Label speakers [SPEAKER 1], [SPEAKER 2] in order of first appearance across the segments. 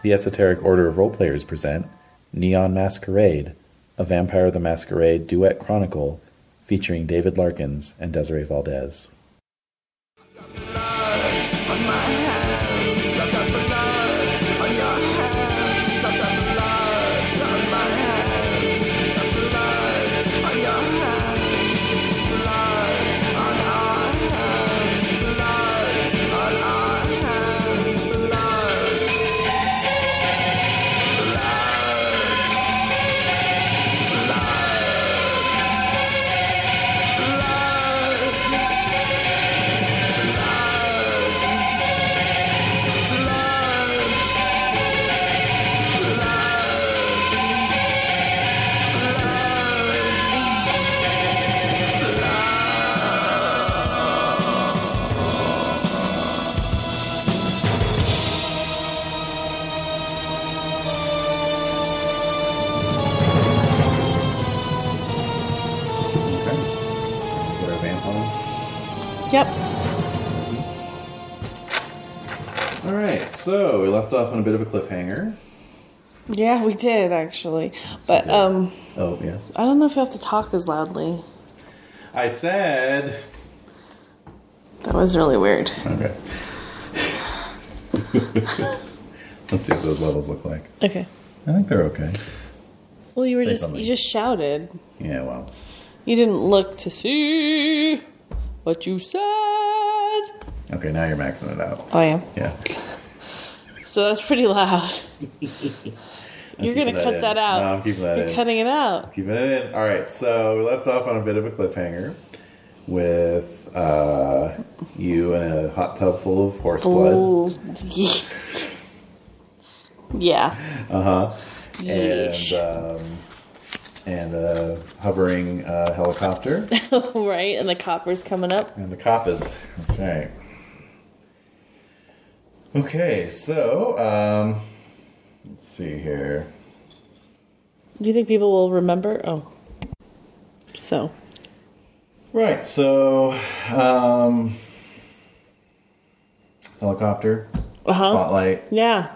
[SPEAKER 1] The Esoteric Order of Roleplayers present Neon Masquerade, a Vampire the Masquerade duet chronicle featuring David Larkins and Desiree Valdez. Okay. We're a vampire.
[SPEAKER 2] Yep.
[SPEAKER 1] All right, so we left off on a bit of a cliffhanger.
[SPEAKER 2] Yeah, we did actually. But um
[SPEAKER 1] Oh, yes.
[SPEAKER 2] I don't know if you have to talk as loudly.
[SPEAKER 1] I said.
[SPEAKER 2] That was really weird.
[SPEAKER 1] Okay. Let's see what those levels look like.
[SPEAKER 2] Okay.
[SPEAKER 1] I think they're okay.
[SPEAKER 2] Well, you were
[SPEAKER 1] Say
[SPEAKER 2] just
[SPEAKER 1] something.
[SPEAKER 2] you just shouted.
[SPEAKER 1] Yeah, well.
[SPEAKER 2] You didn't look to see what you said. I
[SPEAKER 1] Okay, now you're maxing it out.
[SPEAKER 2] am.
[SPEAKER 1] Yeah.
[SPEAKER 2] So that's pretty loud. You're
[SPEAKER 1] keeping
[SPEAKER 2] gonna
[SPEAKER 1] that
[SPEAKER 2] cut
[SPEAKER 1] in.
[SPEAKER 2] that out.
[SPEAKER 1] No, I'm keeping that
[SPEAKER 2] You're
[SPEAKER 1] in.
[SPEAKER 2] cutting it out.
[SPEAKER 1] Keeping it in. All right, so we left off on a bit of a cliffhanger with uh, you in a hot tub full of horse blood.
[SPEAKER 2] Bull- yeah.
[SPEAKER 1] Uh huh. And
[SPEAKER 2] Yeesh.
[SPEAKER 1] um, and a hovering uh, helicopter
[SPEAKER 2] right, and the copper's coming up.
[SPEAKER 1] and the coppers. That's right. Okay, so um, let's see here.
[SPEAKER 2] Do you think people will remember? Oh. So.
[SPEAKER 1] Right, so um, helicopter,
[SPEAKER 2] Uh huh.
[SPEAKER 1] spotlight.
[SPEAKER 2] Yeah.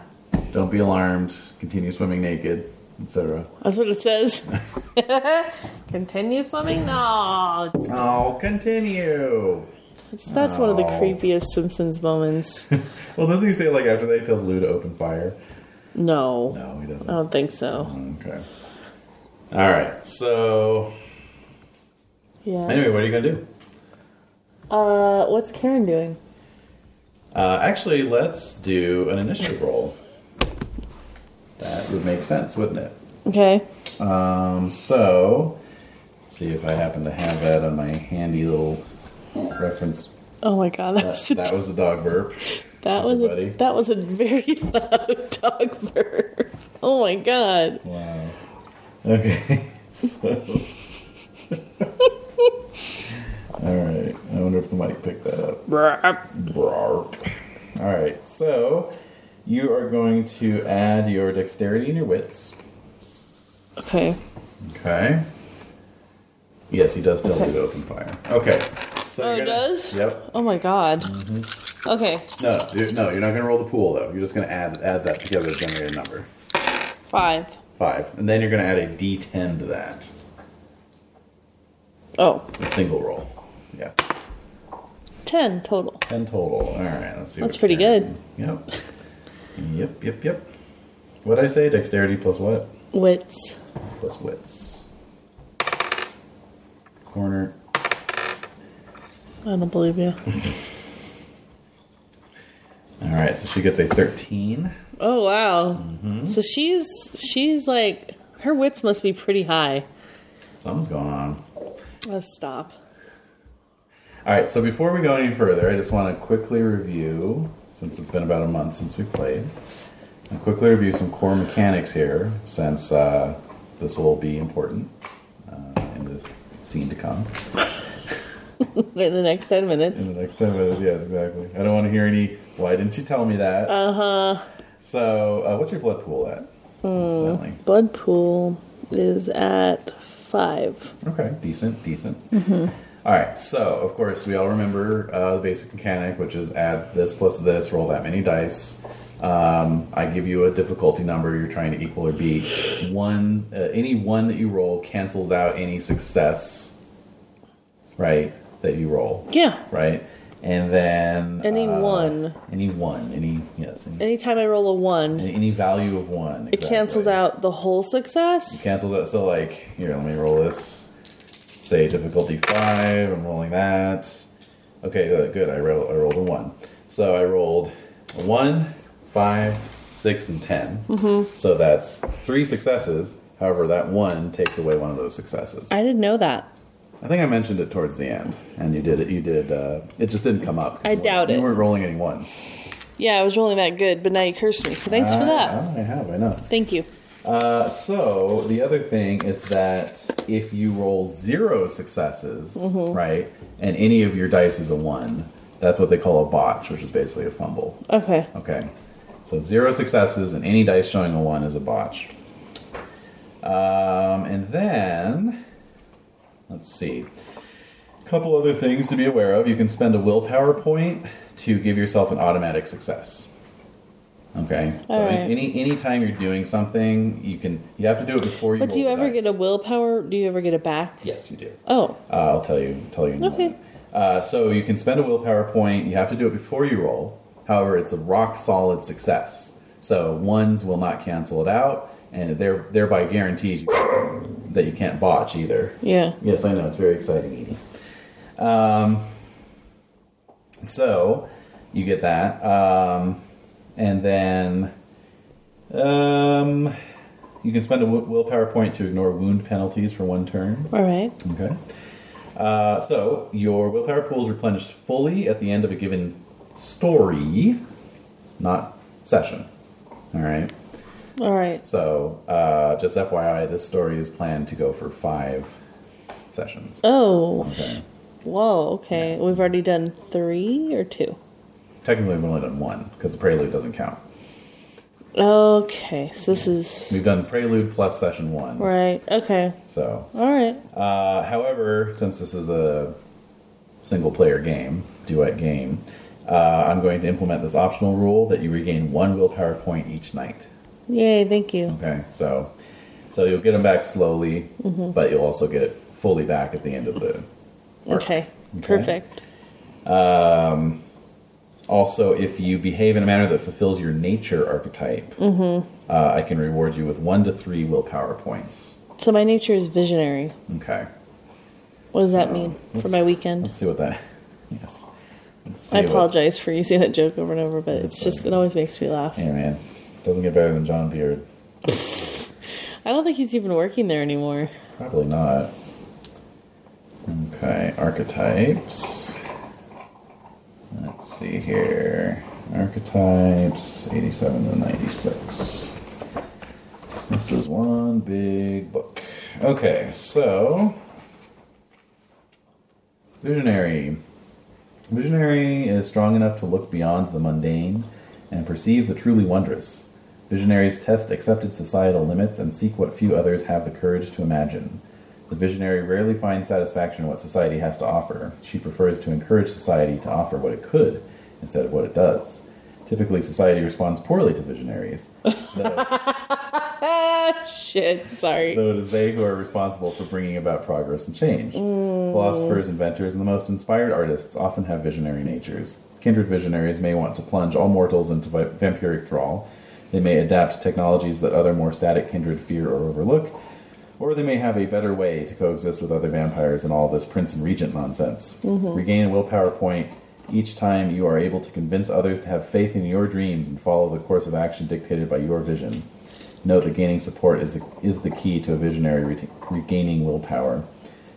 [SPEAKER 1] Don't be alarmed. Continue swimming naked, etc.
[SPEAKER 2] That's what it says. Continue swimming? No.
[SPEAKER 1] Oh, continue.
[SPEAKER 2] That's, that's one of the
[SPEAKER 1] No.
[SPEAKER 2] creepiest Simpsons moments.
[SPEAKER 1] Well, doesn't he say like after that he tells Lou to open fire?
[SPEAKER 2] No.
[SPEAKER 1] No, he doesn't.
[SPEAKER 2] I don't think so.
[SPEAKER 1] Okay. All right. So
[SPEAKER 2] Yeah.
[SPEAKER 1] anyway, what are you gonna do?
[SPEAKER 2] Uh, what's Karen doing?
[SPEAKER 1] Uh, actually, let's do an initiative roll. That would make sense, wouldn't it?
[SPEAKER 2] Okay.
[SPEAKER 1] Um, so let's see if I happen to have that on my handy little reference.
[SPEAKER 2] Oh my god, that
[SPEAKER 1] That,
[SPEAKER 2] was the,
[SPEAKER 1] that was a dog burp.
[SPEAKER 2] that was
[SPEAKER 1] everybody.
[SPEAKER 2] a, that was a very loud dog burp. Oh my god.
[SPEAKER 1] Wow. Okay. so. All right. I wonder if the mic picked that up.
[SPEAKER 2] Brrp.
[SPEAKER 1] Brarp. All right. So you are going to add your dexterity and your wits.
[SPEAKER 2] Okay.
[SPEAKER 1] Okay. Yes, he does tell you
[SPEAKER 2] Okay.
[SPEAKER 1] to open fire. Okay. So
[SPEAKER 2] Oh,
[SPEAKER 1] you're
[SPEAKER 2] it
[SPEAKER 1] gonna-
[SPEAKER 2] does?
[SPEAKER 1] Yep.
[SPEAKER 2] Oh my god. Okay.
[SPEAKER 1] No, you're, no, you're not gonna roll the pool though. You're just gonna add add that together to generate a number
[SPEAKER 2] Five.
[SPEAKER 1] five, and then you're gonna add a d10 to that.
[SPEAKER 2] Oh.
[SPEAKER 1] A single roll. Yeah.
[SPEAKER 2] Ten total.
[SPEAKER 1] 10 total. All right, let's see.
[SPEAKER 2] That's
[SPEAKER 1] what
[SPEAKER 2] pretty
[SPEAKER 1] Karen- Yep. yep, yep, yep. What'd I say? Dexterity plus what?
[SPEAKER 2] Wits.
[SPEAKER 1] Plus wits. Corner.
[SPEAKER 2] I don't believe you.
[SPEAKER 1] All right, so she gets a 13.
[SPEAKER 2] Oh wow. So she's she's like her wits must be pretty high.
[SPEAKER 1] Something's going on.
[SPEAKER 2] Oh stop.
[SPEAKER 1] All right, so before we go any further, I just want to quickly review, since it's been about a month since we played, I'll quickly review some core mechanics here, since uh, this will be important uh, in the scene to come.
[SPEAKER 2] In the next ten minutes.
[SPEAKER 1] In the next 10 minutes, yes, exactly. I don't want to hear any, why didn't you tell me that? Uh
[SPEAKER 2] Uh-huh.
[SPEAKER 1] huh. So, uh, what's your blood pool at? Incidentally.
[SPEAKER 2] Blood pool is at five.
[SPEAKER 1] Okay, decent, decent. All right, so of course we all remember uh, the basic mechanic, which is add this plus this, roll that many dice. Um, I give you a difficulty number you're trying to equal or beat. One, uh, any one that you roll cancels out any success, right? That you roll,
[SPEAKER 2] Yeah.
[SPEAKER 1] right? And then
[SPEAKER 2] Any
[SPEAKER 1] uh,
[SPEAKER 2] one.
[SPEAKER 1] any one, any yes, any,
[SPEAKER 2] Anytime I roll a one,
[SPEAKER 1] any, value of one.
[SPEAKER 2] it cancels
[SPEAKER 1] exactly.
[SPEAKER 2] out the whole success.
[SPEAKER 1] Cancels out. So like, here, let me roll this. Say difficulty five. I'm rolling that. Okay, good. good. I rolled. I rolled a one. So I rolled a one, five, six, and 10 Mm-hmm. So that's three successes. However, that one takes away one of those successes. I,
[SPEAKER 2] I didn't know that.
[SPEAKER 1] think I mentioned it towards the end, and you did it. You did. Uh, it just didn't come up.
[SPEAKER 2] I
[SPEAKER 1] You weren't-
[SPEAKER 2] doubt it.
[SPEAKER 1] You weren't rolling any ones.
[SPEAKER 2] Yeah, I was rolling that good, but now you cursed me. So thanks for
[SPEAKER 1] I-
[SPEAKER 2] that.
[SPEAKER 1] Uh, I have. I know.
[SPEAKER 2] Thank you.
[SPEAKER 1] Uh, so the other thing is that if you roll zero successes,
[SPEAKER 2] Mm-hmm.
[SPEAKER 1] right, and any of your dice is a one, that's what they call a botch, which is basically a fumble.
[SPEAKER 2] Okay.
[SPEAKER 1] Okay, so zero successes and any dice showing a one is a botch. Um, and then let's see. A couple other things to be aware of. You can spend a willpower point to give yourself an automatic success. Okay. So
[SPEAKER 2] All right.
[SPEAKER 1] any any time you're doing something, you can you have to do it before you.
[SPEAKER 2] But do you
[SPEAKER 1] roll the
[SPEAKER 2] ever get a
[SPEAKER 1] dice.
[SPEAKER 2] willpower? Do you ever get it back?
[SPEAKER 1] Yes, you do.
[SPEAKER 2] Oh,
[SPEAKER 1] Uh, I'll tell you. Tell you. In a
[SPEAKER 2] Okay.
[SPEAKER 1] moment. Uh, so you can spend a willpower point. You have to do it before you roll. However, it's a rock solid success. So ones will not cancel it out, and there thereby guarantees you that you can't botch either.
[SPEAKER 2] yeah.
[SPEAKER 1] Yes, I know. It's very exciting eating. Um, so you get that, um, and then um, you can spend a w- willpower point to ignore wound penalties for one turn.
[SPEAKER 2] All right.
[SPEAKER 1] Okay. Uh, so your willpower pool is replenished fully at the end of a given story, not session. All right.
[SPEAKER 2] All right.
[SPEAKER 1] So uh, just FYI, this story is planned to go for five sessions.
[SPEAKER 2] Oh,
[SPEAKER 1] Okay.
[SPEAKER 2] whoa. Okay. We've already done three or two.
[SPEAKER 1] Technically, we've only done one because the prelude doesn't count.
[SPEAKER 2] Okay. So this is
[SPEAKER 1] We've done prelude plus session one.
[SPEAKER 2] right. Okay.
[SPEAKER 1] So,
[SPEAKER 2] All right.
[SPEAKER 1] uh, however, since this is a single-player game, duet game, uh, I'm going to implement this optional rule that you regain one willpower point each night.
[SPEAKER 2] Yay. Thank you.
[SPEAKER 1] Okay, so so you'll get them back slowly,
[SPEAKER 2] Mm-hmm.
[SPEAKER 1] but you'll also get it fully back at the end of the. arc.
[SPEAKER 2] Okay. Perfect.
[SPEAKER 1] Also, if you behave in a manner that fulfills your nature archetype,
[SPEAKER 2] Mm-hmm.
[SPEAKER 1] uh, I can reward you with one to three willpower points.
[SPEAKER 2] So my nature is visionary.
[SPEAKER 1] Okay.
[SPEAKER 2] What does that
[SPEAKER 1] So,
[SPEAKER 2] mean for
[SPEAKER 1] let's-
[SPEAKER 2] my weekend?
[SPEAKER 1] Let's see what that. Yes. Let's see
[SPEAKER 2] I
[SPEAKER 1] what's-
[SPEAKER 2] apologize for using that joke over and over, but it's
[SPEAKER 1] That's
[SPEAKER 2] just it always makes me laugh.
[SPEAKER 1] Hey man, doesn't get better than John Beard.
[SPEAKER 2] I don't think he's even working there anymore.
[SPEAKER 1] Probably not. Okay, archetypes. Let's see here. Archetypes, 87 to 96. This is one big book. Okay, so. Visionary. Visionary is strong enough to look beyond the mundane and perceive the truly wondrous. Visionaries test accepted societal limits and seek what few others have the courage to imagine. The visionary rarely finds satisfaction in what society has to offer. She prefers to encourage society to offer what it could instead of what it does. Typically, society responds poorly to visionaries, though,
[SPEAKER 2] Ah, shit. Sorry.
[SPEAKER 1] though it is they who are responsible for bringing about progress and change. Philosophers, inventors, and the most inspired artists often have visionary natures. Kindred visionaries may want to plunge all mortals into vi- vampiric thrall. They may adapt technologies that other more static kindred fear or overlook, or they may have a better way to coexist with other vampires than all this prince and regent nonsense. Regain a willpower point each time you are able to convince others to have faith in your dreams and follow the course of action dictated by your vision. Note that gaining support is the, is the key to a visionary re- regaining willpower.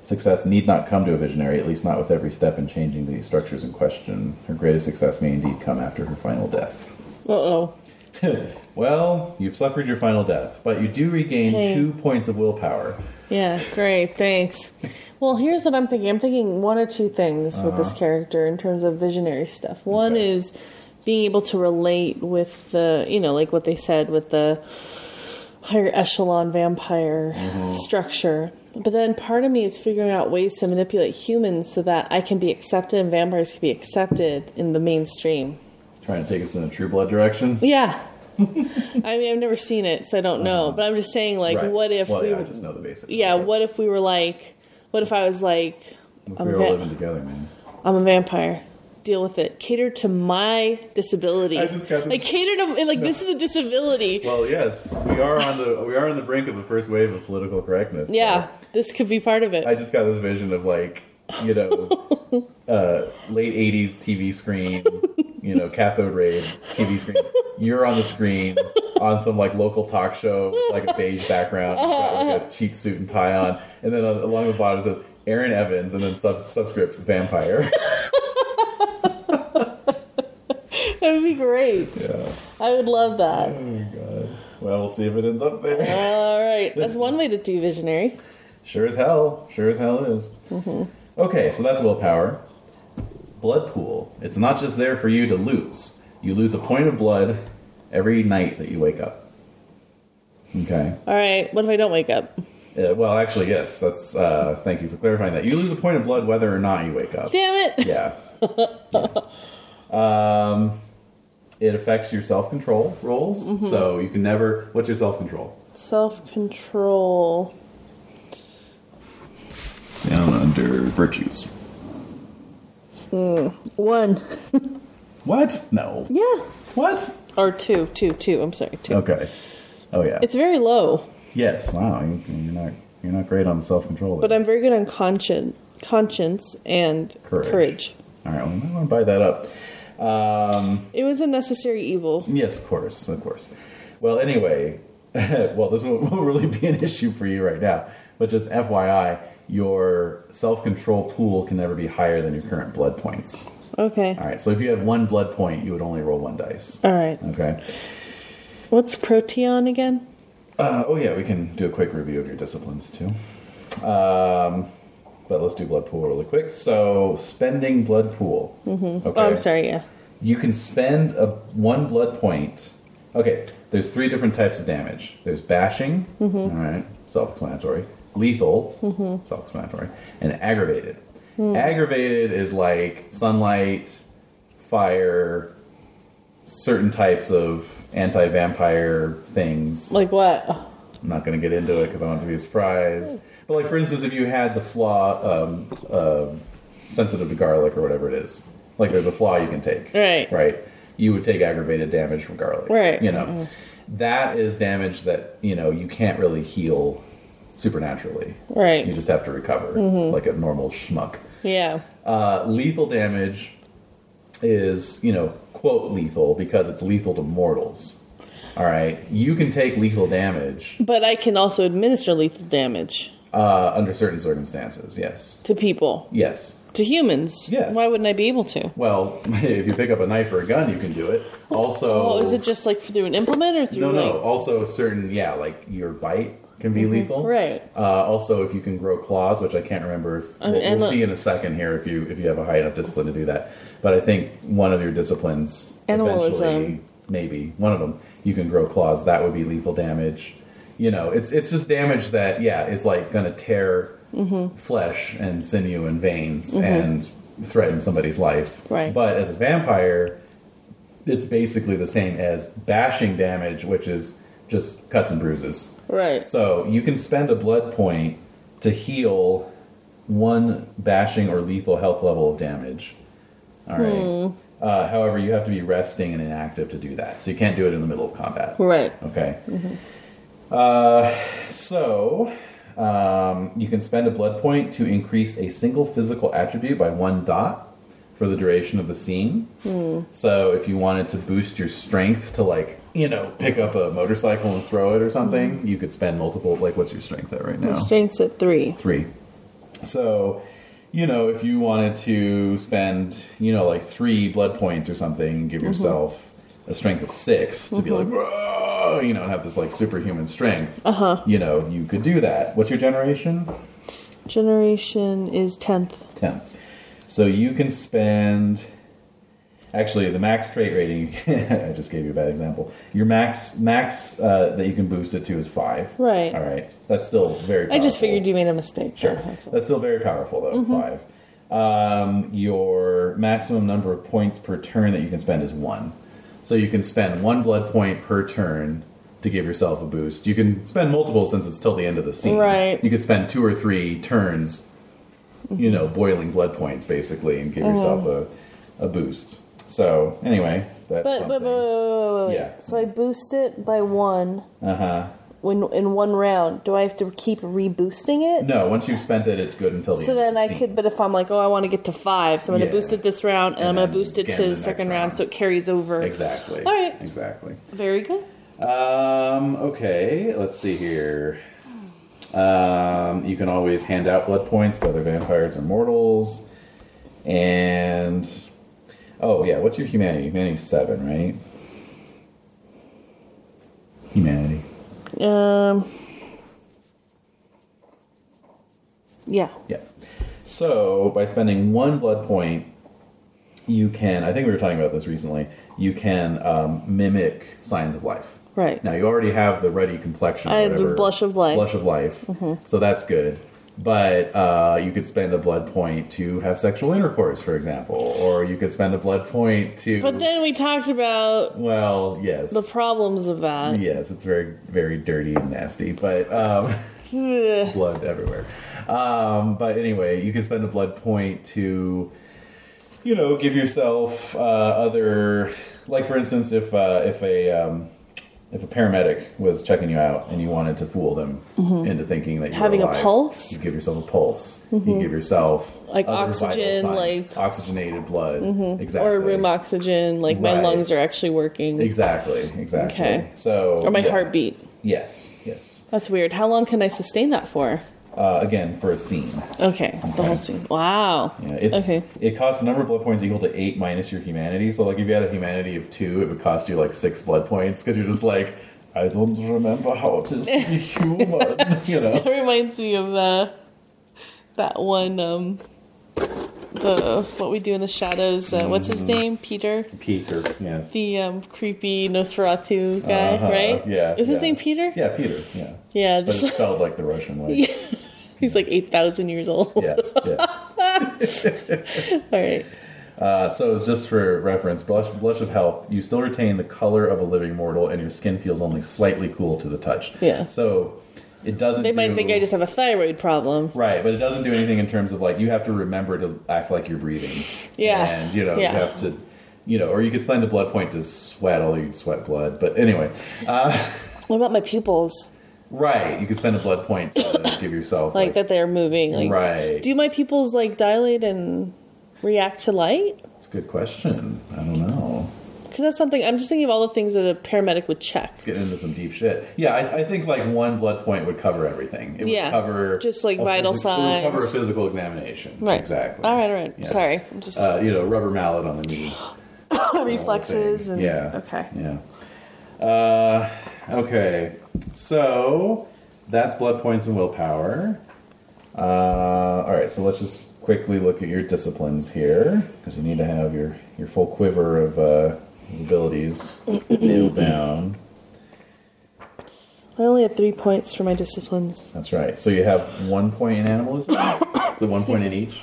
[SPEAKER 1] Success need not come to a visionary, at least not with every step in changing the structures in question. Her greatest success may indeed come after her final death.
[SPEAKER 2] Uh oh.
[SPEAKER 1] well, you've suffered your final death, but you do regain
[SPEAKER 2] Hey.
[SPEAKER 1] two points of willpower.
[SPEAKER 2] Yeah, great, thanks. Well, here's what I'm thinking. I'm thinking one or two things with this character in terms of visionary stuff. One
[SPEAKER 1] Okay.
[SPEAKER 2] is being able to relate with the, you know, like what they said with the higher echelon vampire structure. But then part of me is figuring out ways to manipulate humans so that I can be accepted and vampires can be accepted in the mainstream.
[SPEAKER 1] Trying to take us in the True Blood direction.
[SPEAKER 2] Yeah. I mean, I've never seen it, so I don't know. But I'm just saying, like,
[SPEAKER 1] Uh-huh. Right.
[SPEAKER 2] what if
[SPEAKER 1] Well,
[SPEAKER 2] we
[SPEAKER 1] yeah, I
[SPEAKER 2] were-
[SPEAKER 1] just know the basic.
[SPEAKER 2] yeah,
[SPEAKER 1] concept.
[SPEAKER 2] what if we were like, what if I was like,
[SPEAKER 1] If
[SPEAKER 2] I'm
[SPEAKER 1] we
[SPEAKER 2] a,
[SPEAKER 1] were
[SPEAKER 2] va-
[SPEAKER 1] living together, man.
[SPEAKER 2] I'm a vampire. Deal with it. Cater to my disability.
[SPEAKER 1] I just got this-
[SPEAKER 2] like cater to like this is a disability.
[SPEAKER 1] Well, yes, we are on the we are on the brink of the first wave of political correctness. so
[SPEAKER 2] yeah, this could be part of it.
[SPEAKER 1] I just got this vision of like you know uh, late '80s TV screen, you know cathode ray TV screen. You're on the screen on some like local talk show, with, like a beige background, you've got like a cheap suit and tie on, and then on, along the bottom it says Aaron Evans, and then sub, subscript vampire.
[SPEAKER 2] that would be great.
[SPEAKER 1] yeah.
[SPEAKER 2] I would love that.
[SPEAKER 1] Oh god. Well, we'll see if it ends up there.
[SPEAKER 2] All right, that's one way to do visionary.
[SPEAKER 1] Sure as hell. Sure as hell is. Okay, so that's willpower. Blood pool. It's not just there for you to lose. You lose a point of blood every night that you wake up. Okay.
[SPEAKER 2] All right, what if I don't wake up?
[SPEAKER 1] Uh, well, actually, yes. That's. Uh, thank you for clarifying that. You lose a point of blood whether or not you wake up.
[SPEAKER 2] Damn it!
[SPEAKER 1] Yeah. Yeah. Um, it affects your self control rolls. So you can never. What's your self control?
[SPEAKER 2] Self control.
[SPEAKER 1] Down under virtues.
[SPEAKER 2] One.
[SPEAKER 1] What? No.
[SPEAKER 2] Yeah.
[SPEAKER 1] What?
[SPEAKER 2] Or two, two, two. I'm sorry, two.
[SPEAKER 1] Okay. Oh yeah.
[SPEAKER 2] It's very low,
[SPEAKER 1] yes. Wow. you- You're not. You're not great on self control.
[SPEAKER 2] but I'm very good on conscience, conscience and
[SPEAKER 1] Courage.
[SPEAKER 2] courage.
[SPEAKER 1] All right. Well, I want to buy that up. Um,
[SPEAKER 2] It was a necessary evil.
[SPEAKER 1] yes, of course, of course. Well, anyway. well, this won't, won't really be an issue for you right now. But just FYI, your self control pool can never be higher than your current blood points.
[SPEAKER 2] Okay.
[SPEAKER 1] All right. So if you had one blood point, you would only roll one dice.
[SPEAKER 2] All right.
[SPEAKER 1] Okay.
[SPEAKER 2] What's proteon again?
[SPEAKER 1] Uh, oh yeah, we can do a quick review of your disciplines too. Um, but let's do blood pool really quick. So spending blood pool. Mm-hmm. Okay.
[SPEAKER 2] Oh, I'm sorry. Yeah.
[SPEAKER 1] You can spend a one blood point. Okay. There's three different types of damage. There's bashing.
[SPEAKER 2] Mm-hmm.
[SPEAKER 1] all right. Self-explanatory. Lethal. Self-explanatory. And aggravated.
[SPEAKER 2] Hmm.
[SPEAKER 1] Aggravated is like sunlight, fire, certain types of anti-vampire things.
[SPEAKER 2] Like what?
[SPEAKER 1] I'm not going to get into it because I want it to be a surprise. But like, for instance, if you had the flaw um, um sensitive to garlic or whatever it is, like there's a flaw you can take,
[SPEAKER 2] Right.
[SPEAKER 1] Right. You would take aggravated damage from garlic,
[SPEAKER 2] Right. Mm-hmm.
[SPEAKER 1] You know, that is damage that you know you can't really heal supernaturally.
[SPEAKER 2] Right. Mm-hmm.
[SPEAKER 1] You just have to recover like a normal schmuck.
[SPEAKER 2] Yeah.
[SPEAKER 1] Uh, lethal damage is, you know, quote lethal because it's lethal to mortals. All right, you can take lethal damage
[SPEAKER 2] But I can also administer lethal damage
[SPEAKER 1] uh, under certain circumstances, yes.
[SPEAKER 2] to people,
[SPEAKER 1] Yes.
[SPEAKER 2] to humans.
[SPEAKER 1] Yes.
[SPEAKER 2] Why wouldn't I be able to?
[SPEAKER 1] Well, if you pick up a knife or a gun, you can do it. Also,
[SPEAKER 2] Oh, is it just like through an implement or
[SPEAKER 1] no,
[SPEAKER 2] through like? Mm-hmm.
[SPEAKER 1] no. Also, certain, yeah, like your bite can be lethal,
[SPEAKER 2] Right.
[SPEAKER 1] Uh, also, if you can grow claws, which I can't remember, if,
[SPEAKER 2] Um,
[SPEAKER 1] we'll,
[SPEAKER 2] and
[SPEAKER 1] we'll
[SPEAKER 2] a-
[SPEAKER 1] see in a second here if you if you have a high enough discipline to do that. But I think one of your disciplines, eventually,
[SPEAKER 2] Animalism.
[SPEAKER 1] maybe one of them, you can grow claws. That would be lethal damage. You know, it's it's just damage that yeah, it's like going to tear flesh and sinew and veins and threaten somebody's life.
[SPEAKER 2] Right.
[SPEAKER 1] But as a vampire, it's basically the same as bashing damage, which is just cuts and bruises.
[SPEAKER 2] Right.
[SPEAKER 1] So you can spend a blood point to heal one bashing or lethal health level of damage. All right. Uh, however, you have to be resting and inactive to do that, so you can't do it in the middle of combat.
[SPEAKER 2] Right.
[SPEAKER 1] Okay. Uh, so um, you can spend a blood point to increase a single physical attribute by one dot for the duration of the scene. So if you wanted to boost your strength to like you know pick up a motorcycle and throw it or something, you could spend multiple. Like, what's your strength at right now?
[SPEAKER 2] My strength's at three.
[SPEAKER 1] three. So, you know, if you wanted to spend, you know, like three blood points or something,
[SPEAKER 2] Mm-hmm.
[SPEAKER 1] give yourself a strength of six to be like, "Whoa," you know, and have this like superhuman strength, uh-huh. you know, you could do that. What's your generation?
[SPEAKER 2] Generation is tenth.
[SPEAKER 1] Ten. So you can spend Actually, the max trait rating I just gave you a bad example. Your max max uh, that you can boost it to is five.
[SPEAKER 2] Right.
[SPEAKER 1] All right. That's still very.
[SPEAKER 2] I just
[SPEAKER 1] powerful.
[SPEAKER 2] figured you made a mistake.
[SPEAKER 1] Sure.
[SPEAKER 2] there, that's Mm-hmm. all.
[SPEAKER 1] That's still very powerful though. Five. Um, your maximum number of points per turn that you can spend is one. So you can spend one blood point per turn to give yourself a boost. You can spend multiple since it's till the end of the scene.
[SPEAKER 2] Right. Mm-hmm.
[SPEAKER 1] You could spend two or three turns, you know, boiling blood points basically, and give yourself a, a boost. So anyway, that's
[SPEAKER 2] Mm-hmm. But, but, but, but, but,
[SPEAKER 1] Yeah.
[SPEAKER 2] So I boost it by one
[SPEAKER 1] uh huh.
[SPEAKER 2] when in one round. Do I have to keep reboosting it?
[SPEAKER 1] No, once you've spent it, it's good until the
[SPEAKER 2] So
[SPEAKER 1] end. of
[SPEAKER 2] then
[SPEAKER 1] the
[SPEAKER 2] I
[SPEAKER 1] scene.
[SPEAKER 2] could, but if I'm like, oh, I want to get to five, so I'm
[SPEAKER 1] Yeah.
[SPEAKER 2] going to boost it this round, and, I'm
[SPEAKER 1] then
[SPEAKER 2] going to boost it
[SPEAKER 1] again
[SPEAKER 2] to
[SPEAKER 1] the
[SPEAKER 2] the
[SPEAKER 1] next
[SPEAKER 2] second
[SPEAKER 1] round.
[SPEAKER 2] round, so it carries over.
[SPEAKER 1] exactly.
[SPEAKER 2] All right.
[SPEAKER 1] Exactly.
[SPEAKER 2] Very good.
[SPEAKER 1] Um, okay, let's see here. Um, you can always hand out blood points to other vampires or mortals. And oh yeah, what's your humanity? Humanity's seven, right? Humanity.
[SPEAKER 2] Um. Yeah.
[SPEAKER 1] Yeah. So by spending one blood point, you can I think we were talking about this recently, you can um, mimic signs of life.
[SPEAKER 2] Right.
[SPEAKER 1] Now you already have the ruddy complexion. or
[SPEAKER 2] I have the
[SPEAKER 1] whatever-
[SPEAKER 2] blush of life. Mm-hmm.
[SPEAKER 1] Blush of life. So that's good. But uh, you could spend a blood point to have sexual intercourse, for example, or you could spend a blood point to.
[SPEAKER 2] But then we talked about
[SPEAKER 1] well, yes,
[SPEAKER 2] the problems of that.
[SPEAKER 1] yes, it's very very dirty and nasty, but um,
[SPEAKER 2] Ugh.
[SPEAKER 1] blood everywhere. Um, but anyway, you can spend a blood point to, you know, give yourself uh, other, like for instance, if uh, if a um, if a paramedic was checking you out and you wanted to fool them into thinking that you
[SPEAKER 2] Mm-hmm. Having
[SPEAKER 1] were
[SPEAKER 2] a
[SPEAKER 1] alive,
[SPEAKER 2] pulse? Mm-hmm.
[SPEAKER 1] you give yourself a pulse. You give yourself
[SPEAKER 2] Like
[SPEAKER 1] other vital
[SPEAKER 2] oxygen,
[SPEAKER 1] signs.
[SPEAKER 2] like- Mm-hmm.
[SPEAKER 1] oxygenated blood, exactly,
[SPEAKER 2] Or room oxygen, like my
[SPEAKER 1] Right.
[SPEAKER 2] lungs are actually working,
[SPEAKER 1] Exactly, exactly.
[SPEAKER 2] Okay.
[SPEAKER 1] So
[SPEAKER 2] or my
[SPEAKER 1] yeah.
[SPEAKER 2] heartbeat.
[SPEAKER 1] Yes, yes.
[SPEAKER 2] That's weird. How long can I sustain that for?
[SPEAKER 1] Uh, again, for a scene.
[SPEAKER 2] Okay, the whole scene. Wow.
[SPEAKER 1] Yeah, it's,
[SPEAKER 2] okay.
[SPEAKER 1] It costs a number of blood points equal to eight minus your humanity. So, like, if you had a humanity of two, it would cost you like six blood points because you're just like, I don't remember how it is to be human. you know,
[SPEAKER 2] That reminds me of the that one um the what we do in the shadows. Uh, what's his
[SPEAKER 1] Mm.
[SPEAKER 2] name? Peter.
[SPEAKER 1] Peter. Yes.
[SPEAKER 2] The um, creepy Nosferatu guy,
[SPEAKER 1] Uh-huh,
[SPEAKER 2] right?
[SPEAKER 1] Yeah.
[SPEAKER 2] Is his
[SPEAKER 1] yeah.
[SPEAKER 2] name Peter?
[SPEAKER 1] Yeah, Peter. Yeah.
[SPEAKER 2] Yeah,
[SPEAKER 1] But
[SPEAKER 2] just
[SPEAKER 1] it's
[SPEAKER 2] like,
[SPEAKER 1] spelled like the Russian way.
[SPEAKER 2] he's like eight thousand years old.
[SPEAKER 1] Yeah. Yeah.
[SPEAKER 2] All right.
[SPEAKER 1] Uh, so it's just for reference. Blush, blush of health. You still retain the color of a living mortal, and your skin feels only slightly cool to the touch.
[SPEAKER 2] Yeah.
[SPEAKER 1] So it doesn't.
[SPEAKER 2] They might
[SPEAKER 1] do-
[SPEAKER 2] think I just have a thyroid problem.
[SPEAKER 1] Right, but it doesn't do anything in terms of like you have to remember to act like you're breathing.
[SPEAKER 2] Yeah.
[SPEAKER 1] And you know,
[SPEAKER 2] Yeah.
[SPEAKER 1] you have to you know, or you could spend a blood point to sweat, although you'd sweat blood. But anyway. Uh,
[SPEAKER 2] What about my pupils?
[SPEAKER 1] right. You could spend a blood point to give yourself
[SPEAKER 2] Like,
[SPEAKER 1] like,
[SPEAKER 2] that they're moving. Like,
[SPEAKER 1] Right.
[SPEAKER 2] Do my pupils like dilate and react to light?
[SPEAKER 1] that's a good question. I don't know.
[SPEAKER 2] Because that's something I'm just thinking of all the things that a paramedic would check.
[SPEAKER 1] Let's get into some deep shit. Yeah, I, I think like one blood point would cover everything. It would
[SPEAKER 2] Yeah,
[SPEAKER 1] cover
[SPEAKER 2] just, like,
[SPEAKER 1] a
[SPEAKER 2] vital
[SPEAKER 1] physical- it would cover a
[SPEAKER 2] signs.
[SPEAKER 1] physical examination.
[SPEAKER 2] Right.
[SPEAKER 1] Exactly.
[SPEAKER 2] All right. All right.
[SPEAKER 1] Yeah.
[SPEAKER 2] Sorry. I'm just
[SPEAKER 1] Uh, you know, rubber mallet on the knee.
[SPEAKER 2] reflexes
[SPEAKER 1] thing.
[SPEAKER 2] and
[SPEAKER 1] yeah.
[SPEAKER 2] okay.
[SPEAKER 1] Yeah. Uh, okay. So that's blood points and willpower. Uh, all right. So let's just quickly look at your disciplines here because you need to have your your full quiver of uh, abilities nailed down.
[SPEAKER 2] I only had three points for my disciplines.
[SPEAKER 1] That's right. So you have one point in animalism. So one point in each.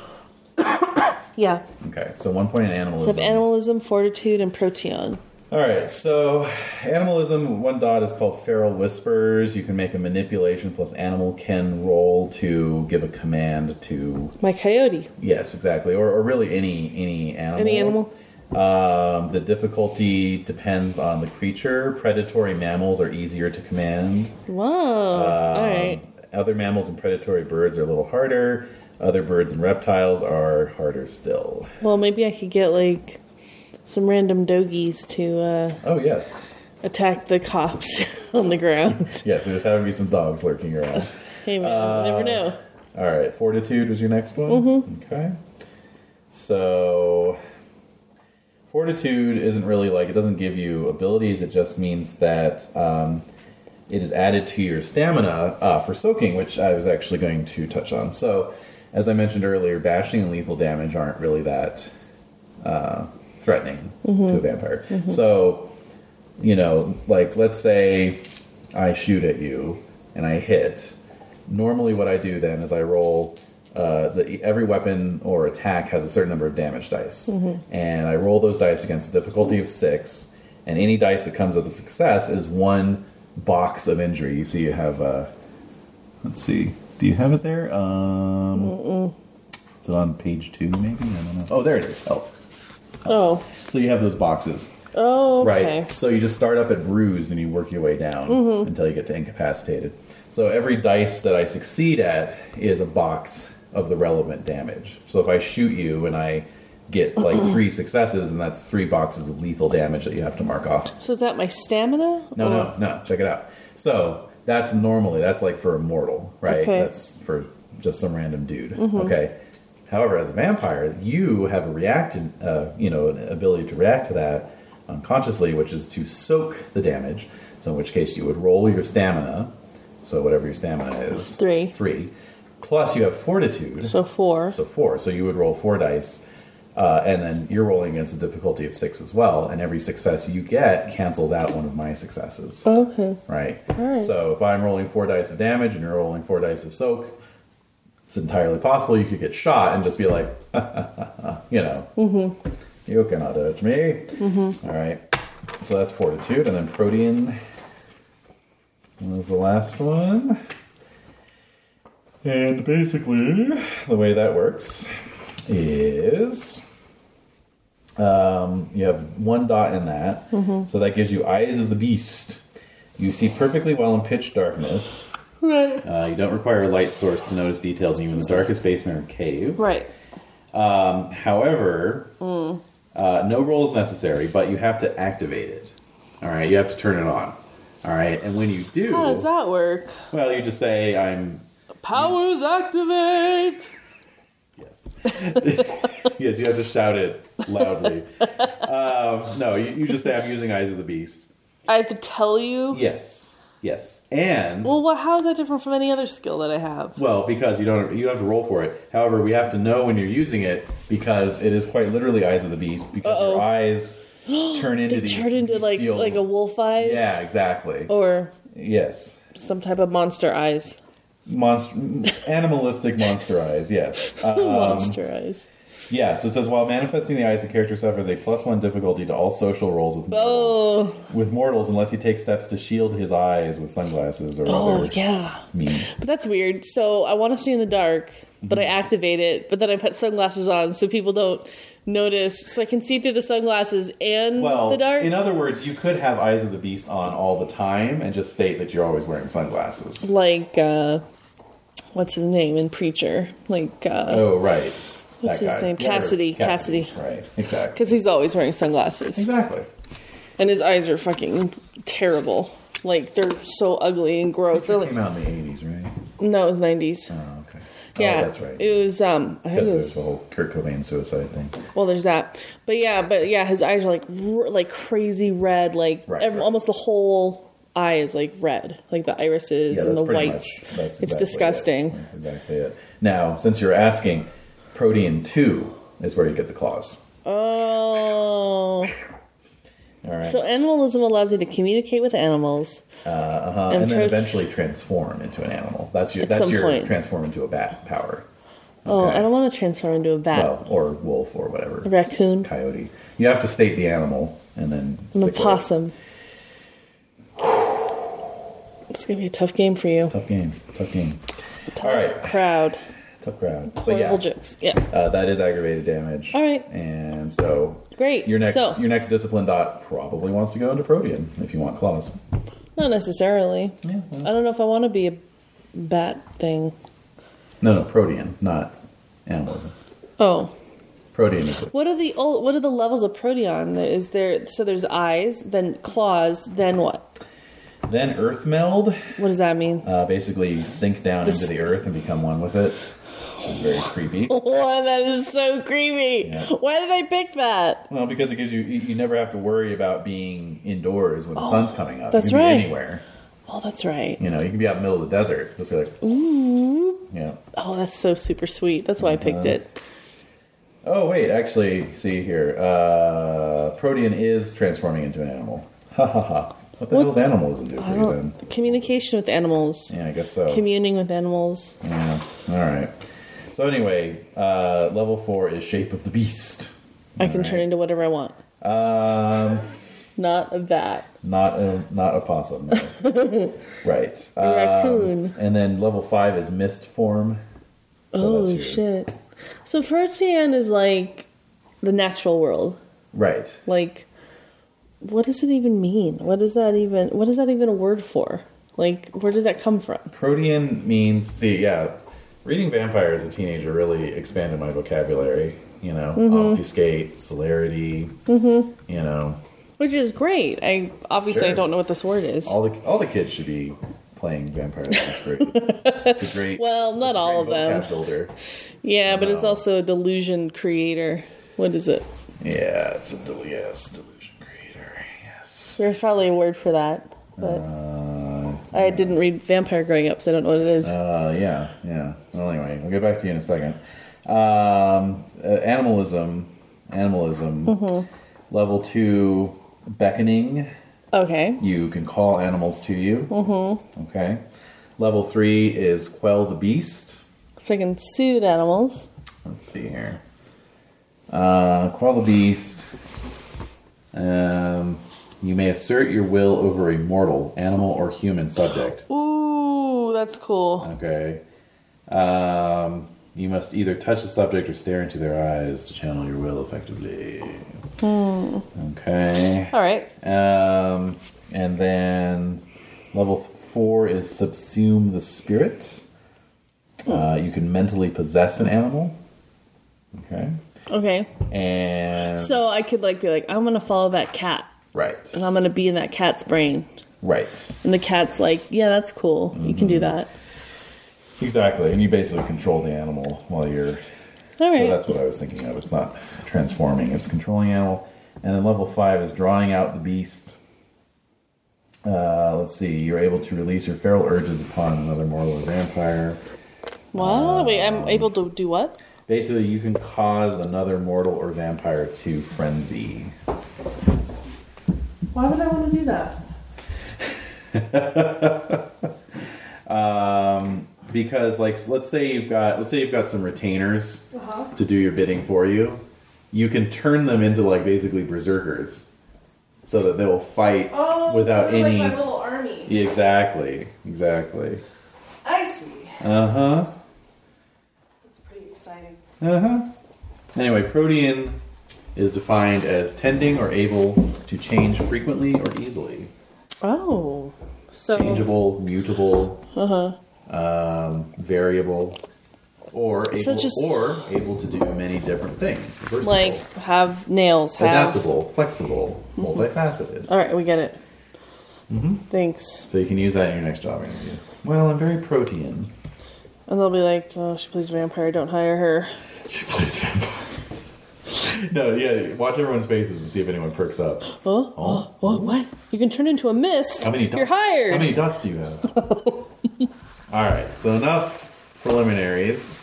[SPEAKER 2] Yeah.
[SPEAKER 1] Okay. So one point in
[SPEAKER 2] I have
[SPEAKER 1] animalism.
[SPEAKER 2] animalism, fortitude, and proteon.
[SPEAKER 1] All right, so animalism, one dot is called feral whispers. You can make a manipulation plus animal kin roll to give a command to.
[SPEAKER 2] My coyote.
[SPEAKER 1] Yes, exactly, or, or really any any animal.
[SPEAKER 2] Any animal?
[SPEAKER 1] Um, the difficulty depends on the creature. Predatory mammals are easier to command.
[SPEAKER 2] Whoa.
[SPEAKER 1] Um,
[SPEAKER 2] Oh, all right.
[SPEAKER 1] Other mammals and predatory birds are a little harder. Other birds and reptiles are harder still.
[SPEAKER 2] Well, maybe I could get like some random dogies to uh,
[SPEAKER 1] Oh yes,
[SPEAKER 2] attack the cops on the ground.
[SPEAKER 1] yes. There's having to be some dogs lurking around.
[SPEAKER 2] hey man, you
[SPEAKER 1] Uh,
[SPEAKER 2] never know.
[SPEAKER 1] All right, fortitude was your next one. Okay, so fortitude isn't really like it doesn't give you abilities. It just means that um, it is added to your stamina uh, for soaking, which I was actually going to touch on. So, as I mentioned earlier, bashing and lethal damage aren't really that uh, threatening to a vampire. So, you know, like let's say I shoot at you and I hit. Normally, what I do then is I roll. Uh, the, every weapon or attack has a certain number of damage dice, and I roll those dice against a difficulty of six. And any dice that comes up with success is one box of injury. You see, you have. Uh, let's see. Do you have it there? Um, Is it on page two? Maybe I don't know. Oh, there it is. Health.
[SPEAKER 2] Oh.
[SPEAKER 1] So you have those boxes,
[SPEAKER 2] Oh, okay.
[SPEAKER 1] right? So you just start up at bruised and you work your way down until you get to incapacitated. So every dice that I succeed at is a box of the relevant damage. So if I shoot you and I get like three successes, and that's three boxes of lethal damage that you have to mark off.
[SPEAKER 2] So is that my stamina?
[SPEAKER 1] No,
[SPEAKER 2] Or-
[SPEAKER 1] no, no. Check it out. So that's normally that's like for a mortal, right?
[SPEAKER 2] Okay. Mm-hmm.
[SPEAKER 1] That's for just some random dude. Okay. However, as a vampire, you have a reaction, uh, you know, an ability to react to that unconsciously, which is to soak the damage. So in which case, you would roll your stamina. So whatever your stamina is,
[SPEAKER 2] Three.
[SPEAKER 1] three. Plus, you have fortitude.
[SPEAKER 2] So four.
[SPEAKER 1] So four. So you would roll four dice, uh, and then you're rolling against a difficulty of six as well. And every success you get cancels out one of my successes.
[SPEAKER 2] okay.
[SPEAKER 1] Right.
[SPEAKER 2] Alright.
[SPEAKER 1] So if I'm rolling four dice of damage and you're rolling four dice of soak, it's entirely possible you could get shot and just be like, you know, you cannot touch me. All right. So that's fortitude, and then protean was the last one. And basically, the way that works is um, you have one dot in that,
[SPEAKER 2] Mm-hmm.
[SPEAKER 1] so that gives you eyes of the beast. You see perfectly well in pitch darkness.
[SPEAKER 2] Right.
[SPEAKER 1] Uh, you don't require a light source to notice details in even the darkest basement or cave.
[SPEAKER 2] Right. Mm.
[SPEAKER 1] Um, however, uh, no roll is necessary, but you have to activate it. All right, you have to turn it on. All right, and when you do,
[SPEAKER 2] How does that work?
[SPEAKER 1] well, you just say, "I'm
[SPEAKER 2] Powers activate!
[SPEAKER 1] Yes. yes, you have to shout it loudly. um, no, you, you just say, I'm using Eyes of the Beast.
[SPEAKER 2] I have to tell you.
[SPEAKER 1] Yes. Yes. And, well,
[SPEAKER 2] Well, what, how is that different from any other skill that I have?
[SPEAKER 1] because you don't, you don't have to roll for it. However, we have to know when you're using it because it is quite literally Eyes of the Beast because
[SPEAKER 2] Uh-oh.
[SPEAKER 1] your eyes turn into
[SPEAKER 2] They
[SPEAKER 1] these.
[SPEAKER 2] turn into
[SPEAKER 1] these
[SPEAKER 2] like
[SPEAKER 1] steel-
[SPEAKER 2] like a wolf eyes,
[SPEAKER 1] Yeah, exactly.
[SPEAKER 2] or
[SPEAKER 1] Yes.
[SPEAKER 2] some type of monster eyes.
[SPEAKER 1] Monster, animalistic monster eyes, yes. Uh,
[SPEAKER 2] monster eyes.
[SPEAKER 1] yeah, so it says while manifesting the eyes, the character suffers a plus one difficulty to all social roles with mortals.
[SPEAKER 2] Oh,
[SPEAKER 1] with mortals unless he takes steps to shield his eyes with sunglasses or
[SPEAKER 2] oh
[SPEAKER 1] other
[SPEAKER 2] yeah.
[SPEAKER 1] means.
[SPEAKER 2] But that's weird. So I want to see in the dark, but
[SPEAKER 1] Mhm.
[SPEAKER 2] I activate it, but then I put sunglasses on so people don't notice. So I can see through the sunglasses and
[SPEAKER 1] Well,
[SPEAKER 2] the dark.
[SPEAKER 1] in other words, you could have Eyes of the Beast on all the time and just state that you're always wearing sunglasses.
[SPEAKER 2] like uh, what's his name in Preacher? Like uh, because
[SPEAKER 1] Oh, right.
[SPEAKER 2] What's his name?
[SPEAKER 1] Yeah, or
[SPEAKER 2] Cassidy. Cassidy.
[SPEAKER 1] Right. Exactly.
[SPEAKER 2] he's always wearing sunglasses,
[SPEAKER 1] Exactly.
[SPEAKER 2] and his eyes are fucking terrible. Like they're so ugly and gross. They're
[SPEAKER 1] It
[SPEAKER 2] like
[SPEAKER 1] came out in the eighties, right?
[SPEAKER 2] no, it was nineties.
[SPEAKER 1] Oh, okay.
[SPEAKER 2] Yeah,
[SPEAKER 1] oh, that's right.
[SPEAKER 2] It was um, I think
[SPEAKER 1] Because
[SPEAKER 2] it
[SPEAKER 1] there's
[SPEAKER 2] was
[SPEAKER 1] the whole Kurt Cobain suicide thing.
[SPEAKER 2] well, there's that, but yeah, but yeah, his eyes are like r- like crazy red, like
[SPEAKER 1] Right,
[SPEAKER 2] ev-
[SPEAKER 1] right.
[SPEAKER 2] almost the whole eye is like red, like the irises
[SPEAKER 1] Yeah,
[SPEAKER 2] and
[SPEAKER 1] that's
[SPEAKER 2] the
[SPEAKER 1] pretty
[SPEAKER 2] whites.
[SPEAKER 1] much- that's
[SPEAKER 2] it's
[SPEAKER 1] exactly it.
[SPEAKER 2] disgusting.
[SPEAKER 1] That's exactly it. Now, since you're asking, Protean Two is where you get the claws.
[SPEAKER 2] Oh,
[SPEAKER 1] All right.
[SPEAKER 2] so animalism allows me to communicate with animals.
[SPEAKER 1] Uh,
[SPEAKER 2] And
[SPEAKER 1] and then
[SPEAKER 2] trans-
[SPEAKER 1] eventually transform into an animal. That's your
[SPEAKER 2] At
[SPEAKER 1] that's
[SPEAKER 2] some
[SPEAKER 1] your
[SPEAKER 2] point.
[SPEAKER 1] transform into a bat power.
[SPEAKER 2] Oh,
[SPEAKER 1] Okay.
[SPEAKER 2] I don't want to transform into a bat,
[SPEAKER 1] Well, or wolf or whatever.
[SPEAKER 2] a raccoon,
[SPEAKER 1] Coyote. You have to state the animal and then
[SPEAKER 2] an
[SPEAKER 1] stick with it.
[SPEAKER 2] opossum. It's gonna be a tough game for you.
[SPEAKER 1] Tough game. Tough game.
[SPEAKER 2] Tough
[SPEAKER 1] All right.
[SPEAKER 2] crowd.
[SPEAKER 1] Tough crowd. But
[SPEAKER 2] Horrible
[SPEAKER 1] yeah,
[SPEAKER 2] jokes. Yes.
[SPEAKER 1] uh, that is aggravated damage.
[SPEAKER 2] All right.
[SPEAKER 1] And so
[SPEAKER 2] Great.
[SPEAKER 1] your next
[SPEAKER 2] So-
[SPEAKER 1] your next discipline dot probably wants to go into protean if you want claws.
[SPEAKER 2] Not necessarily.
[SPEAKER 1] Yeah. well-
[SPEAKER 2] I don't know if I want to be a bat thing.
[SPEAKER 1] No, no, protean, not animalism.
[SPEAKER 2] Oh,
[SPEAKER 1] Protean is it.
[SPEAKER 2] what are the old, what are the levels of proteon? Is there so there's eyes, then claws, then what?
[SPEAKER 1] Then earth meld.
[SPEAKER 2] What does that mean?
[SPEAKER 1] Uh, basically, you sink down
[SPEAKER 2] Dis-
[SPEAKER 1] into the earth and become one with it. It's very creepy.
[SPEAKER 2] Oh, that is so creepy.
[SPEAKER 1] Uh. Yeah.
[SPEAKER 2] Why did I pick that?
[SPEAKER 1] Well, because it gives you, you you never have to worry about being indoors when the sun's coming up.
[SPEAKER 2] Oh, that's
[SPEAKER 1] you can
[SPEAKER 2] right.
[SPEAKER 1] Be anywhere.
[SPEAKER 2] Oh, that's right.
[SPEAKER 1] You know, you can be out in the middle of the desert. Just be like, yeah. Uh,
[SPEAKER 2] Oh, that's so super sweet. That's why I picked it.
[SPEAKER 1] Oh wait, actually, see here. Uh, Protean is transforming into an animal. Ha ha ha. What the hell's
[SPEAKER 2] What's-
[SPEAKER 1] animalism do for
[SPEAKER 2] I
[SPEAKER 1] you
[SPEAKER 2] don't-
[SPEAKER 1] then?
[SPEAKER 2] communication with animals,
[SPEAKER 1] Yeah, I guess so.
[SPEAKER 2] communing with animals.
[SPEAKER 1] yeah. All right. So anyway, uh, level four is shape of the beast.
[SPEAKER 2] I can turn into whatever I want.
[SPEAKER 1] Um,
[SPEAKER 2] Not a bat.
[SPEAKER 1] not a not a possum. No. right. Um,
[SPEAKER 2] raccoon.
[SPEAKER 1] And then level five is mist form. So that's
[SPEAKER 2] oh
[SPEAKER 1] your-
[SPEAKER 2] shit! So Protean is like the natural world.
[SPEAKER 1] Right.
[SPEAKER 2] Like, what does it even mean? What is that even? What is that even a word for? Like, where did that come from?
[SPEAKER 1] Protean means see, yeah. Reading vampire as a teenager really expanded my vocabulary. You know,
[SPEAKER 2] Mm-hmm.
[SPEAKER 1] obfuscate, celerity. Mm-hmm. You know,
[SPEAKER 2] Which is great. I obviously I
[SPEAKER 1] Sure.
[SPEAKER 2] don't know what this word is.
[SPEAKER 1] all the all the kids should be playing vampire. That's great. it's a great.
[SPEAKER 2] Well, not
[SPEAKER 1] it's a
[SPEAKER 2] all
[SPEAKER 1] great
[SPEAKER 2] of them.
[SPEAKER 1] vocab Builder.
[SPEAKER 2] yeah, but it's
[SPEAKER 1] no.
[SPEAKER 2] also a delusion creator. What is it?
[SPEAKER 1] Yeah, it's a del- yes, delusion creator. Yes.
[SPEAKER 2] There's probably a word for that, but
[SPEAKER 1] Uh,
[SPEAKER 2] I didn't read vampire growing up, so I don't know what it is.
[SPEAKER 1] Uh, yeah, yeah. Well, anyway, we'll get back to you in a second. Um, uh, animalism, animalism. Level two, beckoning.
[SPEAKER 2] okay.
[SPEAKER 1] You can call animals to you. Mm-hmm. Okay. Level three is quell the beast.
[SPEAKER 2] So I can soothe animals.
[SPEAKER 1] Let's see here. Uh, quell the beast. Um, you may assert your will over a mortal, animal, or human subject.
[SPEAKER 2] Ooh, that's cool.
[SPEAKER 1] Okay. Um, you must either touch the subject or stare into their eyes to channel your will effectively. Okay.
[SPEAKER 2] All right.
[SPEAKER 1] Um, and then level four is subsume the spirit. Uh, you can mentally possess an animal. Okay.
[SPEAKER 2] Okay.
[SPEAKER 1] And
[SPEAKER 2] So I could like be like, I'm gonna follow that cat,
[SPEAKER 1] right,
[SPEAKER 2] and I'm gonna be in that cat's brain,
[SPEAKER 1] right,
[SPEAKER 2] and the cat's like, yeah, that's cool. You can do that.
[SPEAKER 1] exactly. And you basically control the animal while you're
[SPEAKER 2] All
[SPEAKER 1] So
[SPEAKER 2] right.
[SPEAKER 1] that's what I was thinking of. It's not transforming, it's controlling animal. And then level five is drawing out the beast. Uh, let's see, you're able to release your feral urges upon another mortal or vampire.
[SPEAKER 2] wow. Wait, I'm able to do what?
[SPEAKER 1] Basically, you can cause another mortal or vampire to frenzy.
[SPEAKER 2] Why would I want to do that?
[SPEAKER 1] Um, because, like, let's say you've got let's say you've got some retainers
[SPEAKER 2] Uh-huh.
[SPEAKER 1] to do your bidding for you. You can turn them into like basically berserkers, so that they will fight
[SPEAKER 2] Oh,
[SPEAKER 1] without any.
[SPEAKER 2] little army.
[SPEAKER 1] Exactly. Exactly.
[SPEAKER 2] I see.
[SPEAKER 1] Uh huh.
[SPEAKER 2] That's pretty exciting.
[SPEAKER 1] Uh huh. Anyway, protean is defined as tending or able to change frequently or easily.
[SPEAKER 2] Oh. So Uh-huh.
[SPEAKER 1] Changeable, mutable, um, variable, or able,
[SPEAKER 2] So just-
[SPEAKER 1] or able to do many different things. Versatile,
[SPEAKER 2] like have nails, have
[SPEAKER 1] adaptable, flexible,
[SPEAKER 2] Mm-hmm.
[SPEAKER 1] multifaceted.
[SPEAKER 2] All right, we get it.
[SPEAKER 1] Mm-hmm.
[SPEAKER 2] Thanks.
[SPEAKER 1] So you can use that in your next job interview. Well, I'm very protean.
[SPEAKER 2] And they'll be like, "Oh, she plays vampire. Don't hire her."
[SPEAKER 1] She plays vampire. no, yeah. Watch everyone's faces and see if anyone perks up.
[SPEAKER 2] Huh?
[SPEAKER 1] Oh.
[SPEAKER 2] What? What? You can turn into a mist.
[SPEAKER 1] How many dots?
[SPEAKER 2] You're hired.
[SPEAKER 1] How many dots do you have? All right. So enough preliminaries.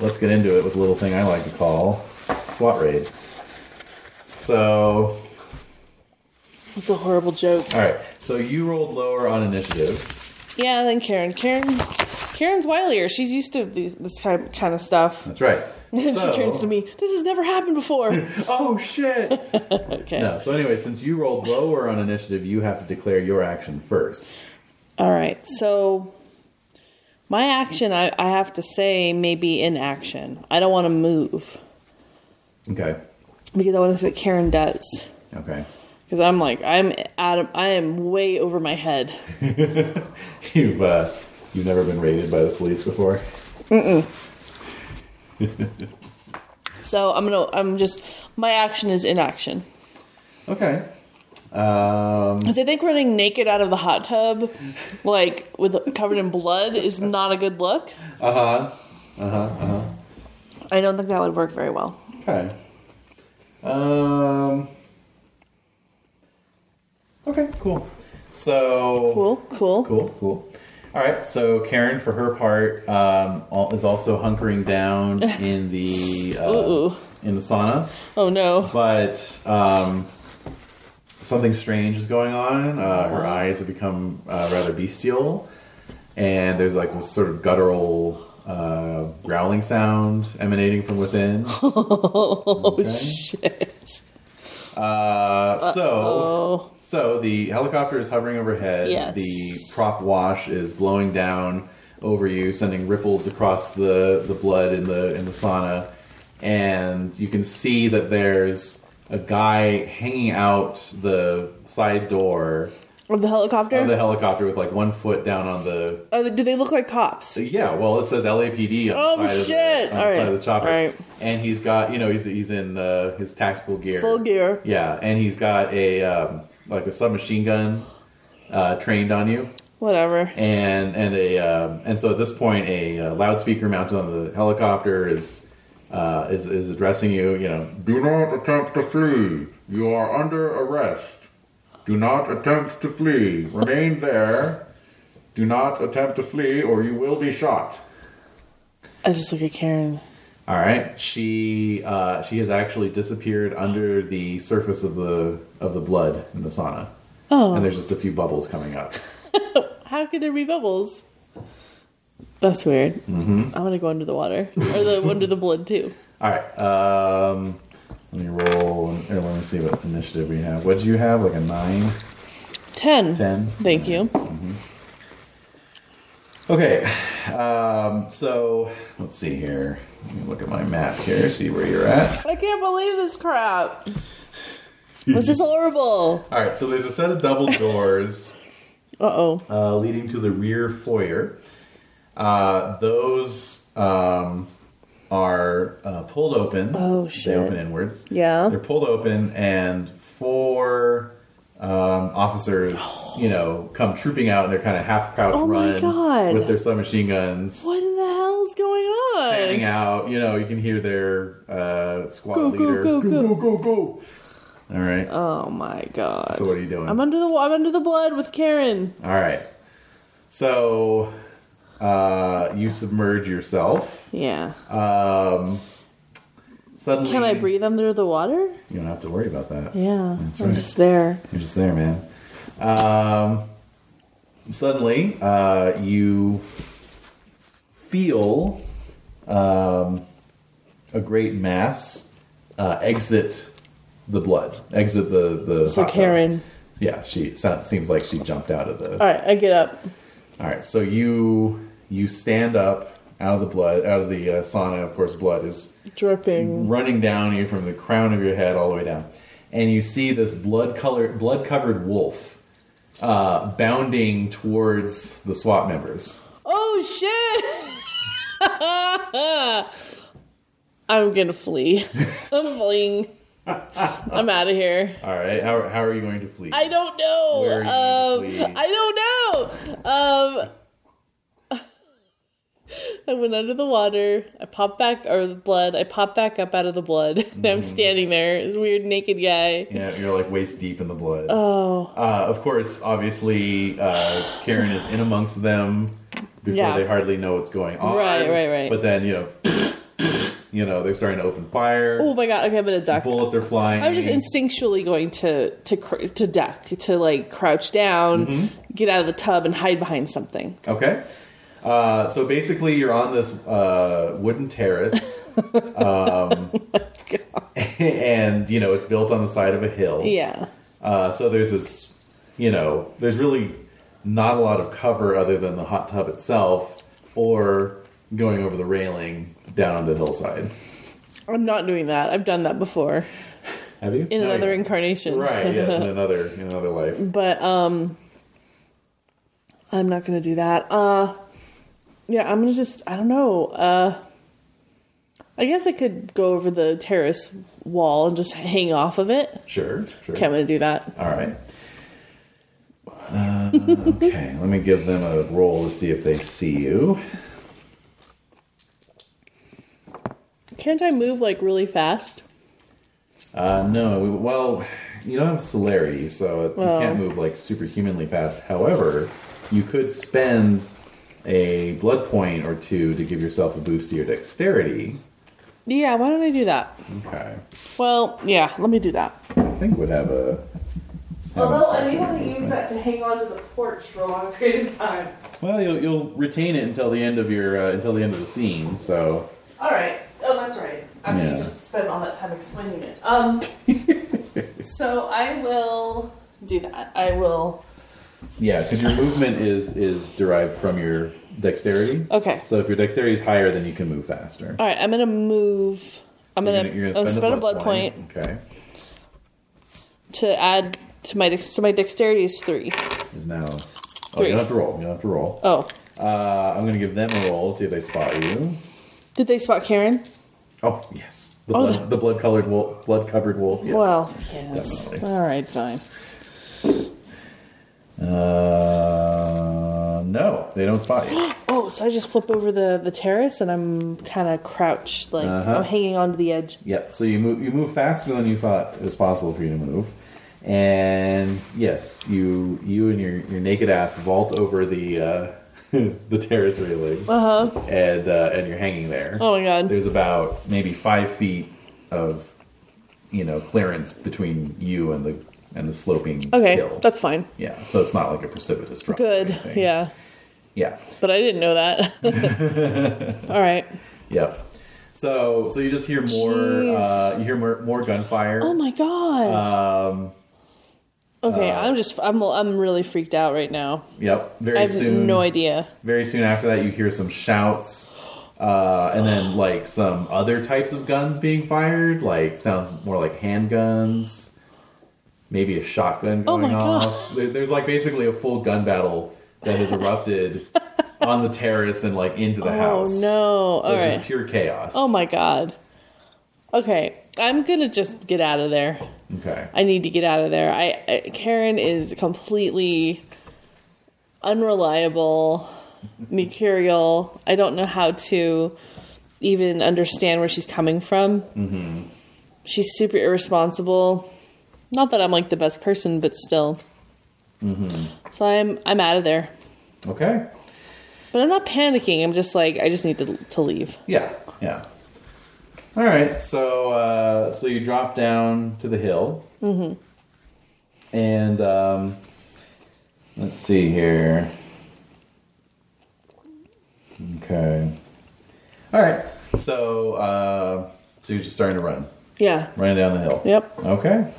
[SPEAKER 1] Let's get into it with a little thing I like to call SWAT raid. So,
[SPEAKER 2] It's a horrible joke.
[SPEAKER 1] all right. So you rolled lower on initiative.
[SPEAKER 2] Yeah. Then Karen. Karen's Karen's wilier. She's used to these, this kind kind of stuff.
[SPEAKER 1] That's right.
[SPEAKER 2] And
[SPEAKER 1] So-
[SPEAKER 2] she turns to me. This has never happened before.
[SPEAKER 1] Oh shit.
[SPEAKER 2] okay.
[SPEAKER 1] no. So anyway, since you rolled lower on initiative, you have to declare your action first.
[SPEAKER 2] All right. So my action, I, I have to say, maybe in action. I don't want to move
[SPEAKER 1] Okay.
[SPEAKER 2] because I want to see what Karen does.
[SPEAKER 1] Okay.
[SPEAKER 2] Because I'm like, I'm out of, I am way over my head.
[SPEAKER 1] You've uh, you've never been raided by the police before.
[SPEAKER 2] So I'm gonna, I'm just, my action is inaction.
[SPEAKER 1] Okay. Um,
[SPEAKER 2] Because I think running naked out of the hot tub, like with covered in blood, is not a good look.
[SPEAKER 1] uh huh.
[SPEAKER 2] I don't think that would work very well.
[SPEAKER 1] Okay. Um. Okay. Cool. So
[SPEAKER 2] Cool, cool.
[SPEAKER 1] Cool. Cool. All right, so Karen, for her part, um, al- is also hunkering down in the uh,
[SPEAKER 2] Ooh.
[SPEAKER 1] in the sauna,
[SPEAKER 2] Oh no.
[SPEAKER 1] but um, something strange is going on. Uh,
[SPEAKER 2] Oh.
[SPEAKER 1] her eyes have become uh, rather bestial, and there's like this sort of guttural uh, growling sound emanating from within.
[SPEAKER 2] Oh
[SPEAKER 1] Okay.
[SPEAKER 2] shit.
[SPEAKER 1] Uh, so.
[SPEAKER 2] Oh.
[SPEAKER 1] So the helicopter is hovering overhead.
[SPEAKER 2] Yes.
[SPEAKER 1] The prop wash is blowing down over you, sending ripples across the, the blood in the in the sauna, and you can see that there's a guy hanging out the side door
[SPEAKER 2] Of the helicopter?
[SPEAKER 1] of the helicopter with like one foot down on the.
[SPEAKER 2] Are they, do they look like cops?
[SPEAKER 1] Yeah, well, it says LAPD on
[SPEAKER 2] Oh,
[SPEAKER 1] the side,
[SPEAKER 2] shit!
[SPEAKER 1] Of, the, on the, side
[SPEAKER 2] All right.
[SPEAKER 1] of the chopper,
[SPEAKER 2] All right.
[SPEAKER 1] and he's got you know he's he's in uh, his tactical gear,
[SPEAKER 2] Full gear.
[SPEAKER 1] yeah, and he's got a um, like a submachine gun uh, trained on you,
[SPEAKER 2] Whatever.
[SPEAKER 1] and and a um, and so at this point, a uh, loudspeaker mounted on the helicopter is uh, is is addressing you. You know, do not attempt to flee. You are under arrest. Do not attempt to flee. Remain there. Do not attempt to flee, or you will be shot.
[SPEAKER 2] I just look at Karen.
[SPEAKER 1] All right, she uh, she has actually disappeared under the surface of the of the blood in the sauna. And
[SPEAKER 2] Oh.
[SPEAKER 1] there's just a few bubbles coming up.
[SPEAKER 2] How could there be bubbles? That's weird. Mm-hmm. I'm gonna go under the water. Or the under the blood too.
[SPEAKER 1] All right. Um, let me roll. Or let me see what initiative we have. What do you have? Like a nine,
[SPEAKER 2] Ten.
[SPEAKER 1] ten?
[SPEAKER 2] Thank you.
[SPEAKER 1] Okay. Um, so let's see here. Let me look at my map here. See where you're at.
[SPEAKER 2] I can't believe this crap. This is horrible.
[SPEAKER 1] All right. So there's a set of double doors
[SPEAKER 2] Uh oh.
[SPEAKER 1] uh, leading to the rear foyer. Uh, those um, are uh, pulled open.
[SPEAKER 2] Oh,
[SPEAKER 1] They
[SPEAKER 2] shit.
[SPEAKER 1] open inwards.
[SPEAKER 2] Yeah.
[SPEAKER 1] They're pulled open, and four um, officers, you know, come trooping out, and they're kind of half crouch
[SPEAKER 2] Oh my
[SPEAKER 1] run
[SPEAKER 2] God.
[SPEAKER 1] with their submachine guns,
[SPEAKER 2] What in the hell is going on?
[SPEAKER 1] fanning out. You know, you can hear their uh, squad
[SPEAKER 2] Go, go,
[SPEAKER 1] leader.
[SPEAKER 2] go,
[SPEAKER 1] go,
[SPEAKER 2] go.
[SPEAKER 1] go, go. All right.
[SPEAKER 2] Oh my god.
[SPEAKER 1] so what are you doing?
[SPEAKER 2] I'm under the I'm under the blood with Karen.
[SPEAKER 1] All right. So uh, you submerge yourself.
[SPEAKER 2] Yeah.
[SPEAKER 1] Um, suddenly,
[SPEAKER 2] Can I breathe under the water?
[SPEAKER 1] You don't have to worry about that.
[SPEAKER 2] Yeah.
[SPEAKER 1] That's
[SPEAKER 2] I'm
[SPEAKER 1] right.
[SPEAKER 2] just there.
[SPEAKER 1] You're just there, man. Um, suddenly, uh, you feel um, a great mass uh, exit the blood, exit the the.
[SPEAKER 2] So
[SPEAKER 1] hot tub.
[SPEAKER 2] Karen.
[SPEAKER 1] yeah, she sounds, seems like she jumped out of the.
[SPEAKER 2] All right, I get up.
[SPEAKER 1] All right, so you you stand up out of the blood, out of the uh, sauna. Of course, blood is
[SPEAKER 2] Dripping.
[SPEAKER 1] running down you from the crown of your head all the way down, and you see this blood colored, blood covered wolf uh, bounding towards the SWAT members.
[SPEAKER 2] Oh shit. I'm going to flee. I'm fleeing. I'm out of here.
[SPEAKER 1] All right, how, how are you going to flee?
[SPEAKER 2] I don't know.
[SPEAKER 1] Where are you
[SPEAKER 2] um,
[SPEAKER 1] going to
[SPEAKER 2] I don't know. Um, I went under the water. I popped back, or the blood. I popped back up out of the blood. And I'm
[SPEAKER 1] Mm-hmm.
[SPEAKER 2] standing there, this weird naked guy.
[SPEAKER 1] yeah, you're like waist deep in the blood.
[SPEAKER 2] Oh,
[SPEAKER 1] Uh, of course, obviously, uh, Karen is in amongst them before
[SPEAKER 2] Yeah.
[SPEAKER 1] they hardly know what's going on.
[SPEAKER 2] Right, right, right.
[SPEAKER 1] But then you know, you know, they're starting to open fire.
[SPEAKER 2] oh my god. Okay, I'm gonna duck.
[SPEAKER 1] Bullets are flying.
[SPEAKER 2] I'm just instinctually going to to cr- to duck, to like crouch down,
[SPEAKER 1] Mm-hmm.
[SPEAKER 2] get out of the tub, and hide behind something.
[SPEAKER 1] Okay. Uh, so basically, you're on this uh, wooden terrace, and you know it's built on the side of a hill.
[SPEAKER 2] yeah.
[SPEAKER 1] Uh, so there's this, you know, there's really not a lot of cover other than the hot tub itself, or going over the railing down on the hillside.
[SPEAKER 2] I'm not doing that. I've done that before
[SPEAKER 1] Have you
[SPEAKER 2] in
[SPEAKER 1] No,
[SPEAKER 2] another
[SPEAKER 1] you-
[SPEAKER 2] incarnation.
[SPEAKER 1] Right. Yes. In another. In another life.
[SPEAKER 2] but um i'm not gonna do that uh yeah i'm gonna just i don't know uh i guess i could go over the terrace wall and just hang off of it
[SPEAKER 1] Sure. Sure.
[SPEAKER 2] okay i'm gonna do that
[SPEAKER 1] All right. Uh, okay, let me give them a roll to see if they see you.
[SPEAKER 2] can't i move like really fast
[SPEAKER 1] Uh, no, we- well, you don't have celerity, so it- you
[SPEAKER 2] Well.
[SPEAKER 1] can't move like superhumanly fast. However, you could spend a blood point or two to give yourself a boost to your dexterity.
[SPEAKER 2] Yeah, why don't I do that?
[SPEAKER 1] Okay.
[SPEAKER 2] Well, yeah, let me do that.
[SPEAKER 1] I think would have a. have an
[SPEAKER 3] Although I
[SPEAKER 1] effect
[SPEAKER 3] may
[SPEAKER 1] on
[SPEAKER 3] want
[SPEAKER 1] your
[SPEAKER 3] to use that
[SPEAKER 1] movement.
[SPEAKER 3] to hang on to the porch for a long period of time.
[SPEAKER 1] Well, you'll, you'll retain it until the end of your uh, until the end of the scene. So
[SPEAKER 3] All right. Oh, that's right. I'm
[SPEAKER 1] Yeah.
[SPEAKER 3] gonna just spend all that time explaining it. Um. so I will do that. I will.
[SPEAKER 1] yeah, because your movement is is derived from your dexterity.
[SPEAKER 2] Okay.
[SPEAKER 1] So if your dexterity is higher, then you can move faster.
[SPEAKER 2] All right, I'm gonna move. I'm
[SPEAKER 1] You're
[SPEAKER 2] gonna,
[SPEAKER 1] you're
[SPEAKER 2] I'll spend, a blood point,
[SPEAKER 1] Okay,
[SPEAKER 2] to add to my dex- so my dexterity is three.
[SPEAKER 1] is now. Oh,
[SPEAKER 2] Three.
[SPEAKER 1] you don't have to roll. You don't have to roll.
[SPEAKER 2] Oh,
[SPEAKER 1] Uh, I'm gonna give them a roll. See if they spot you.
[SPEAKER 2] did they spot Karen?
[SPEAKER 1] Oh yes, the
[SPEAKER 2] Oh,
[SPEAKER 1] blood, the blood colored wolf, blood covered wolf. Yes.
[SPEAKER 2] Well, yes.
[SPEAKER 1] Definitely.
[SPEAKER 2] All right, fine.
[SPEAKER 1] Uh, no, they don't spot you.
[SPEAKER 2] Oh, so I just flip over the the terrace and I'm kind of crouched, like
[SPEAKER 1] Uh-huh.
[SPEAKER 2] I'm hanging onto the edge.
[SPEAKER 1] Yep. So you move you move faster than you thought it was possible for you to move, and yes, you you and your, your naked ass vault over the uh, the terrace railing,
[SPEAKER 2] Uh huh.
[SPEAKER 1] and uh, and you're hanging there.
[SPEAKER 2] Oh my god.
[SPEAKER 1] There's about maybe five feet of you know clearance between you and the and the sloping
[SPEAKER 2] Okay,
[SPEAKER 1] hill.
[SPEAKER 2] that's fine.
[SPEAKER 1] yeah. So it's not like a precipitous drop. or
[SPEAKER 2] Good.
[SPEAKER 1] anything.
[SPEAKER 2] Yeah,
[SPEAKER 1] Yeah.
[SPEAKER 2] but I didn't know that. All right.
[SPEAKER 1] Yep. So so you just hear more
[SPEAKER 2] Jeez.
[SPEAKER 1] uh, you hear more more gunfire.
[SPEAKER 2] Oh my god.
[SPEAKER 1] um,
[SPEAKER 2] okay,
[SPEAKER 1] uh,
[SPEAKER 2] I'm just I'm I'm really freaked out right now.
[SPEAKER 1] yep. Very
[SPEAKER 2] I have
[SPEAKER 1] soon.
[SPEAKER 2] no idea.
[SPEAKER 1] Very soon after that, you hear some shouts, uh, and then like some other types of guns being fired. Like sounds more like handguns, maybe a shotgun
[SPEAKER 2] Oh
[SPEAKER 1] going
[SPEAKER 2] my God.
[SPEAKER 1] off. There, there's like basically a full gun battle that has erupted on the terrace and like into the
[SPEAKER 2] Oh,
[SPEAKER 1] house.
[SPEAKER 2] no.
[SPEAKER 1] So
[SPEAKER 2] All
[SPEAKER 1] it's
[SPEAKER 2] right.
[SPEAKER 1] just pure chaos.
[SPEAKER 2] Oh my god. Okay, I'm gonna just get out of there.
[SPEAKER 1] Okay.
[SPEAKER 2] I need to get out of there. I, I Karen is completely unreliable, mercurial. I don't know how to even understand where she's coming from. Mm-hmm. She's super irresponsible. Not that I'm like the best person, but still. So I'm I'm out of there.
[SPEAKER 1] Okay.
[SPEAKER 2] But I'm not panicking. I'm just like I just need to to leave.
[SPEAKER 1] Yeah. Yeah. All right. So uh, so you drop down to the hill. Mm-hmm. And um, let's see here. Okay. All right. So uh, so you're just starting to run,
[SPEAKER 2] Yeah.
[SPEAKER 1] running down the hill.
[SPEAKER 2] Yep.
[SPEAKER 1] Okay.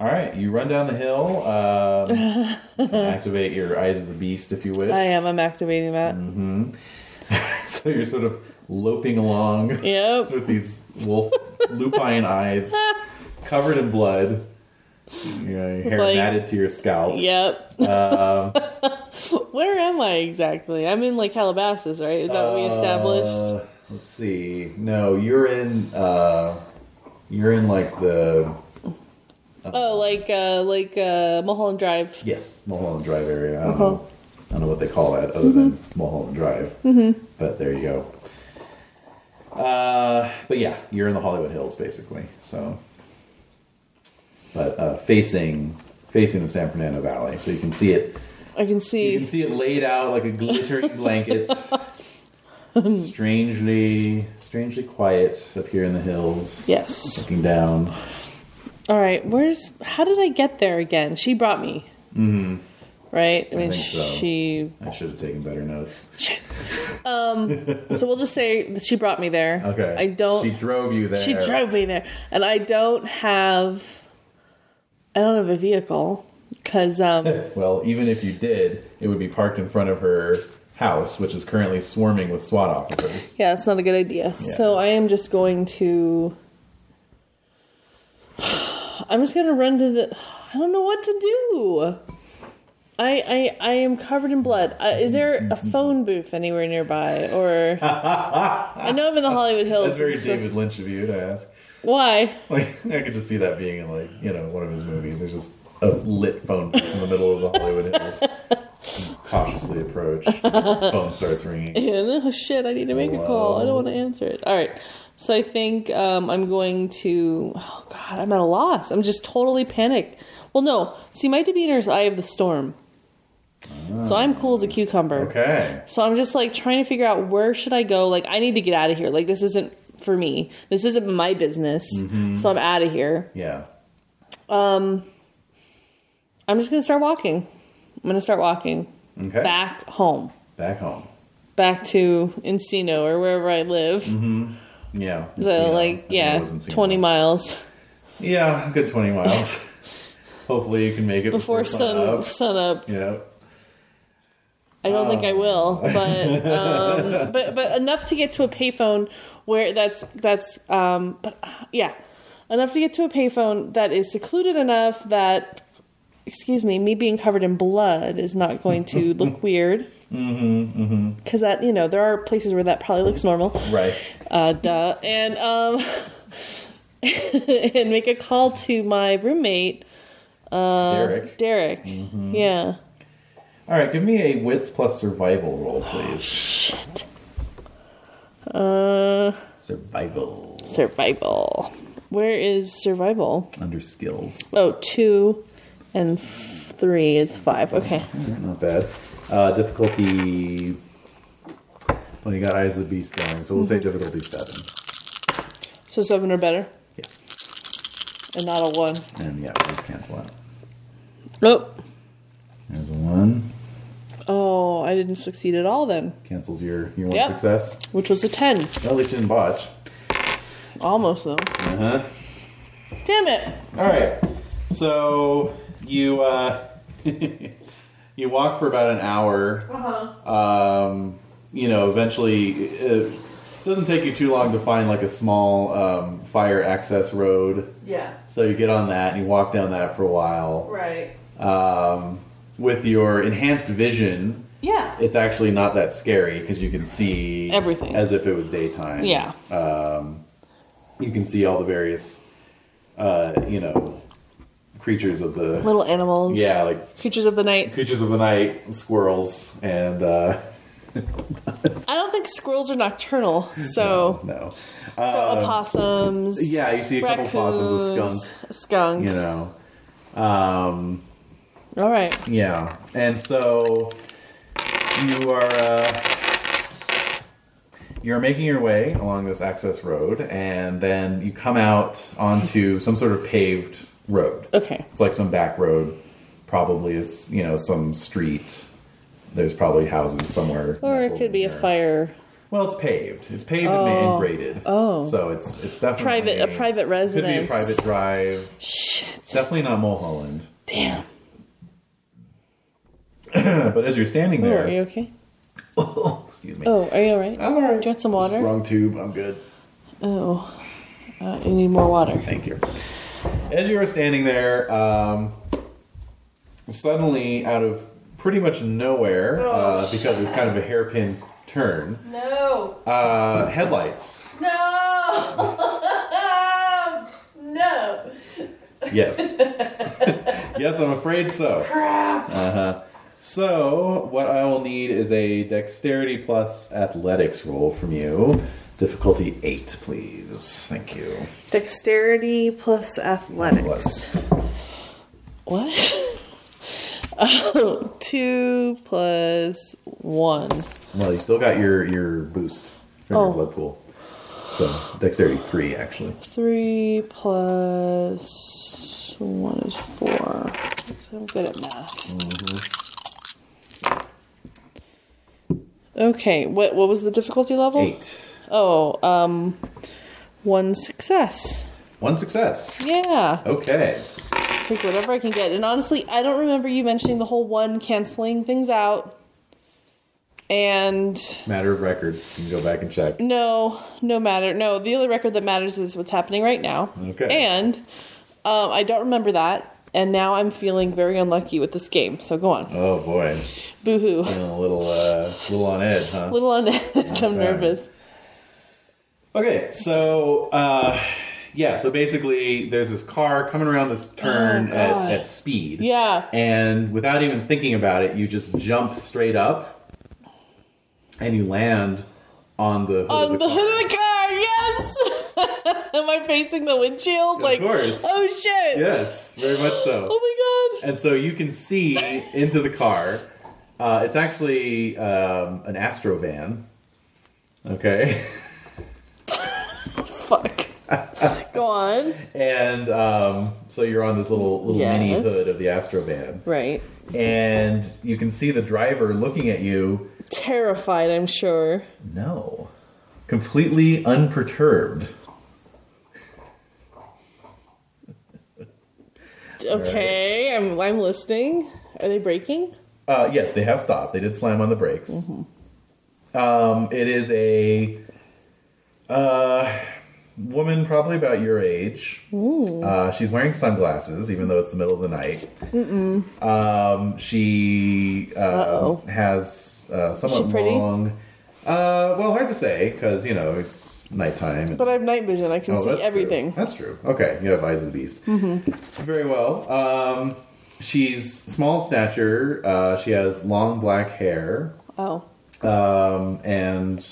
[SPEAKER 1] All right. You run down the hill. Um, you can activate your eyes of the beast if you wish.
[SPEAKER 2] I am. I'm activating that.
[SPEAKER 1] So you're sort of loping along.
[SPEAKER 2] Yep.
[SPEAKER 1] with these wolf lupine eyes covered in blood. You know, your hair
[SPEAKER 2] Like-
[SPEAKER 1] matted to your scalp.
[SPEAKER 2] Yep.
[SPEAKER 1] Um,
[SPEAKER 2] Where am I exactly? I'm in like Calabasas, right? Is that what we established?
[SPEAKER 1] Uh, let's see. No, you're in. Uh, you're in like the
[SPEAKER 2] Oh, like uh like uh Mulholland Drive.
[SPEAKER 1] yes Mulholland Drive area. I don't,
[SPEAKER 2] Uh-huh.
[SPEAKER 1] know, I don't know what they call that other than Mulholland Drive. Mm-hmm. But there you go. Uh, but yeah, you're in the Hollywood Hills basically. So, but uh, facing facing the San Fernando Valley, so you can see it
[SPEAKER 2] I can
[SPEAKER 1] You can
[SPEAKER 2] see
[SPEAKER 1] see it laid out like a glittering blanket. strangely, strangely quiet up here in the hills.
[SPEAKER 2] Yes.
[SPEAKER 1] Looking down.
[SPEAKER 2] All right. Where's how did I get there again? She brought me. Mm-hmm. Right? I mean
[SPEAKER 1] think so.
[SPEAKER 2] she
[SPEAKER 1] I should have taken better notes.
[SPEAKER 2] um, so we'll just say that she brought me there.
[SPEAKER 1] Okay.
[SPEAKER 2] I don't
[SPEAKER 1] She drove you there.
[SPEAKER 2] She drove me there, and I don't have. I don't have a vehicle because um,
[SPEAKER 1] Well, even if you did, it would be parked in front of her house, which is currently swarming with SWAT officers.
[SPEAKER 2] yeah, it's not a good idea. So I am just going to. I'm just gonna run to the. I don't know what to do. I I I am covered in blood. Uh, is there a phone booth anywhere nearby, or I know I'm in the Hollywood Hills.
[SPEAKER 1] That's very
[SPEAKER 2] Oh, so-
[SPEAKER 1] David Lynch of you to ask.
[SPEAKER 2] Why?
[SPEAKER 1] Like, I could just see that being in like you know one of his movies. There's just a lit phone booth in the middle of the Hollywood Hills. Cautiously approach. Phone starts ringing.
[SPEAKER 2] And oh shit, I need to make a call. I don't want to answer it. All right. So I think um, I'm going to. Oh god, I'm at a loss. I'm just totally panicked. Well, no. See, my demeanor is eye of the storm. So I'm cool as a cucumber.
[SPEAKER 1] Ah. Okay.
[SPEAKER 2] So I'm just like trying to figure out where should I go? Like I need to get out of here. Like this isn't for me. This isn't my business.
[SPEAKER 1] Mm-hmm.
[SPEAKER 2] So I'm out of here. Um,
[SPEAKER 1] Yeah.
[SPEAKER 2] I'm just going to start walking. I'm going to start walking
[SPEAKER 1] Okay.
[SPEAKER 2] back home.
[SPEAKER 1] Back home.
[SPEAKER 2] Back to Encino or wherever I live.
[SPEAKER 1] Yeah.
[SPEAKER 2] So
[SPEAKER 1] Encino. I
[SPEAKER 2] like
[SPEAKER 1] think it
[SPEAKER 2] yeah,
[SPEAKER 1] was Encino.
[SPEAKER 2] 20 miles
[SPEAKER 1] Yeah, a good 20 miles. Hopefully you can make it
[SPEAKER 2] before
[SPEAKER 1] before, sun
[SPEAKER 2] sun
[SPEAKER 1] up.
[SPEAKER 2] sun up.
[SPEAKER 1] You know.
[SPEAKER 2] I don't think I
[SPEAKER 1] Ah.
[SPEAKER 2] will, but um, but but enough to get to a payphone where that's that's um, but uh, yeah, enough to get to a payphone that is secluded enough that excuse me, me being covered in blood is not going to look weird. Mm-hmm. Because that you know there are places where that probably looks normal.
[SPEAKER 1] Right.
[SPEAKER 2] Uh, duh. And um, and make a call to my roommate Uh,
[SPEAKER 1] Derek. Mm-hmm.
[SPEAKER 2] Derek. Yeah.
[SPEAKER 1] All right, give me a wits plus survival roll, please.
[SPEAKER 2] Shit. Uh,
[SPEAKER 1] Survival.
[SPEAKER 2] survival. Where is survival?
[SPEAKER 1] Under skills.
[SPEAKER 2] Oh, two and f- three is five. Okay.
[SPEAKER 1] Not bad. Uh, difficulty. Well, you got Eyes of the Beast going, so we'll say difficulty seven.
[SPEAKER 2] So seven or better,
[SPEAKER 1] Yeah.
[SPEAKER 2] and not a one.
[SPEAKER 1] And yeah, let's cancel out.
[SPEAKER 2] Oh.
[SPEAKER 1] There's a one.
[SPEAKER 2] Oh, I didn't succeed at all then,
[SPEAKER 1] Cancels your, your one
[SPEAKER 2] Yep.
[SPEAKER 1] success.
[SPEAKER 2] which was a ten.
[SPEAKER 1] Well, at least you didn't botch.
[SPEAKER 2] Almost though.
[SPEAKER 1] Uh huh.
[SPEAKER 2] Damn it.
[SPEAKER 1] All right. So you uh, you walk for about an hour. Um, you know, eventually, it doesn't take you too long to find like a small um, fire access road.
[SPEAKER 3] Yeah.
[SPEAKER 1] So you get on that and you walk down that for a while.
[SPEAKER 3] Right.
[SPEAKER 1] Um, with your enhanced vision,
[SPEAKER 3] Yeah.
[SPEAKER 1] it's actually not that scary because you can see
[SPEAKER 2] Everything.
[SPEAKER 1] as if it was daytime.
[SPEAKER 2] Yeah.
[SPEAKER 1] you can see all the various, uh, you know, creatures of the
[SPEAKER 2] Little animals.
[SPEAKER 1] yeah, like
[SPEAKER 2] Creatures of the night.
[SPEAKER 1] creatures of the night, squirrels, and uh,
[SPEAKER 2] I don't think squirrels are nocturnal, so,
[SPEAKER 1] no,
[SPEAKER 2] so opossums.
[SPEAKER 1] Uh, yeah, you see a couple
[SPEAKER 2] raccoons,
[SPEAKER 1] possums, a skunk,
[SPEAKER 2] a skunk.
[SPEAKER 1] you know, um,
[SPEAKER 2] All right.
[SPEAKER 1] yeah, and so you are uh, you're making your way along this access road, and then you come out onto some sort of paved road.
[SPEAKER 2] Okay.
[SPEAKER 1] It's like some back road, probably is you know some street. There's probably houses somewhere,
[SPEAKER 2] Or it
[SPEAKER 1] nestled in
[SPEAKER 2] could be a
[SPEAKER 1] there.
[SPEAKER 2] fire.
[SPEAKER 1] Well, it's paved. It's paved and, and graded.
[SPEAKER 2] Oh.
[SPEAKER 1] so it's it's definitely
[SPEAKER 2] Private- a private
[SPEAKER 1] Could be a
[SPEAKER 2] residence.
[SPEAKER 1] private drive.
[SPEAKER 2] Shit.
[SPEAKER 1] Definitely not Mulholland.
[SPEAKER 2] Damn.
[SPEAKER 1] But as you're standing
[SPEAKER 2] Oh, are you
[SPEAKER 1] there,
[SPEAKER 2] okay?
[SPEAKER 1] excuse me.
[SPEAKER 2] Oh, are you all right?
[SPEAKER 1] I'm alright.
[SPEAKER 2] Do you want some water?
[SPEAKER 1] Wrong tube. I'm good.
[SPEAKER 2] Oh, uh, you need more water.
[SPEAKER 1] Thank you. As you were standing there, um, suddenly out of pretty much nowhere, uh, because it was kind of a hairpin turn,
[SPEAKER 3] No.
[SPEAKER 1] uh, headlights.
[SPEAKER 3] No. no.
[SPEAKER 1] Yes. yes, I'm afraid so. Uh-huh. So, what I will need is a dexterity plus athletics roll from you. Difficulty 8, please. Thank you.
[SPEAKER 2] Dexterity plus
[SPEAKER 1] Athletics.
[SPEAKER 2] athletics. What? oh, two plus one.
[SPEAKER 1] Well, you still got your, your boost from
[SPEAKER 2] Oh.
[SPEAKER 1] your blood pool. So, dexterity 3, actually.
[SPEAKER 2] Three plus one is four. So I'm good at math. Okay, what what was the difficulty level?
[SPEAKER 1] 8.
[SPEAKER 2] Oh, um, one success.
[SPEAKER 1] One success.
[SPEAKER 2] Yeah,
[SPEAKER 1] Okay.
[SPEAKER 2] take whatever I can get. And honestly, I don't remember you mentioning the whole one canceling things out. And
[SPEAKER 1] Matter of record. You can go back and check.
[SPEAKER 2] no, no matter. No, the only record that matters is what's happening right now.
[SPEAKER 1] Okay.
[SPEAKER 2] And um, I don't remember that. And now I'm feeling very unlucky with this game. So go on.
[SPEAKER 1] Oh, boy.
[SPEAKER 2] Boo hoo.
[SPEAKER 1] Feeling a little, uh, little on edge, huh?
[SPEAKER 2] Little on edge. I'm
[SPEAKER 1] Okay.
[SPEAKER 2] nervous.
[SPEAKER 1] Okay, so uh, yeah, so basically, there's this car coming around this turn
[SPEAKER 2] Oh, God.
[SPEAKER 1] at, at speed.
[SPEAKER 2] Yeah.
[SPEAKER 1] and without even thinking about it, you just jump straight up, and you land on the hood of
[SPEAKER 2] On
[SPEAKER 1] the
[SPEAKER 2] the
[SPEAKER 1] car.
[SPEAKER 2] hood of the car, yes! Am I facing the windshield? like,
[SPEAKER 1] course.
[SPEAKER 2] oh shit!
[SPEAKER 1] Yes, very much so.
[SPEAKER 2] Oh my god!
[SPEAKER 1] And so you can see into the car, Uh, it's actually um, an Astrovan. Okay.
[SPEAKER 2] Fuck. Go on.
[SPEAKER 1] And um, so you're on this little little mini
[SPEAKER 2] Yes.
[SPEAKER 1] hood of the Astrovan,
[SPEAKER 2] Right.
[SPEAKER 1] and you can see the driver looking at you.
[SPEAKER 2] Terrified, I'm sure.
[SPEAKER 1] No, completely unperturbed.
[SPEAKER 2] Okay, I'm I'm listening. Are they breaking?
[SPEAKER 1] Uh, yes, they have stopped. They did slam on the brakes.
[SPEAKER 2] Mm-hmm.
[SPEAKER 1] Um, it is a uh, woman, probably about your age. Uh, she's wearing sunglasses, even though it's the middle of the night. Um, she uh,
[SPEAKER 2] Uh-oh.
[SPEAKER 1] has uh,
[SPEAKER 2] she
[SPEAKER 1] somewhat
[SPEAKER 2] pretty?
[SPEAKER 1] long. Uh, well, hard to say because you know it's nighttime. and-
[SPEAKER 2] But I have night vision. I can
[SPEAKER 1] Oh, that's
[SPEAKER 2] see
[SPEAKER 1] true.
[SPEAKER 2] everything. Mm-hmm.
[SPEAKER 1] That's true. Okay, you have eyes of the beast. Very well. Um, she's small stature. Uh, she has long black hair
[SPEAKER 2] Oh,
[SPEAKER 1] um, and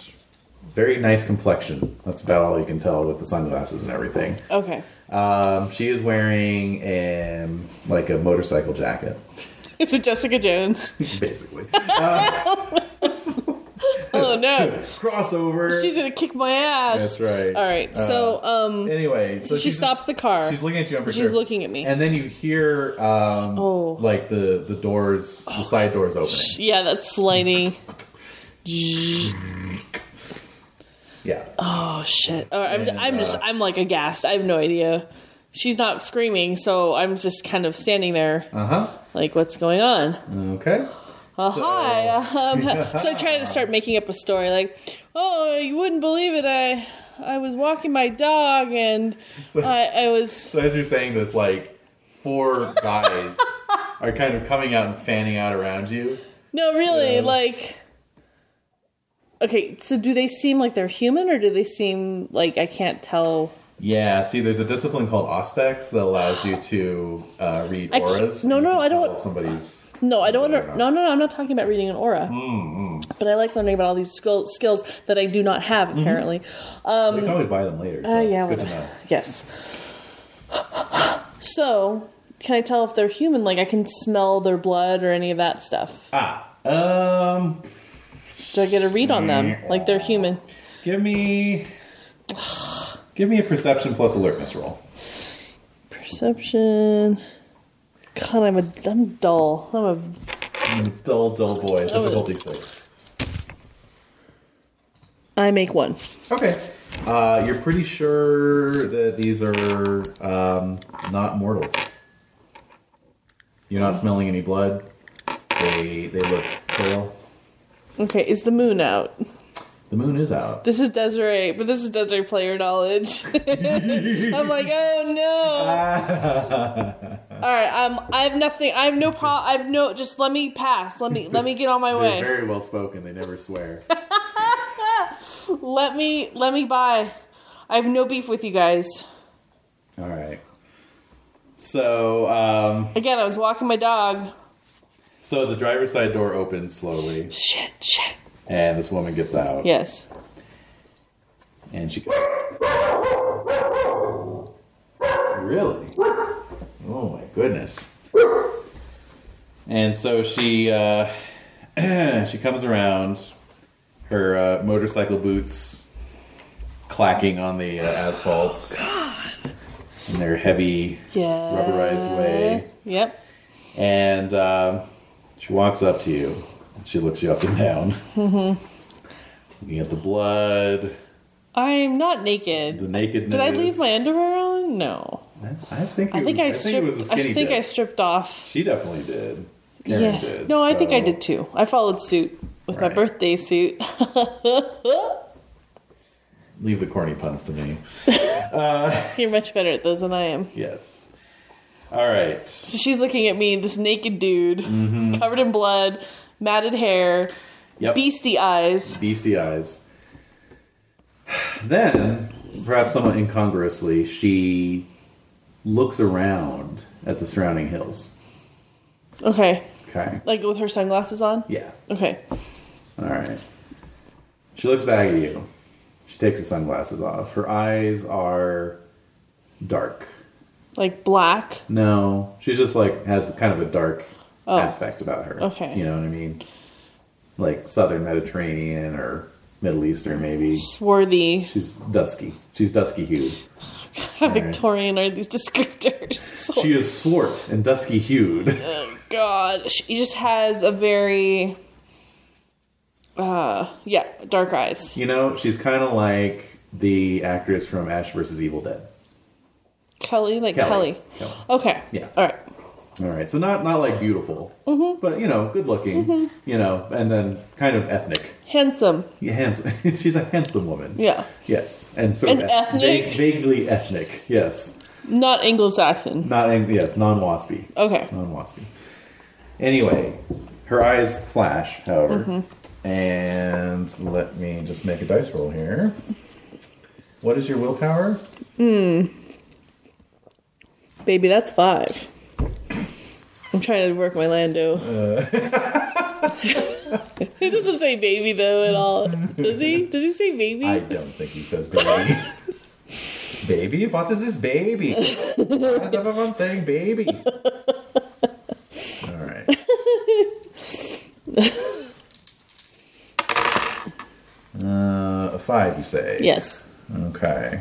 [SPEAKER 1] very nice complexion. That's about all you can tell with the sunglasses and everything.
[SPEAKER 2] okay.
[SPEAKER 1] Um, she is wearing um, like a motorcycle jacket,
[SPEAKER 2] Is it Jessica Jones?
[SPEAKER 1] basically.
[SPEAKER 2] oh no,
[SPEAKER 1] Crossover.
[SPEAKER 2] she's gonna kick my ass.
[SPEAKER 1] That's right. Uh,
[SPEAKER 2] All right. So, um,
[SPEAKER 1] Anyway, so
[SPEAKER 2] she
[SPEAKER 1] she's
[SPEAKER 2] stops
[SPEAKER 1] just-
[SPEAKER 2] the car.
[SPEAKER 1] She's looking at you. I'm
[SPEAKER 2] She's looking at me.
[SPEAKER 1] And then you hear, um,
[SPEAKER 2] Oh.
[SPEAKER 1] like the the doors, the side doors opening.
[SPEAKER 2] yeah, that's sliding.
[SPEAKER 1] yeah.
[SPEAKER 2] Oh shit! All right, I'm,
[SPEAKER 1] And,
[SPEAKER 2] I'm just
[SPEAKER 1] uh,
[SPEAKER 2] I'm like aghast. I have no idea. She's not screaming, so I'm just kind of standing there,
[SPEAKER 1] Uh huh.
[SPEAKER 2] like, what's going on?
[SPEAKER 1] Okay.
[SPEAKER 2] Uh,
[SPEAKER 1] So-
[SPEAKER 2] hi. Um, so I try to start making up a story, like, oh, you wouldn't believe it. I I was walking my dog and
[SPEAKER 1] So-
[SPEAKER 2] I, I was
[SPEAKER 1] So as you're saying this, like four guys are kind of coming out and fanning out around you.
[SPEAKER 2] no, really,
[SPEAKER 1] Yeah.
[SPEAKER 2] like. Okay, so do they seem like they're human, or do they seem like I can't tell?
[SPEAKER 1] Yeah. See, there's a discipline called auspex that allows you to uh, read
[SPEAKER 2] I can't-
[SPEAKER 1] auras.
[SPEAKER 2] no,
[SPEAKER 1] You
[SPEAKER 2] no,
[SPEAKER 1] can
[SPEAKER 2] I don't
[SPEAKER 1] tell
[SPEAKER 2] want-
[SPEAKER 1] if Somebody's.
[SPEAKER 2] No, I don't.
[SPEAKER 1] Better not.
[SPEAKER 2] Under, no, no, no. I'm not talking about reading an aura.
[SPEAKER 1] Mm,
[SPEAKER 2] But I like learning about all these skill, skills that I do not have apparently.
[SPEAKER 1] you can always buy them later. Mm-hmm. So
[SPEAKER 2] Um, Uh, yeah,
[SPEAKER 1] it's good to
[SPEAKER 2] whatever.
[SPEAKER 1] know.
[SPEAKER 2] Yes. So, can I tell if they're human? Like, I can smell their blood or any of that stuff.
[SPEAKER 1] Ah. Um.
[SPEAKER 2] Do I get a read on them?
[SPEAKER 1] Mm-hmm.
[SPEAKER 2] Like, they're human.
[SPEAKER 1] Give me. Give me a perception plus alertness roll.
[SPEAKER 2] Perception. God, I'm a I'm dull. I'm a
[SPEAKER 1] Dull, dull boy.
[SPEAKER 2] Oh.
[SPEAKER 1] Difficulty six.
[SPEAKER 2] I make one.
[SPEAKER 1] Okay. Uh, you're pretty sure that these are um, not mortals. You're not smelling any blood. They they look pale.
[SPEAKER 2] Okay, is the moon out?
[SPEAKER 1] The moon is out.
[SPEAKER 2] This is Desiree, but this is Desiree player knowledge. I'm like, oh no.
[SPEAKER 1] Uh,
[SPEAKER 2] All right, um, I have nothing. I have no pro. I have no. Just let me pass. Let me let me get on my way.
[SPEAKER 1] They're very well spoken. They never swear.
[SPEAKER 2] Let me let me buy. I have no beef with you guys.
[SPEAKER 1] All right. So um,
[SPEAKER 2] Again, I was walking my dog.
[SPEAKER 1] so the driver's side door opens slowly,
[SPEAKER 2] Shit, shit.
[SPEAKER 1] and this woman gets out.
[SPEAKER 2] Yes.
[SPEAKER 1] And she goes, Really? Oh my goodness. And so she uh, she comes around, her uh, motorcycle boots clacking on the uh, asphalt
[SPEAKER 2] Oh,
[SPEAKER 1] in their heavy
[SPEAKER 2] Yeah.
[SPEAKER 1] Rubberized way.
[SPEAKER 2] Yep.
[SPEAKER 1] and um, she walks up to you. And she looks you up and down,
[SPEAKER 2] Mm-hmm.
[SPEAKER 1] looking at the blood,
[SPEAKER 2] I'm not
[SPEAKER 1] the
[SPEAKER 2] naked.
[SPEAKER 1] nakedness.
[SPEAKER 2] Did I leave my underwear on? No.
[SPEAKER 1] I think. It
[SPEAKER 2] I
[SPEAKER 1] was,
[SPEAKER 2] think I,
[SPEAKER 1] I think it
[SPEAKER 2] stripped.
[SPEAKER 1] was a
[SPEAKER 2] I
[SPEAKER 1] skinny
[SPEAKER 2] think
[SPEAKER 1] dip.
[SPEAKER 2] I stripped off.
[SPEAKER 1] She definitely did. Karen
[SPEAKER 2] yeah.
[SPEAKER 1] did.
[SPEAKER 2] no, I think I
[SPEAKER 1] so-
[SPEAKER 2] did too. I followed suit with
[SPEAKER 1] Right.
[SPEAKER 2] my birthday suit.
[SPEAKER 1] Leave the corny puns to me.
[SPEAKER 2] You're much better at those than I am.
[SPEAKER 1] Yes. All right.
[SPEAKER 2] So she's looking at me, this naked dude, covered in blood, matted hair,
[SPEAKER 1] Mm-hmm. Yep.
[SPEAKER 2] beastie eyes.
[SPEAKER 1] Beastie eyes. Then, perhaps somewhat incongruously, she looks around at the surrounding hills.
[SPEAKER 2] Okay.
[SPEAKER 1] Okay.
[SPEAKER 2] Like with her sunglasses on?
[SPEAKER 1] Yeah.
[SPEAKER 2] Okay.
[SPEAKER 1] All right. She looks back at you. She takes her sunglasses off. Her eyes are dark.
[SPEAKER 2] Like black.
[SPEAKER 1] No, she just like has kind of a dark
[SPEAKER 2] Oh.
[SPEAKER 1] aspect about her.
[SPEAKER 2] Okay.
[SPEAKER 1] you know what I mean. like Southern Mediterranean or Middle Eastern, maybe.
[SPEAKER 2] Swarthy.
[SPEAKER 1] She's dusky. She's dusky hued.
[SPEAKER 2] How Victorian are these descriptors? Oh, So-
[SPEAKER 1] She is swart and dusky hued.
[SPEAKER 2] oh God, she just has a very, uh, yeah, dark eyes.
[SPEAKER 1] You know, she's kind of like the actress from Ash versus Evil Dead.
[SPEAKER 2] Kelly, like Kelly.
[SPEAKER 1] Kelly. Kelly.
[SPEAKER 2] Okay.
[SPEAKER 1] Yeah.
[SPEAKER 2] All right.
[SPEAKER 1] All right, so not not like beautiful,
[SPEAKER 2] Mm-hmm.
[SPEAKER 1] but you know, good looking, you know, and then kind of ethnic.
[SPEAKER 2] Handsome.
[SPEAKER 1] Yeah, handsome. She's a handsome woman.
[SPEAKER 2] Yeah.
[SPEAKER 1] Yes, and sort
[SPEAKER 2] And
[SPEAKER 1] of eth-
[SPEAKER 2] ethnic?
[SPEAKER 1] va- vaguely ethnic. Yes,
[SPEAKER 2] Not Anglo-Saxon.
[SPEAKER 1] not ang- yes, non waspy,
[SPEAKER 2] Okay.
[SPEAKER 1] non waspy. Anyway, her eyes flash, however, and let me just make a dice roll here. What is your willpower?
[SPEAKER 2] Baby, that's five. I'm trying to work my Lando.
[SPEAKER 1] Uh.
[SPEAKER 2] he doesn't say baby though at all. Does he? Does he say baby?
[SPEAKER 1] I don't think he says baby. baby? What is this baby? Why is everyone saying baby? Alright. Uh, a five, you say?
[SPEAKER 2] yes.
[SPEAKER 1] Okay.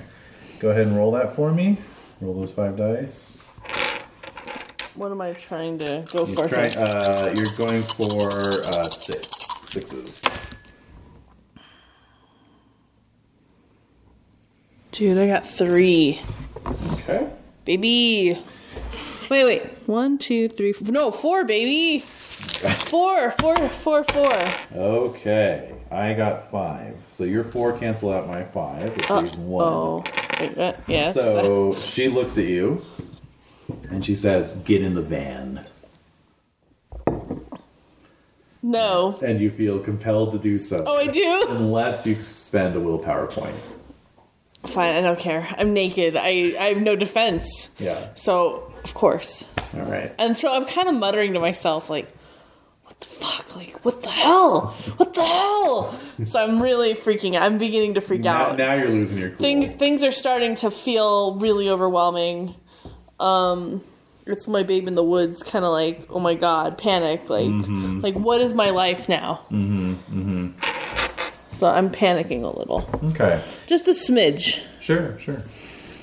[SPEAKER 1] Go ahead and roll that for me. Roll those five dice.
[SPEAKER 2] What am I trying to go
[SPEAKER 1] You're,
[SPEAKER 2] for?
[SPEAKER 1] try-
[SPEAKER 2] here?
[SPEAKER 1] uh, you're going for uh, six. Sixes.
[SPEAKER 2] Dude, I got three.
[SPEAKER 1] Okay.
[SPEAKER 2] Baby. Wait, wait. One, two, three, four. No, four, baby. Four, four, four, four.
[SPEAKER 1] Okay, I got five. So your four cancel out my five, which leaves one.
[SPEAKER 2] Oh. Wait, uh, Yes.
[SPEAKER 1] So she looks at you and she says, Get in the van.
[SPEAKER 2] no.
[SPEAKER 1] And you feel compelled to do so.
[SPEAKER 2] Oh, I do?
[SPEAKER 1] Unless you spend a willpower point.
[SPEAKER 2] Fine, I don't care. I'm naked. I, I have no defense.
[SPEAKER 1] Yeah.
[SPEAKER 2] So, of course.
[SPEAKER 1] All right.
[SPEAKER 2] And so I'm kind of muttering to myself, like, what the fuck? Like, what the hell? What the hell? So I'm really freaking out. I'm beginning to freak
[SPEAKER 1] Now,
[SPEAKER 2] out.
[SPEAKER 1] now you're losing your cool.
[SPEAKER 2] Things things are starting to feel really overwhelming. Um it's my babe in the woods kind of like, oh my god, panic. Like
[SPEAKER 1] Mm-hmm.
[SPEAKER 2] like what is my life now? Mm-hmm. Mm-hmm. So I'm panicking a little.
[SPEAKER 1] Okay.
[SPEAKER 2] Just a smidge.
[SPEAKER 1] Sure, sure.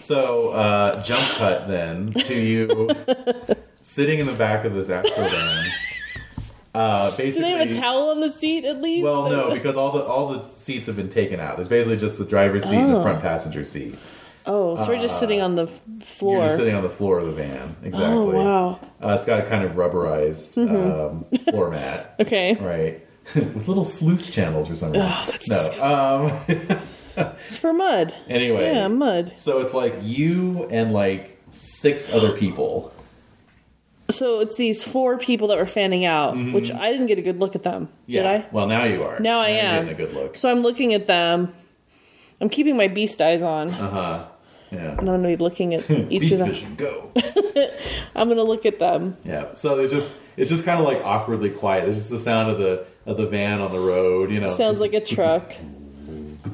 [SPEAKER 1] So, uh, jump cut then to you sitting in the back of this actual van. Uh,
[SPEAKER 2] Do
[SPEAKER 1] basically,
[SPEAKER 2] they have a towel on the seat at least?
[SPEAKER 1] Well, no, because all the all the seats have been taken out. There's basically just the driver's seat and the front passenger seat.
[SPEAKER 2] Oh, so we're just sitting on the f-
[SPEAKER 1] Uh, You're
[SPEAKER 2] floor.
[SPEAKER 1] just sitting on the floor of the van. Exactly.
[SPEAKER 2] Oh, wow. Mm-hmm.
[SPEAKER 1] Uh, it's got a kind of rubberized um, floor mat,
[SPEAKER 2] Okay.
[SPEAKER 1] right? With little sluice channels for some reason.
[SPEAKER 2] Oh,
[SPEAKER 1] no. Um,
[SPEAKER 2] It's for mud.
[SPEAKER 1] anyway,
[SPEAKER 2] Yeah, mud.
[SPEAKER 1] so it's like you and like six other people.
[SPEAKER 2] So it's these four people that were fanning out, which I didn't get a good look at them.
[SPEAKER 1] Mm-hmm.
[SPEAKER 2] Did
[SPEAKER 1] Yeah.
[SPEAKER 2] I?
[SPEAKER 1] Well, now you are.
[SPEAKER 2] Now I
[SPEAKER 1] you're
[SPEAKER 2] am.
[SPEAKER 1] getting a good look.
[SPEAKER 2] So I'm looking at them. I'm keeping my beast eyes on.
[SPEAKER 1] Uh huh. Yeah.
[SPEAKER 2] And I'm gonna be looking at each
[SPEAKER 1] Beast
[SPEAKER 2] of them.
[SPEAKER 1] vision, go.
[SPEAKER 2] I'm gonna look at them.
[SPEAKER 1] yeah. So there's just it's just kind of like awkwardly quiet. There's just the sound of the of the van on the road. You know.
[SPEAKER 2] Sounds like a truck.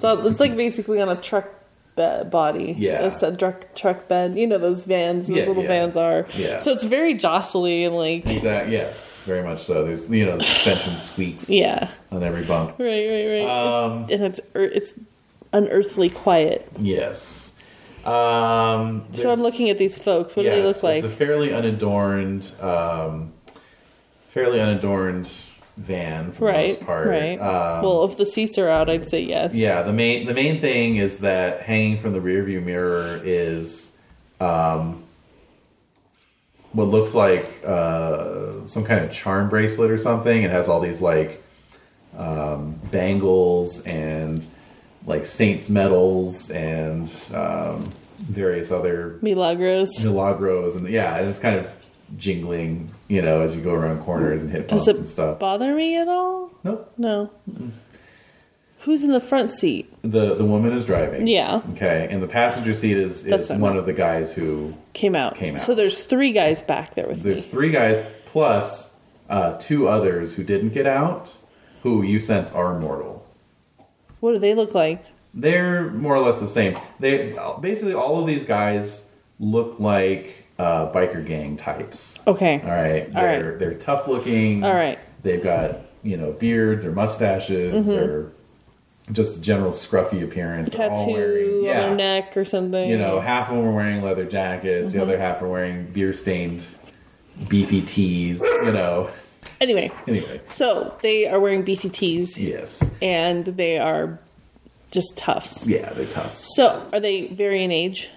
[SPEAKER 2] So it's like basically on a truck be- body.
[SPEAKER 1] Yeah.
[SPEAKER 2] It's a truck truck bed. You know those vans, those
[SPEAKER 1] Yeah,
[SPEAKER 2] little
[SPEAKER 1] yeah.
[SPEAKER 2] vans are.
[SPEAKER 1] Yeah.
[SPEAKER 2] So it's very jostly and like
[SPEAKER 1] Exactly. Yes. Very much so. There's you know the suspension squeaks.
[SPEAKER 2] yeah.
[SPEAKER 1] On every bump.
[SPEAKER 2] Right, right, right.
[SPEAKER 1] Um,
[SPEAKER 2] It's- and it's ear- it's unearthly quiet.
[SPEAKER 1] Yes. Um,
[SPEAKER 2] So I'm looking at these folks. What do they look like?
[SPEAKER 1] It's a fairly unadorned, um, fairly unadorned van for the
[SPEAKER 2] right,
[SPEAKER 1] most part.
[SPEAKER 2] right.
[SPEAKER 1] Um,
[SPEAKER 2] well, if the seats are out, I'd say yes.
[SPEAKER 1] yeah. The main the main thing is that hanging from the rearview mirror is um, what looks like uh, some kind of charm bracelet or something. It has all these like um, bangles and like saints medals and um, various other
[SPEAKER 2] Milagros.
[SPEAKER 1] milagros and yeah and it's kind of jingling you know as you go around corners and hit bumps
[SPEAKER 2] Does
[SPEAKER 1] and
[SPEAKER 2] it
[SPEAKER 1] stuff
[SPEAKER 2] bother me at all?
[SPEAKER 1] nope
[SPEAKER 2] No. Who's in the front seat?
[SPEAKER 1] the the woman is driving
[SPEAKER 2] Yeah.
[SPEAKER 1] okay and the passenger seat is is
[SPEAKER 2] That's fine.
[SPEAKER 1] one of the guys who
[SPEAKER 2] Came out.
[SPEAKER 1] Came out.
[SPEAKER 2] So there's three guys back there with
[SPEAKER 1] there's
[SPEAKER 2] me.
[SPEAKER 1] three guys plus uh two others who didn't get out who you sense are mortal
[SPEAKER 2] What do they look like?
[SPEAKER 1] they're more or less the same they basically all of these guys look like uh biker gang types
[SPEAKER 2] Okay.
[SPEAKER 1] All right.
[SPEAKER 2] All
[SPEAKER 1] They're, they're tough looking.
[SPEAKER 2] All right.
[SPEAKER 1] They've got you know beards or mustaches or just a general scruffy appearance. They're all
[SPEAKER 2] Mm-hmm. tattoo
[SPEAKER 1] wearing-
[SPEAKER 2] on their neck or something.
[SPEAKER 1] You know, half of them are wearing leather jackets,
[SPEAKER 2] Mm-hmm.
[SPEAKER 1] the other half are wearing beer stained, beefy tees. You know,
[SPEAKER 2] Anyway,
[SPEAKER 1] anyway,
[SPEAKER 2] so they are wearing beefy tees
[SPEAKER 1] yes,
[SPEAKER 2] and they are just toughs.
[SPEAKER 1] yeah, they're tough.
[SPEAKER 2] So are they varying age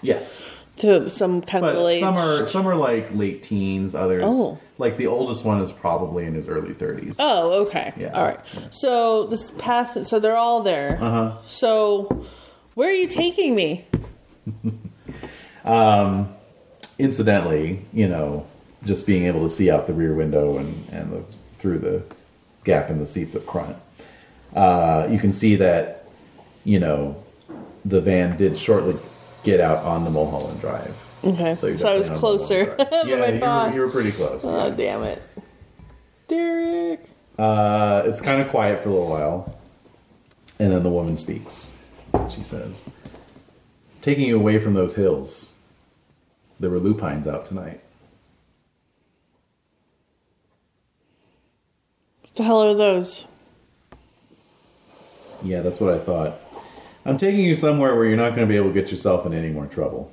[SPEAKER 1] Yes,
[SPEAKER 2] to some kind of
[SPEAKER 1] but
[SPEAKER 2] age?
[SPEAKER 1] some are some are like late teens, others
[SPEAKER 2] Oh.
[SPEAKER 1] like the oldest one is probably in his early thirties.
[SPEAKER 2] Oh, okay.
[SPEAKER 1] Yeah.
[SPEAKER 2] All right. So this past, so they're all there.
[SPEAKER 1] Uh huh.
[SPEAKER 2] So where are you taking me?
[SPEAKER 1] incidentally, you know, just being able to see out the rear window and, and the, through the gap in the seats up front, uh, you can see that, you know, the van did shortly get out on the Mulholland Drive.
[SPEAKER 2] Okay. So,
[SPEAKER 1] you're
[SPEAKER 2] I was
[SPEAKER 1] definitely on
[SPEAKER 2] closer
[SPEAKER 1] Mulholland Drive.
[SPEAKER 2] than I
[SPEAKER 1] yeah, you
[SPEAKER 2] thought.
[SPEAKER 1] were, you were pretty close.
[SPEAKER 2] oh damn it, Derek.
[SPEAKER 1] Uh, it's kind of quiet for a little while, and then the woman speaks. She says, "Taking you away from those hills. There were lupines out tonight."
[SPEAKER 2] What the hell are those?
[SPEAKER 1] Yeah, that's what I thought. I'm taking you somewhere where you're not going to be able to get yourself in any more trouble.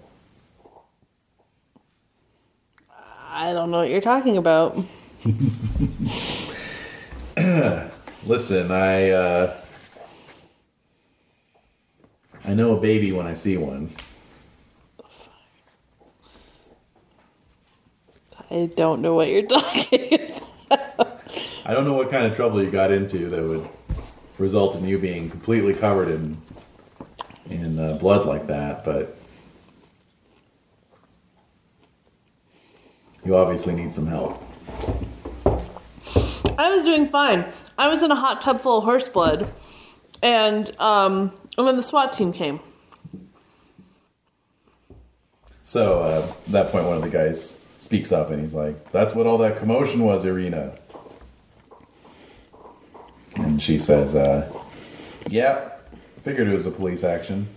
[SPEAKER 2] I don't know what you're talking about.
[SPEAKER 1] Listen, I uh, I know a baby when I see one.
[SPEAKER 2] I don't know what you're talking. about.
[SPEAKER 1] I don't know what kind of trouble you got into that would result in you being completely covered in in uh, blood like that, but you obviously need some help.
[SPEAKER 2] I was doing fine. I was in a hot tub full of horse blood, and um, and then the SWAT team came.
[SPEAKER 1] So uh, at that point, one of the guys speaks up and he's like, "That's what all that commotion was, Irina." And she says, uh, "Yeah, figured it was a police action.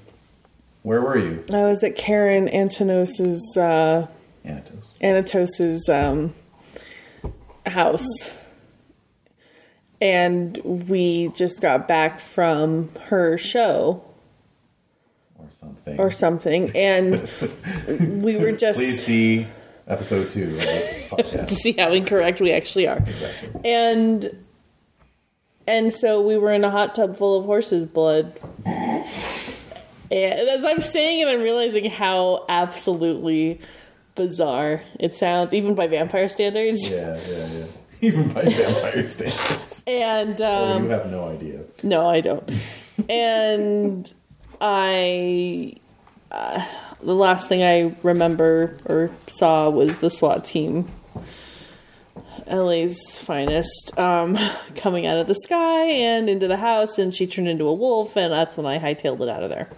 [SPEAKER 1] Where were you,
[SPEAKER 2] I was at Karen Antonos's uh,
[SPEAKER 1] Anatos?"
[SPEAKER 2] Anatos's um, house. And we just got back from her show
[SPEAKER 1] Or something.
[SPEAKER 2] or something, and we were just
[SPEAKER 1] Please see episode two of this podcast.
[SPEAKER 2] to see how incorrect we actually are.
[SPEAKER 1] Exactly.
[SPEAKER 2] And and so we were in a hot tub full of horse's blood. And as I'm saying it, I'm realizing how absolutely bizarre it sounds, even by vampire standards.
[SPEAKER 1] Yeah, yeah, yeah. Even by vampire standards,
[SPEAKER 2] And
[SPEAKER 1] oh,
[SPEAKER 2] um,
[SPEAKER 1] you have no idea.
[SPEAKER 2] No, I don't. and I. Uh, the last thing I remember or saw was the SWAT team, LA's finest, um, coming out of the sky and into the house, and she turned into a wolf, and that's when I hightailed it out of there.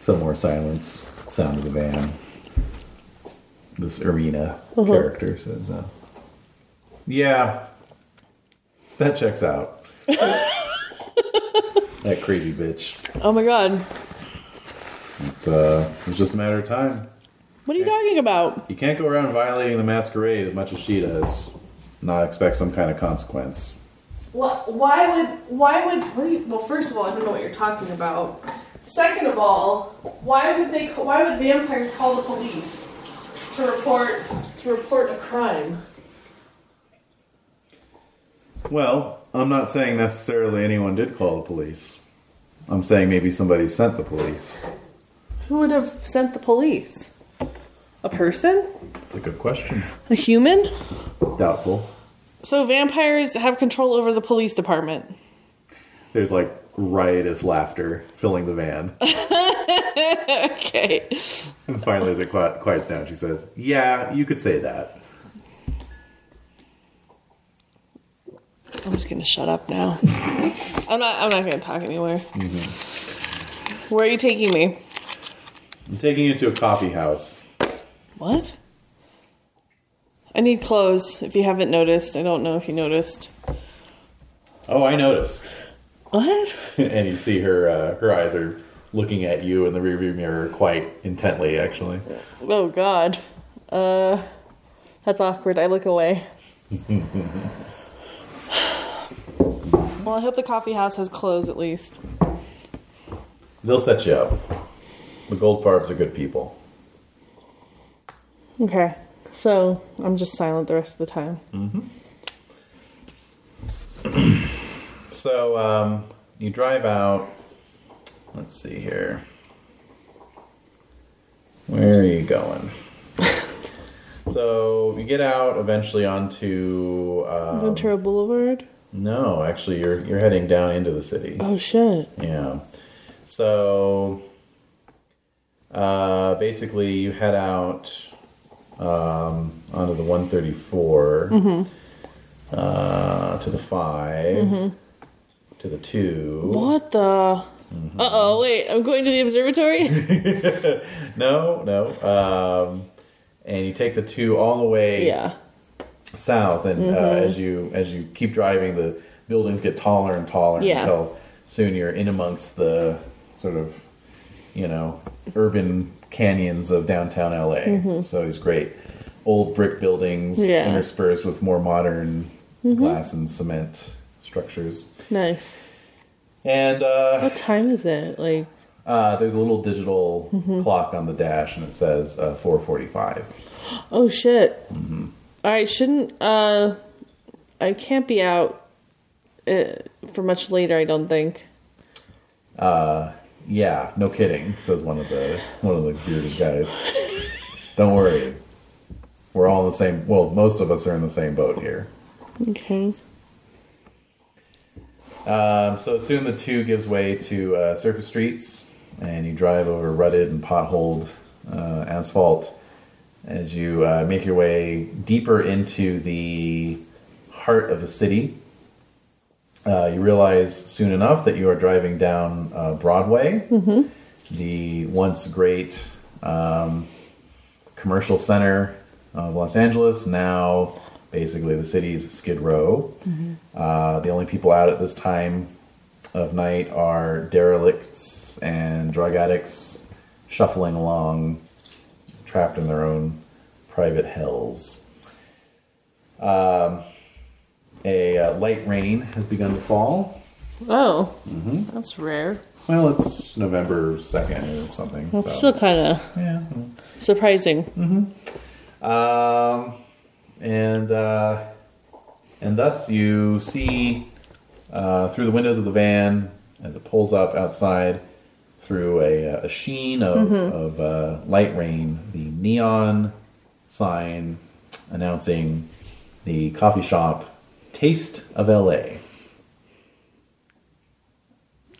[SPEAKER 1] Some more silence. Sound of the van. This arena
[SPEAKER 2] Uh-huh.
[SPEAKER 1] character says, uh, "Yeah, that checks out." that crazy bitch.
[SPEAKER 2] Oh my god.
[SPEAKER 1] It, uh, it's just a matter of time.
[SPEAKER 2] What are you talking about?
[SPEAKER 1] You can't go around violating the masquerade as much as she does. Not expect some kind of consequence.
[SPEAKER 3] What, why would why would what do you- well first of all I don't know what you're talking about. Second of all, why would they why would vampires call the police to report to report a crime?
[SPEAKER 1] Well, I'm not saying necessarily anyone did call the police. I'm saying maybe somebody sent the police.
[SPEAKER 2] Who would have sent the police? A person?
[SPEAKER 1] It's a good question.
[SPEAKER 2] A human?
[SPEAKER 1] Doubtful.
[SPEAKER 2] So vampires have control over the police department.
[SPEAKER 1] There's like riotous laughter filling the van.
[SPEAKER 2] Okay.
[SPEAKER 1] And finally, as it qui- quiets down, she says, Yeah, you could say that.
[SPEAKER 2] I'm just gonna shut up now. I'm not. I'm not gonna talk anywhere. Where are you taking me?
[SPEAKER 1] I'm taking you to a coffee house.
[SPEAKER 2] What? I need clothes. If you haven't noticed, I don't know if you noticed.
[SPEAKER 1] Oh, I noticed.
[SPEAKER 2] What?
[SPEAKER 1] and you see her, uh, her eyes are looking at you in the rearview mirror quite intently, actually.
[SPEAKER 2] Oh God. Uh, that's awkward. I look away. Well, I hope the coffee house has closed at least.
[SPEAKER 1] They'll set you up. The Goldfarbs are good people.
[SPEAKER 2] Okay. So I'm just silent the rest of the time.
[SPEAKER 1] So um, you drive out. Let's see here. Where are you going? so you get out eventually onto. Um,
[SPEAKER 2] Ventura Boulevard.
[SPEAKER 1] no, actually, you're you're heading down into the city.
[SPEAKER 2] Oh shit.
[SPEAKER 1] Yeah. So uh, basically, you head out um, onto the 134
[SPEAKER 2] Mm-hmm.
[SPEAKER 1] uh, to the 5 to the 2.
[SPEAKER 2] Mm-hmm. What the? Uh oh. Wait. I'm going to the observatory.
[SPEAKER 1] No, no. Um, and you take the 2 all the way
[SPEAKER 2] yeah.
[SPEAKER 1] south, and uh,
[SPEAKER 2] Mm-hmm.
[SPEAKER 1] as you as you keep driving, the buildings get taller and taller
[SPEAKER 2] Yeah.
[SPEAKER 1] until soon you're in amongst the sort of you know urban canyons of downtown LA. So it's great old brick buildings
[SPEAKER 2] Mm-hmm. Yeah. Mm-hmm.
[SPEAKER 1] interspersed with more modern glass and cement structures.
[SPEAKER 2] Nice.
[SPEAKER 1] And uh,
[SPEAKER 2] What time is it? Like.
[SPEAKER 1] uh, there's a little digital
[SPEAKER 2] Mm-hmm.
[SPEAKER 1] clock on the dash, and it says uh, 4:45.
[SPEAKER 2] Oh shit.
[SPEAKER 1] Mm-hmm.
[SPEAKER 2] All right, shouldn't uh I can't be out uh, for much later, I don't think.
[SPEAKER 1] Yeah, no kidding, says one of the one of the bearded guys. Don't worry. We're all in the same well, most of us are in the same boat here.
[SPEAKER 2] Okay.
[SPEAKER 1] Um, so soon the two gives way to uh, surface streets, and you drive over rutted and potholed uh, asphalt as you uh, make your way deeper into the heart of the city. Uh, you realize soon enough that you are driving down uh, Broadway, the once great um, commercial center of Los Angeles, now basically the city's Skid Row. Uh, the only people out at this time of night are derelicts and drug addicts shuffling along, trapped in their own private hells. Um, a uh, light rain has begun to fall.
[SPEAKER 2] Oh.
[SPEAKER 1] Mm-hmm.
[SPEAKER 2] That's rare.
[SPEAKER 1] Well, it's November 2nd or something.
[SPEAKER 2] That's
[SPEAKER 1] so, Mm.
[SPEAKER 2] still kind of
[SPEAKER 1] yeah.
[SPEAKER 2] surprising.
[SPEAKER 1] Um, and uh, and thus you see uh, through the windows of the van as it pulls up outside through a, uh, a sheen of, of uh, light rain, the neon sign announcing the coffee shop Taste of LA.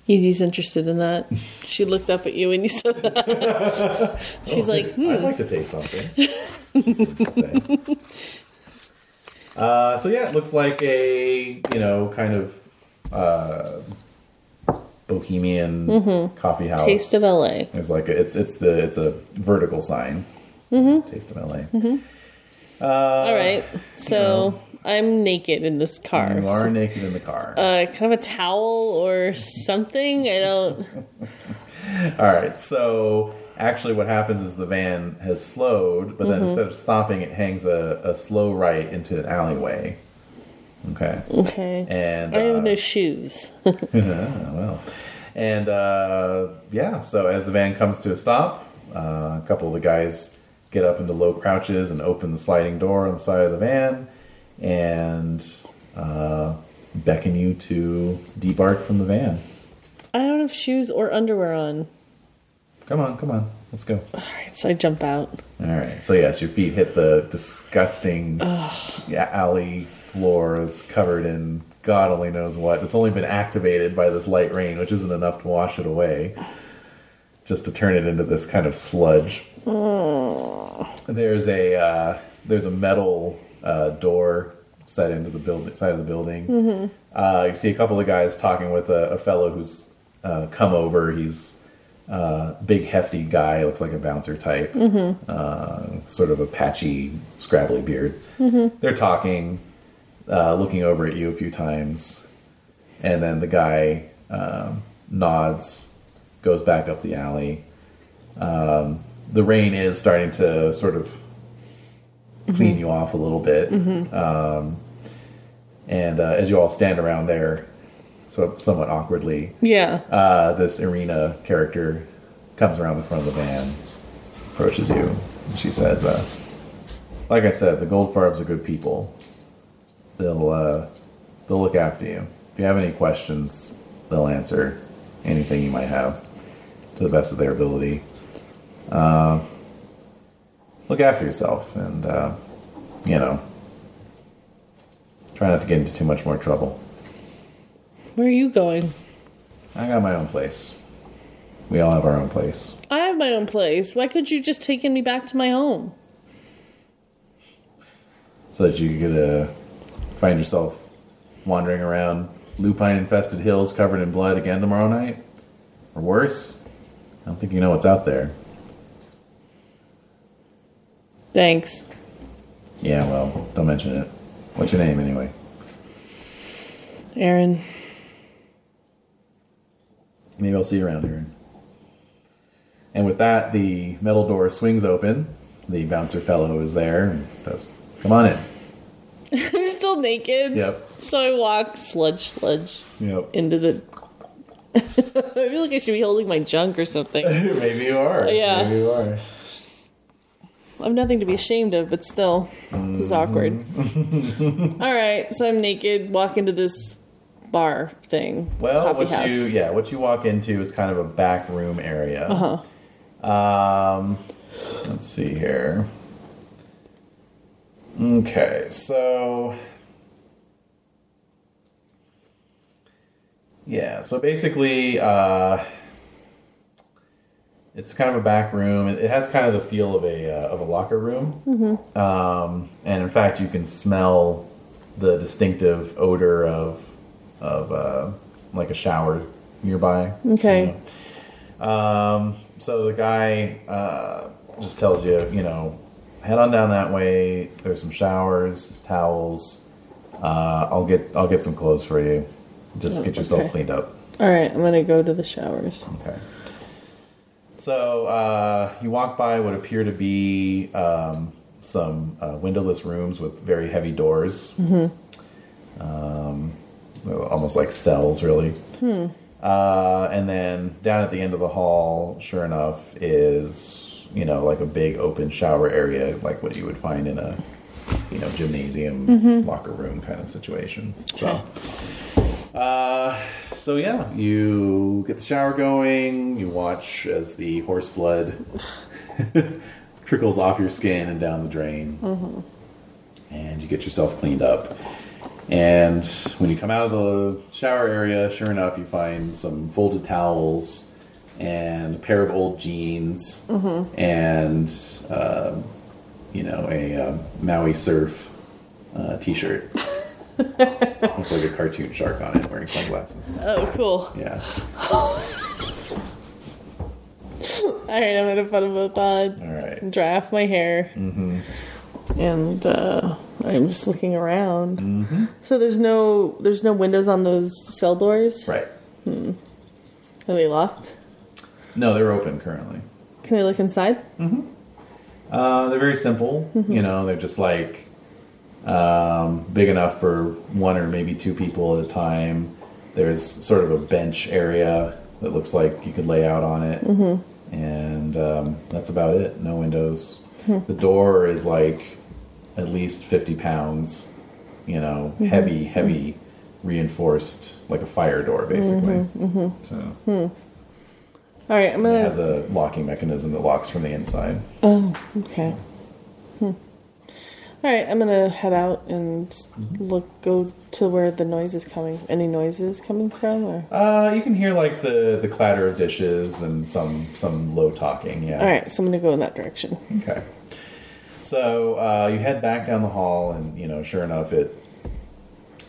[SPEAKER 2] Edie's interested in that. She looked up at you when you said that. She's like,
[SPEAKER 1] Oh, I'd
[SPEAKER 2] "Hmm."
[SPEAKER 1] like to taste something. uh, so yeah, it looks like a you know kind of uh, bohemian coffee house.
[SPEAKER 2] Mm-hmm. Taste of LA.
[SPEAKER 1] There's like a, it's it's the it's a vertical sign.
[SPEAKER 2] Mm-hmm.
[SPEAKER 1] Taste of LA. Uh,
[SPEAKER 2] All right. So, I'm naked in this car.
[SPEAKER 1] You are naked in the car.
[SPEAKER 2] uh, kind of a towel or something. I don't.
[SPEAKER 1] All right. So actually, what happens is the van has slowed, but then
[SPEAKER 2] Mm-hmm.
[SPEAKER 1] instead of stopping, it hangs a, a slow right into an alleyway. Okay.
[SPEAKER 2] Okay.
[SPEAKER 1] And
[SPEAKER 2] I have
[SPEAKER 1] uh,
[SPEAKER 2] no shoes.
[SPEAKER 1] Yeah, well. And uh, yeah, so as the van comes to a stop, uh, a couple of the guys get up into low crouches and open the sliding door on the side of the van and uh, beckon you to debark from the van.
[SPEAKER 2] I don't have shoes or underwear on.
[SPEAKER 1] Come on, come on, let's go.
[SPEAKER 2] All right, so I jump out.
[SPEAKER 1] All right, so yes, your feet hit the disgusting yeah, alley floor that's covered in God only knows what. It's only been activated by this light rain, which isn't enough to wash it away, just to turn it into this kind of sludge. There's a uh, there's a metal uh, door set into the building side of the building. Uh, you see a couple of guys talking with a, a fellow who's uh, come over. He's uh, big, hefty guy, looks like a bouncer type, uh, sort of a patchy, scrabbly beard. They're talking, uh, looking over at you a few times, and then the guy um, nods, goes back up the alley. Um, the rain is starting to sort of clean you off a little bit. Um, and uh, as you all stand around there, so somewhat awkwardly,
[SPEAKER 2] Yeah.
[SPEAKER 1] uh, this arena character comes around the front of the van, approaches you, and she says, uh, "Like I said, the Gold Farbs are good people. They'll uh, they'll look after you. If you have any questions, they'll answer anything you might have to the best of their ability. Uh, look after yourself, and uh, you know." Try not to get into too much more trouble.
[SPEAKER 2] Where are you going?
[SPEAKER 1] I got my own place. We all have our own place.
[SPEAKER 2] I have my own place. Why could you just taken me back to my home?
[SPEAKER 1] so that you could uh, find yourself wandering around lupine infested hills covered in blood again tomorrow night or worse i don't think you know what's out there
[SPEAKER 2] Thanks.
[SPEAKER 1] yeah well don't mention it what's your name anyway
[SPEAKER 2] Aaron.
[SPEAKER 1] maybe i'll see you around here and with that the metal door swings open the bouncer fellow is there and says come on in
[SPEAKER 2] I'm still naked.
[SPEAKER 1] yep
[SPEAKER 2] So I walk sludge sludge
[SPEAKER 1] yep
[SPEAKER 2] into the I feel like I should be holding my junk or something.
[SPEAKER 1] maybe you are
[SPEAKER 2] Yeah.
[SPEAKER 1] maybe you are
[SPEAKER 2] I've nothing to be ashamed of, but still, this is awkward.
[SPEAKER 1] Mm.
[SPEAKER 2] All right, so I'm naked, walk into this bar thing.
[SPEAKER 1] Well,
[SPEAKER 2] coffee
[SPEAKER 1] what
[SPEAKER 2] house.
[SPEAKER 1] you yeah, what you walk into is kind of a back room area.
[SPEAKER 2] Uh-huh.
[SPEAKER 1] Um, let's see here. Okay, so yeah, so basically, uh, it's kind of a back room. It it has kind of the feel of a uh, of a locker room. Um, and in fact, you can smell the distinctive odor of of uh, like a shower nearby.
[SPEAKER 2] Okay.
[SPEAKER 1] Um, so the guy uh, just tells you, you know, head on down that way. There's some showers, towels. Uh, I'll get I'll get some clothes for you. Just get yourself
[SPEAKER 2] okay.
[SPEAKER 1] cleaned up.
[SPEAKER 2] All right, I'm gonna go to the showers.
[SPEAKER 1] Okay. So uh, you walk by what appear to be um, some uh, windowless rooms with very heavy doors, um, almost like cells, really. Uh, and then down at the end of the hall, sure enough, is you know like a big open shower area, like what you would find in a you know gymnasium locker room kind of situation. So. Uh, so yeah, you get the shower going. You watch as the horse blood trickles off your skin and down the drain, and you get yourself cleaned up. And when you come out of the shower area, sure enough, you find some folded towels and a pair of old jeans and um, you know a um, Maui surf uh, t-shirt. Looks like a cartoon shark on it wearing sunglasses.
[SPEAKER 2] Oh, cool.
[SPEAKER 1] Yeah.
[SPEAKER 2] All right, I'm gonna put a both on,
[SPEAKER 1] All right.
[SPEAKER 2] dry off my hair, and uh, I'm just looking around. So there's no there's no windows on those cell doors.
[SPEAKER 1] Right.
[SPEAKER 2] Are they locked?
[SPEAKER 1] No, they're open currently.
[SPEAKER 2] Can I look inside?
[SPEAKER 1] Uh, they're very simple. You know, they're just like um, big enough for one or maybe two people at a time. There's sort of a bench area that looks like you could lay out on it, and um, that's about it. No windows. The door is like at least fifty pounds. You know, heavy, heavy, reinforced like a fire door, basically. So.
[SPEAKER 2] All right,
[SPEAKER 1] And
[SPEAKER 2] I'm gonna.
[SPEAKER 1] It has a locking mechanism that locks from the inside.
[SPEAKER 2] Oh, okay. Hmm. All right, I'm gonna head out and look, go to where the noise is coming. Any noises coming from? Or
[SPEAKER 1] Uh, you can hear like the, the clatter of dishes and some some low talking. Yeah.
[SPEAKER 2] all right, so I'm gonna go in that direction.
[SPEAKER 1] Okay. So uh, you head back down the hall, and you know, sure enough, it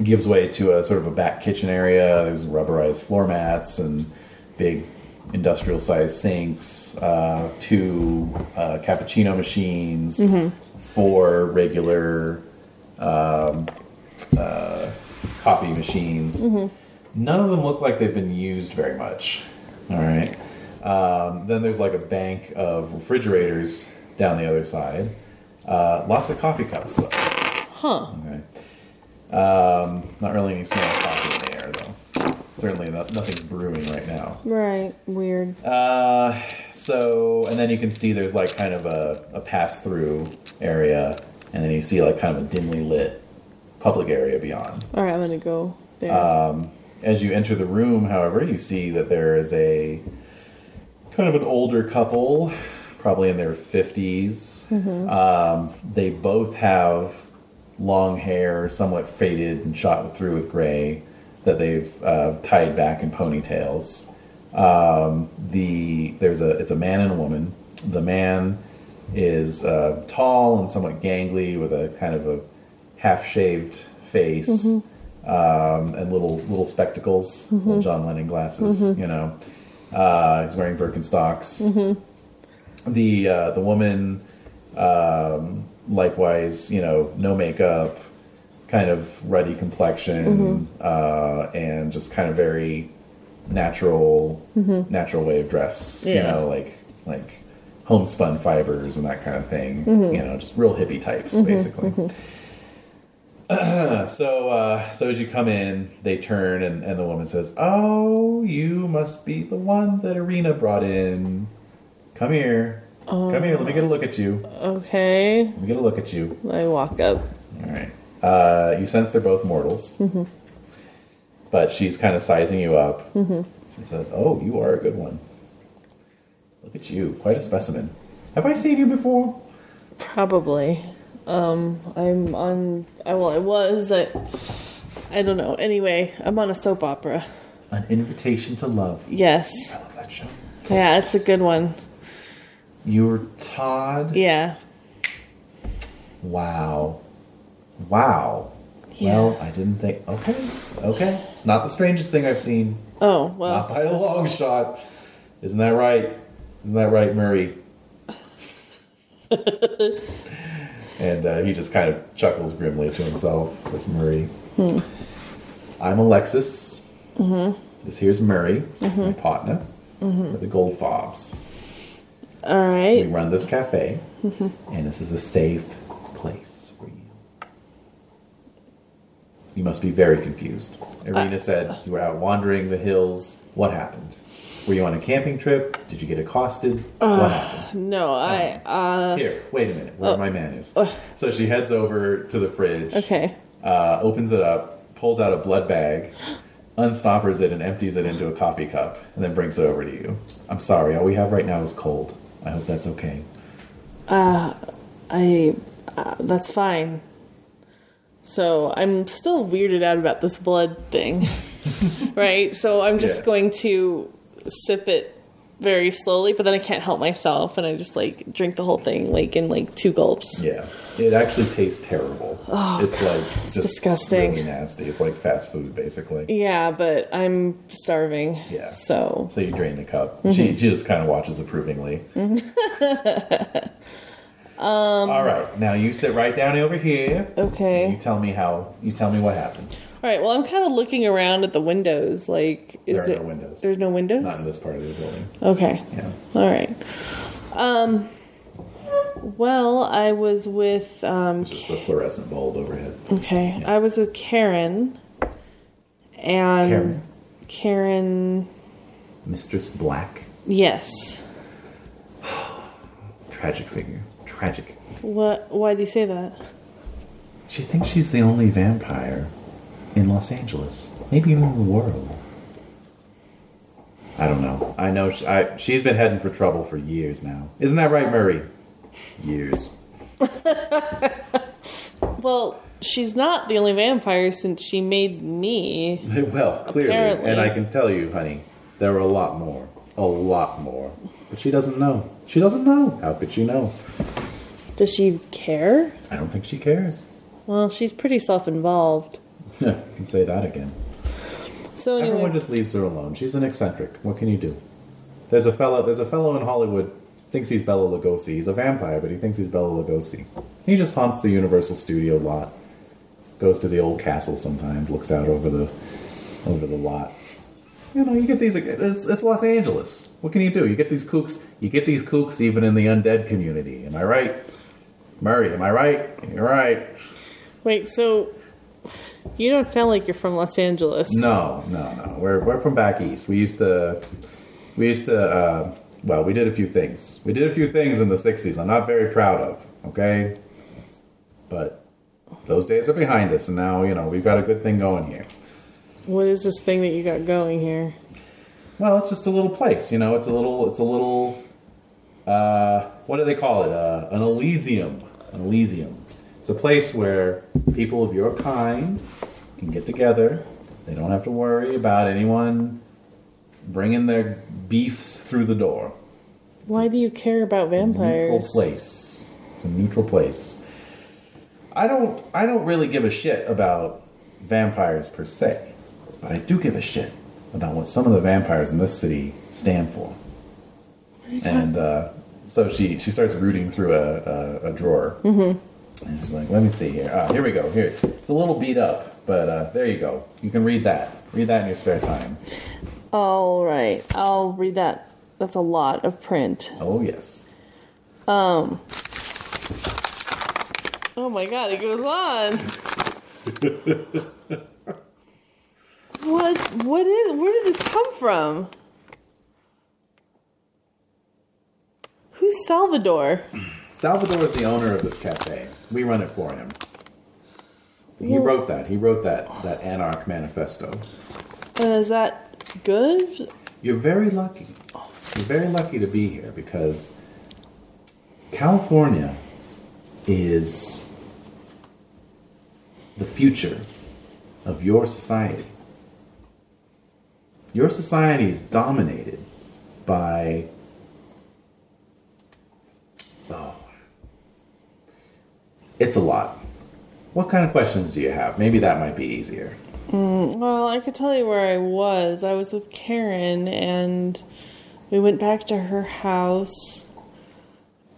[SPEAKER 1] gives way to a sort of a back kitchen area. There's rubberized floor mats and big industrial sized sinks, uh, two uh, cappuccino machines, four regular um, uh, coffee machines. None of them look like they've been used very much. All right. Um, then there's like a bank of refrigerators down the other side. Uh, lots of coffee cups, though.
[SPEAKER 2] Huh?
[SPEAKER 1] Okay. Um, not really any smell of coffee in the air, though. Certainly not, nothing's brewing right now.
[SPEAKER 4] Right. Weird.
[SPEAKER 1] Uh, so, and then you can see there's like kind of a, a pass through area, and then you see like kind of a dimly lit public area beyond.
[SPEAKER 2] All right, I'm gonna go there.
[SPEAKER 1] As you enter the room, however, you see that there is a kind of an older couple, probably in their 50s. Um, they both have long hair, somewhat faded and shot through with gray, that they've uh, tied back in ponytails. Um, the there's a it's a man and a woman. The man is uh, tall and somewhat gangly, with a kind of a half-shaved face um, and little little spectacles, little John Lennon glasses. You know, uh, he's wearing Birkenstocks. The uh, the woman, um, likewise, you know, no makeup, kind of ruddy complexion, uh, and just kind of very natural natural way of dress. You
[SPEAKER 4] Yeah.
[SPEAKER 1] know, like like homespun fibers and that kind of thing. You know, just real hippie types, basically. So, uh, so as you come in, they turn, and, and the woman says, "Oh, you must be the one that Arena brought in. Come here, come here. Let me get a look at you.
[SPEAKER 2] okay,
[SPEAKER 1] Let me get a look at you.
[SPEAKER 2] I walk up.
[SPEAKER 1] All right. Uh, you sense they're both mortals, but she's kind of sizing you up. She says, "Oh, you are a good one. Look at you, quite a specimen. Have I seen you before?
[SPEAKER 2] Probably. Um, I'm on. I well, I was. I, I don't know. Anyway, I'm on a soap opera.
[SPEAKER 1] An invitation to love.
[SPEAKER 2] Yes.
[SPEAKER 1] I love that show.
[SPEAKER 2] Yeah, it's a good one.
[SPEAKER 1] You're Todd."
[SPEAKER 2] Yeah.
[SPEAKER 1] Wow. Wow. Well, I didn't think. Okay, okay. It's not the strangest thing I've seen.
[SPEAKER 2] Oh well.
[SPEAKER 1] Not by a long shot. Isn't that right? Isn't that right, Murray? and uh, he just kind of chuckles grimly to himself. That's Murray. I'm Alexis. Mm-hmm. This here's Murray, my partner, with the gold fobs.
[SPEAKER 2] All
[SPEAKER 1] We
[SPEAKER 2] right.
[SPEAKER 1] run this cafe,
[SPEAKER 2] Mm-hmm.
[SPEAKER 1] and this is a safe place for you. You must be very confused.
[SPEAKER 2] Uh,
[SPEAKER 1] Irina said you were out wandering the hills. What happened? Were you on a camping trip? Did you get accosted? what happened?
[SPEAKER 2] No, I. Uh,
[SPEAKER 1] Here, wait a minute. Where my man is. so she heads over to the fridge.
[SPEAKER 2] okay.
[SPEAKER 1] Uh, opens it up, pulls out a blood bag, unstoppers it, and empties it into a coffee cup, and then brings it over to you. I'm sorry. All we have right now is cold. I hope that's okay.
[SPEAKER 2] I. Uh, that's fine. So I'm still weirded out about this blood thing, right? So I'm just
[SPEAKER 1] Yeah.
[SPEAKER 2] going to sip it very slowly, but then I can't help myself, and I just like drink the whole thing like in like two gulps.
[SPEAKER 1] Yeah, it actually tastes terrible. it's like just
[SPEAKER 2] disgusting. E-
[SPEAKER 1] really nasty. It's like fast food, basically.
[SPEAKER 2] Yeah, but I'm starving.
[SPEAKER 1] Yeah.
[SPEAKER 2] So
[SPEAKER 1] So you drain the cup. She, she just kind of watches approvingly. um, All right, now you sit right down over here.
[SPEAKER 2] okay.
[SPEAKER 1] You tell me how. You tell me what happened.
[SPEAKER 2] All right. Well, I'm kind of looking around at the windows. Like, is
[SPEAKER 1] There are
[SPEAKER 2] there,
[SPEAKER 1] no windows.
[SPEAKER 2] There's no windows.
[SPEAKER 1] Not in this part of the building.
[SPEAKER 2] Okay.
[SPEAKER 1] Yeah.
[SPEAKER 2] All right. Um. Well, I was with um.
[SPEAKER 1] Just a fluorescent bulb overhead.
[SPEAKER 2] Okay, I was with Karen. And
[SPEAKER 1] Karen.
[SPEAKER 2] Karen-
[SPEAKER 1] Mistress Black,
[SPEAKER 2] Yes.
[SPEAKER 1] tragic figure, tragic.
[SPEAKER 2] What? Why do you say that?
[SPEAKER 1] She thinks she's the only vampire in Los Angeles, maybe even in the world. I don't know. I know she, I, she's been heading for trouble for years now. Isn't that right, Murray? Years.
[SPEAKER 2] Well, she's not the only vampire since she made me.
[SPEAKER 1] Well, clearly,
[SPEAKER 2] Apparently.
[SPEAKER 1] and I can tell you, honey, there were a lot more, a lot more. But she doesn't know. She doesn't know. How could she know?
[SPEAKER 2] Does she care?
[SPEAKER 1] I don't think she cares.
[SPEAKER 2] Well, she's pretty self-involved.
[SPEAKER 1] you can say that again.
[SPEAKER 2] So anyway,
[SPEAKER 1] Everyone just leaves her alone. She's an eccentric. What can you do? There's a fellow. There's a fellow in Hollywood thinks he's Bella Lugosi. He's a vampire, but he thinks he's Bella Lugosi. He just haunts the Universal Studio lot. Goes to the old castle sometimes. Looks out over the over the lot. You know, you get these. It's, it's Los Angeles. What can you do? You get these kooks. You get these kooks even in the undead community. Am I right, Murray? Am I right? You're right.
[SPEAKER 2] wait. So You don't sound like you're from Los Angeles.
[SPEAKER 1] No, no, no. We're we're from back east. We used to, we used to. Uh, well, we did a few things. We did a few things in the '60s. I'm not very proud of. Okay, but those days are behind us, and now you know we've got a good thing going here.
[SPEAKER 2] What is this thing that you got going here?
[SPEAKER 1] Well, it's just a little place. You know, it's a little. It's a little. Uh, what do they call it? Uh, an Elysium. An Elysium. It's a place where people of your kind can get together. They don't have to worry about anyone bringing their beefs through the door.
[SPEAKER 2] Why do you care about
[SPEAKER 1] Neutral
[SPEAKER 2] vampires?
[SPEAKER 1] place. It's a neutral place. I don't. I don't really give a shit about vampires per se, but I do give a shit about what some of the vampires in this city stand for. And uh, so she she starts rooting through a a, a drawer, and she's like, "Let me see here. Ah, here we go. Here it's a little beat up, but uh, there you go. You can read that. Read that in your spare time.
[SPEAKER 2] All right, I'll read that. That's a lot of print. Um,
[SPEAKER 1] Oh yes."
[SPEAKER 2] Oh my god, it goes on. what? What is? Where did this come from? Who's Salvador?
[SPEAKER 1] Salvador is the owner of this cafe. We run it for him. He wrote that. He wrote that that anarch manifesto.
[SPEAKER 2] And Uh, is that good?
[SPEAKER 1] You're very lucky. You're very lucky to be here because California is the future of your society. Your society is dominated by oh, it's a lot. What kind of questions do you have? Maybe that might be easier.
[SPEAKER 2] Well, I could tell you where I was. I was with Karen, and we went back to her house,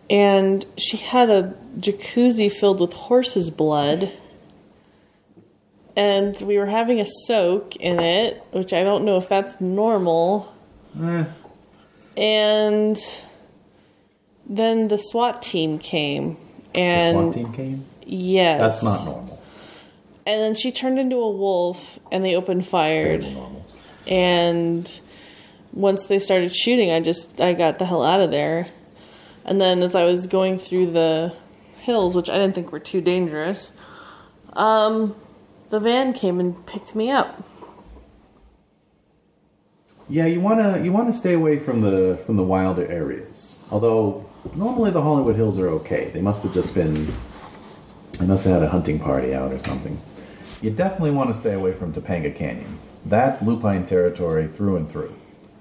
[SPEAKER 2] and she had a jacuzzi filled with horse's blood. And we were having a soak in it, which I don't know if that's normal.
[SPEAKER 1] Eh.
[SPEAKER 2] And then the SWAT team came,
[SPEAKER 1] The SWAT
[SPEAKER 2] and
[SPEAKER 1] team came.
[SPEAKER 2] yes,
[SPEAKER 1] That's not normal.
[SPEAKER 2] And then she turned into a wolf, and they opened
[SPEAKER 1] Very
[SPEAKER 2] fired.
[SPEAKER 1] normal.
[SPEAKER 2] and once they started shooting i just i got the hell out of there and then as i was going through the hills which i didn't think were too dangerous um the van came and picked me up
[SPEAKER 1] Yeah, you wanna you wanna stay away from the from the wilder areas. Although normally the Hollywood Hills are okay. They must have just been they must have had a hunting party out or something. You definitely want to stay away from Topanga Canyon. That's lupine territory through and through.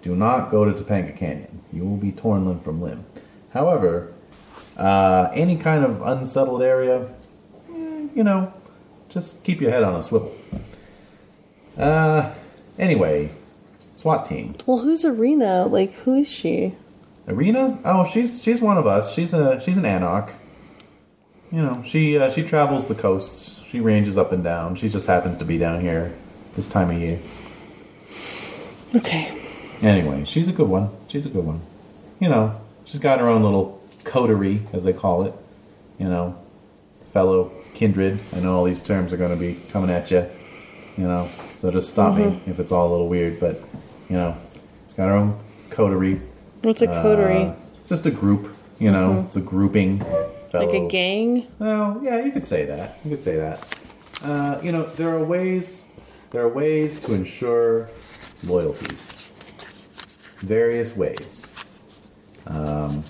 [SPEAKER 1] Do not go to Topanga Canyon. You will be torn limb from limb. However, uh, any kind of unsettled area, eh, you know, just keep your head on a swivel. Uh, anyway, SWAT team.
[SPEAKER 2] well who's arena like who is she
[SPEAKER 1] Arena? Oh, she's she's one of us. She's a she's an anarch. You know, she uh, she travels the coasts. She ranges up and down. She just happens to be down here this time of year.
[SPEAKER 2] okay
[SPEAKER 1] Anyway, she's a good one. She's a good one. You know, she's got her own little coterie, as they call it. You know, fellow kindred. I know all these terms are going to be coming at you. You know, so just stop me if it's all a little weird. But you know, she's got her own coterie.
[SPEAKER 2] what's a coterie Hmm.
[SPEAKER 1] Uh, just a group, you know. It's a grouping.
[SPEAKER 2] like a
[SPEAKER 1] fellow-
[SPEAKER 2] gang
[SPEAKER 1] Well, yeah, you could say that. You could say that. Uh, you know, there are ways. There are ways to ensure loyalties. Various ways. Um,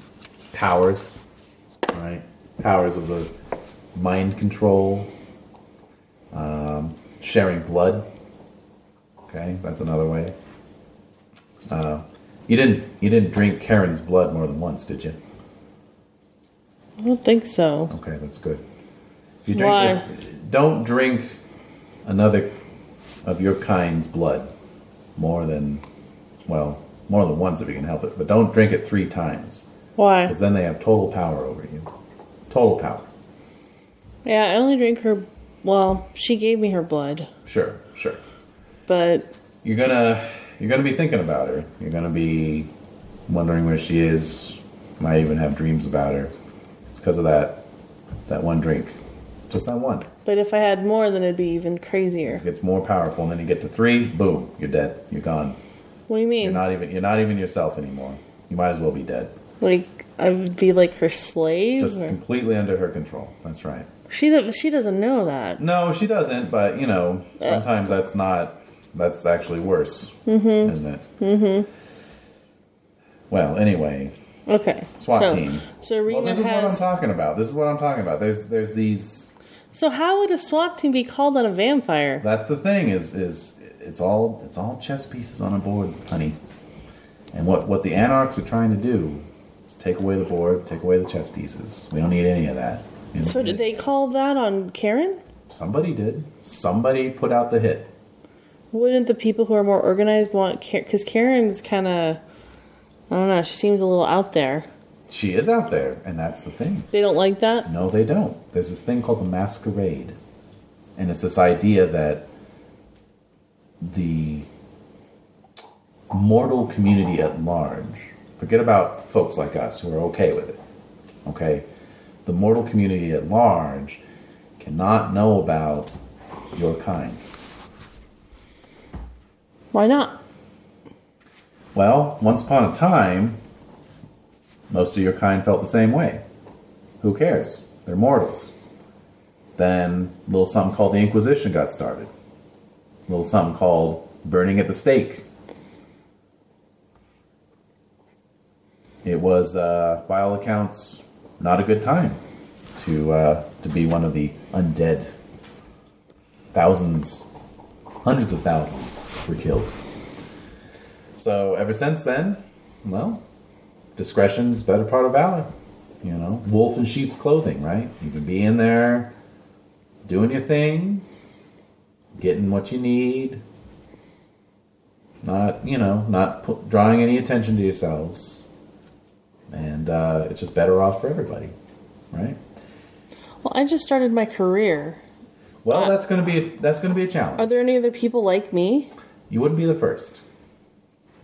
[SPEAKER 1] powers, right? Powers of the mind control. Um, sharing blood. Okay, that's another way. Uh, you didn't. You didn't drink Karen's blood more than once, did you?
[SPEAKER 2] i don't think so
[SPEAKER 1] Okay, that's good. If you
[SPEAKER 2] Why?
[SPEAKER 1] Drink, don't drink another of your kind's blood more than, well, more than once if you can help it, but don't drink it three times
[SPEAKER 2] why
[SPEAKER 1] because then they have total power over you. Total power.
[SPEAKER 2] yeah i only drink her well she gave me her blood
[SPEAKER 1] Sure, sure.
[SPEAKER 2] but
[SPEAKER 1] You're gonna you're gonna be thinking about her. You're gonna be wondering where she is. Might even have dreams about her. It's because of that that one drink. Just that one.
[SPEAKER 2] But if I had more, then it'd be even crazier.
[SPEAKER 1] It gets more powerful, and then you get to three. Boom, you're dead. You're gone.
[SPEAKER 2] What do you
[SPEAKER 1] You're
[SPEAKER 2] mean?
[SPEAKER 1] not even. You're not even yourself anymore. You might as well be dead.
[SPEAKER 2] like I would be like her slave?
[SPEAKER 1] Just
[SPEAKER 2] or-
[SPEAKER 1] completely under her control. That's right.
[SPEAKER 2] She do- she doesn't know that.
[SPEAKER 1] No, she doesn't. But you know, sometimes that's not. That's actually worse, mm-hmm. isn't it? Mm-hmm. Well, anyway,
[SPEAKER 2] Okay.
[SPEAKER 1] SWAT
[SPEAKER 2] so,
[SPEAKER 1] team.
[SPEAKER 2] So Rena
[SPEAKER 1] well, this is what I'm
[SPEAKER 2] has.
[SPEAKER 1] talking about. This is what I'm talking about. There's there's these.
[SPEAKER 2] So how would a SWAT team be called on a vampire?
[SPEAKER 1] That's the thing. Is is it's all it's all chess pieces on a board, honey. And what what the anarchs are trying to do is take away the board, take away the chess pieces. We don't need any of that. You know?
[SPEAKER 2] So did they call that on Karen?
[SPEAKER 1] Somebody did. Somebody put out the hit.
[SPEAKER 2] Wouldn't the people who are more organized want Karen? Because Karen's kind of, I don't know. She seems a little out there.
[SPEAKER 1] She is out there, and that's the thing.
[SPEAKER 2] They don't like that.
[SPEAKER 1] No, they don't. There's this thing called the masquerade. And it's this idea that the mortal community at large, forget about folks like us who are okay with it, okay? The mortal community at large cannot know about your kind.
[SPEAKER 2] Why not?
[SPEAKER 1] Well, once upon a time, most of your kind felt the same way. Who cares? They're mortals. Then a little something called the Inquisition got started. A little something called burning at the stake. It was, uh, by all accounts, not a good time to uh, to be one of the undead. Thousands, hundreds of thousands were killed. So ever since then, well, discretion's better part of valor. You know, wolf in sheep's clothing, right? You can be in there, doing your thing, getting what you need, not you know, not pu- drawing any attention to yourselves, and uh, it's just better off for everybody, right?
[SPEAKER 2] Well, I just started my career.
[SPEAKER 1] Well, that's gonna be that's gonna be a
[SPEAKER 2] Are
[SPEAKER 1] challenge.
[SPEAKER 2] there any other people like me?
[SPEAKER 1] You wouldn't be the first.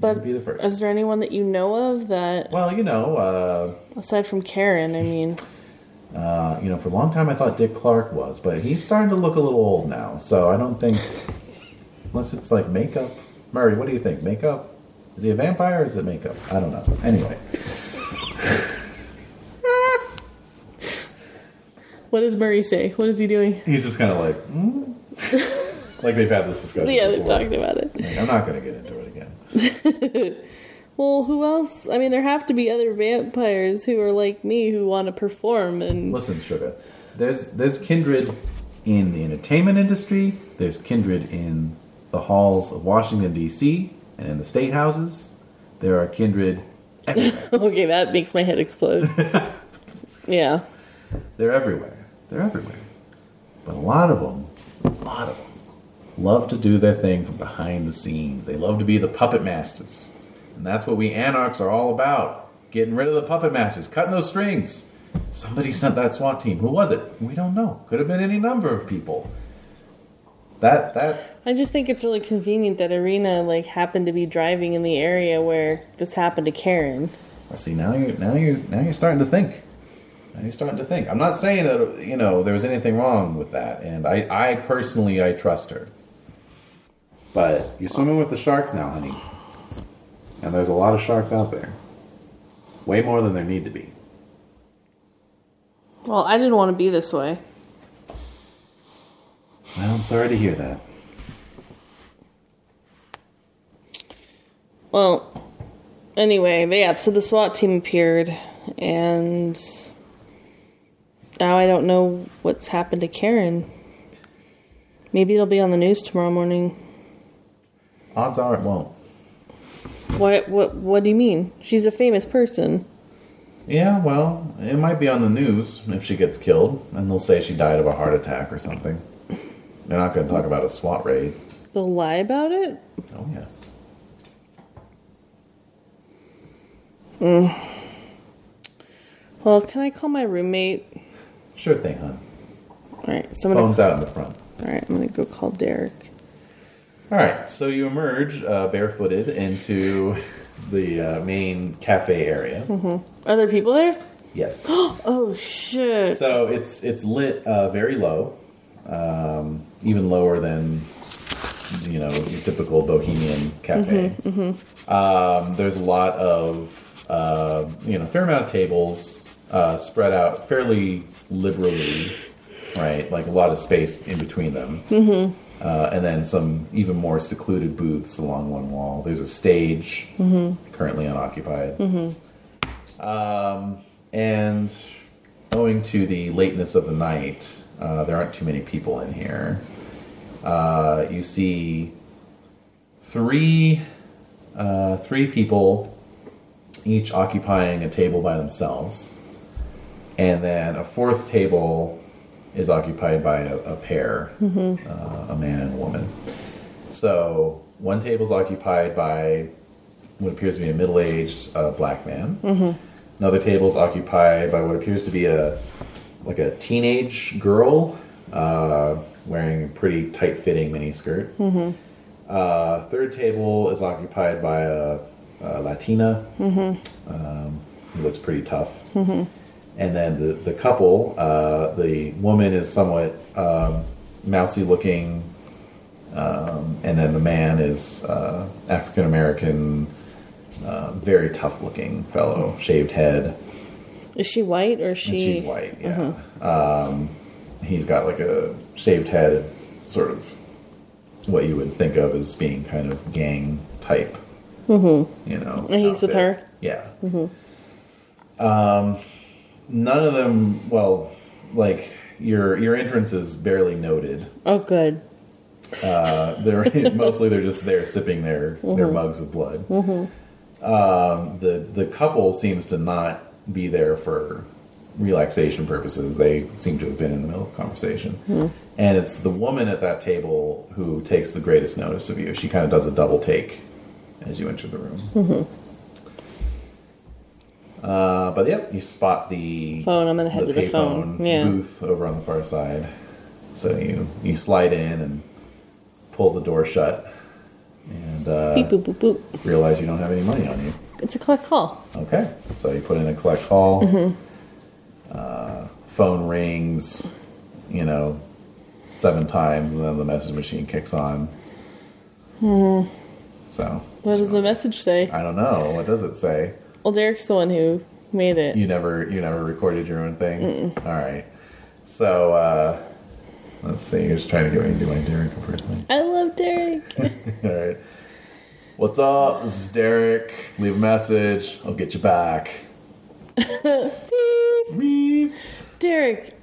[SPEAKER 2] But
[SPEAKER 1] be the first.
[SPEAKER 2] is there anyone that you know of that,
[SPEAKER 1] Well, you know. Uh,
[SPEAKER 2] aside from Karen? I mean,
[SPEAKER 1] Uh, you know, for a long time I thought Dick Clark was, but he's starting to look a little old now. So I don't think, unless it's like makeup. Murray, what do you think? Makeup? Is he a vampire or is it makeup? I don't know. Anyway,
[SPEAKER 2] what does Murray say? What is he doing?
[SPEAKER 1] he's just kind of like, mm. like they've had this discussion
[SPEAKER 2] Yeah, they've
[SPEAKER 1] before.
[SPEAKER 2] talked about it.
[SPEAKER 1] Like, I'm not going to get into it again.
[SPEAKER 2] Well, who else? I mean, there have to be other vampires who are like me who want to perform and
[SPEAKER 1] Listen, sugar. There's there's kindred in the entertainment industry. There's kindred in the halls of Washington D.C. and in the state houses. There are kindred everywhere.
[SPEAKER 2] okay, that makes my head explode. yeah.
[SPEAKER 1] They're everywhere. They're everywhere. But a lot of them, a lot of them, love to do their thing from behind the scenes. They love to be the puppet masters. And that's what we anarchs are all about getting rid of the puppet masters, cutting those strings. Somebody sent that SWAT team. Who was it? We don't know. Could have been any number of people. That, that,
[SPEAKER 2] I just think it's really convenient that Arena like happened to be driving in the area where this happened to Karen.
[SPEAKER 1] well, see, now you're, now you're, now you're starting to think. Now you're starting to think. I'm not saying that, you know, there was anything wrong with that. And I, I personally, I trust her. But you're swimming with the sharks now, honey. And there's a lot of sharks out there. Way more than there need to be.
[SPEAKER 2] Well, I didn't want to be this way.
[SPEAKER 1] Well, I'm sorry to hear that.
[SPEAKER 2] Well, anyway, yeah, so the SWAT team appeared and now I don't know what's happened to Karen. Maybe it'll be on the news tomorrow morning.
[SPEAKER 1] Odds are it won't.
[SPEAKER 2] What what what do you mean? She's a famous person.
[SPEAKER 1] Yeah, well, it might be on the news if she gets killed, and they'll say she died of a heart attack or something. They're not going to talk about a SWAT raid.
[SPEAKER 2] They'll lie about it?
[SPEAKER 1] Oh, yeah.
[SPEAKER 2] Well, can I call my roommate?
[SPEAKER 1] Sure thing, hon.
[SPEAKER 2] All right, so I'm gonna,
[SPEAKER 1] Phone's out in the front.
[SPEAKER 2] all right, I'm gonna go call Derek.
[SPEAKER 1] All right, so you emerge uh, barefooted into the uh, main cafe area.
[SPEAKER 2] Are there people there?
[SPEAKER 1] Yes.
[SPEAKER 2] Oh shit.
[SPEAKER 1] so it's it's lit uh, very low, um, even lower than you know your typical bohemian cafe. Um, there's a lot of uh, you know fair amount of tables uh, spread out fairly liberally, right? Like a lot of space in between them. Uh, and then some even more secluded booths along one wall. There's a stage currently unoccupied. Um, and owing to the lateness of the night, uh, there aren't too many people in here. Uh, you see three uh, three people, each occupying a table by themselves, and then a fourth table is occupied by a, a pair, uh, a man and a woman. So one table's occupied by what appears to be a middle-aged uh, black man. Another table's occupied by what appears to be a like a teenage girl uh, wearing a pretty tight-fitting miniskirt. Uh, third table is occupied by a, a Latina um, who looks pretty tough. And then the, the couple, uh, the woman is somewhat um, mousy looking, um, and then the man is uh, African American, uh, very tough looking fellow, shaved head.
[SPEAKER 2] Is she white or is
[SPEAKER 1] And
[SPEAKER 2] she? Mm-hmm.
[SPEAKER 1] she's white, yeah. Um, he's got like a shaved head, and sort of what you would think of as being kind of gang type. Mm-hmm. You know,
[SPEAKER 2] And he's with her? Mm-hmm.
[SPEAKER 1] Yeah. Um, none of them. Well, like your your entrance is barely noted.
[SPEAKER 2] Oh, good.
[SPEAKER 1] Uh, they're mostly they're just there sipping their their
[SPEAKER 2] Mm-hmm.
[SPEAKER 1] mugs of blood. Um, the the couple seems to not be there for relaxation purposes. They seem to have been in the middle of conversation,
[SPEAKER 2] Hmm.
[SPEAKER 1] and it's the woman at that table who takes the greatest notice of you. She kind of does a double take as you enter the room.
[SPEAKER 2] Mm-hmm.
[SPEAKER 1] Uh, but yep, you spot the
[SPEAKER 2] Phone, I'm gonna head to the phone.
[SPEAKER 1] payphone
[SPEAKER 2] Yeah.
[SPEAKER 1] booth over on the far side. So you you slide in and pull the door shut, and
[SPEAKER 2] Beep
[SPEAKER 1] uh,
[SPEAKER 2] boop boop boop.
[SPEAKER 1] realize you don't have any money on you.
[SPEAKER 2] It's a collect call.
[SPEAKER 1] Okay, so you put in a collect call.
[SPEAKER 2] Mm-hmm.
[SPEAKER 1] Uh, phone rings, you know, seven times, and then the message machine kicks on. So
[SPEAKER 2] Mm-hmm. What does the message say?
[SPEAKER 1] I don't know. What does it say?
[SPEAKER 2] Well, Derek's the one who made it.
[SPEAKER 1] You never you never recorded your own thing. All right. So uh, let's see. You're just trying to get me to do my Derek impersonation.
[SPEAKER 2] I love Derek.
[SPEAKER 1] All right. What's up? This is Derek. Leave a message. I'll get you back. Beep.
[SPEAKER 2] Derek,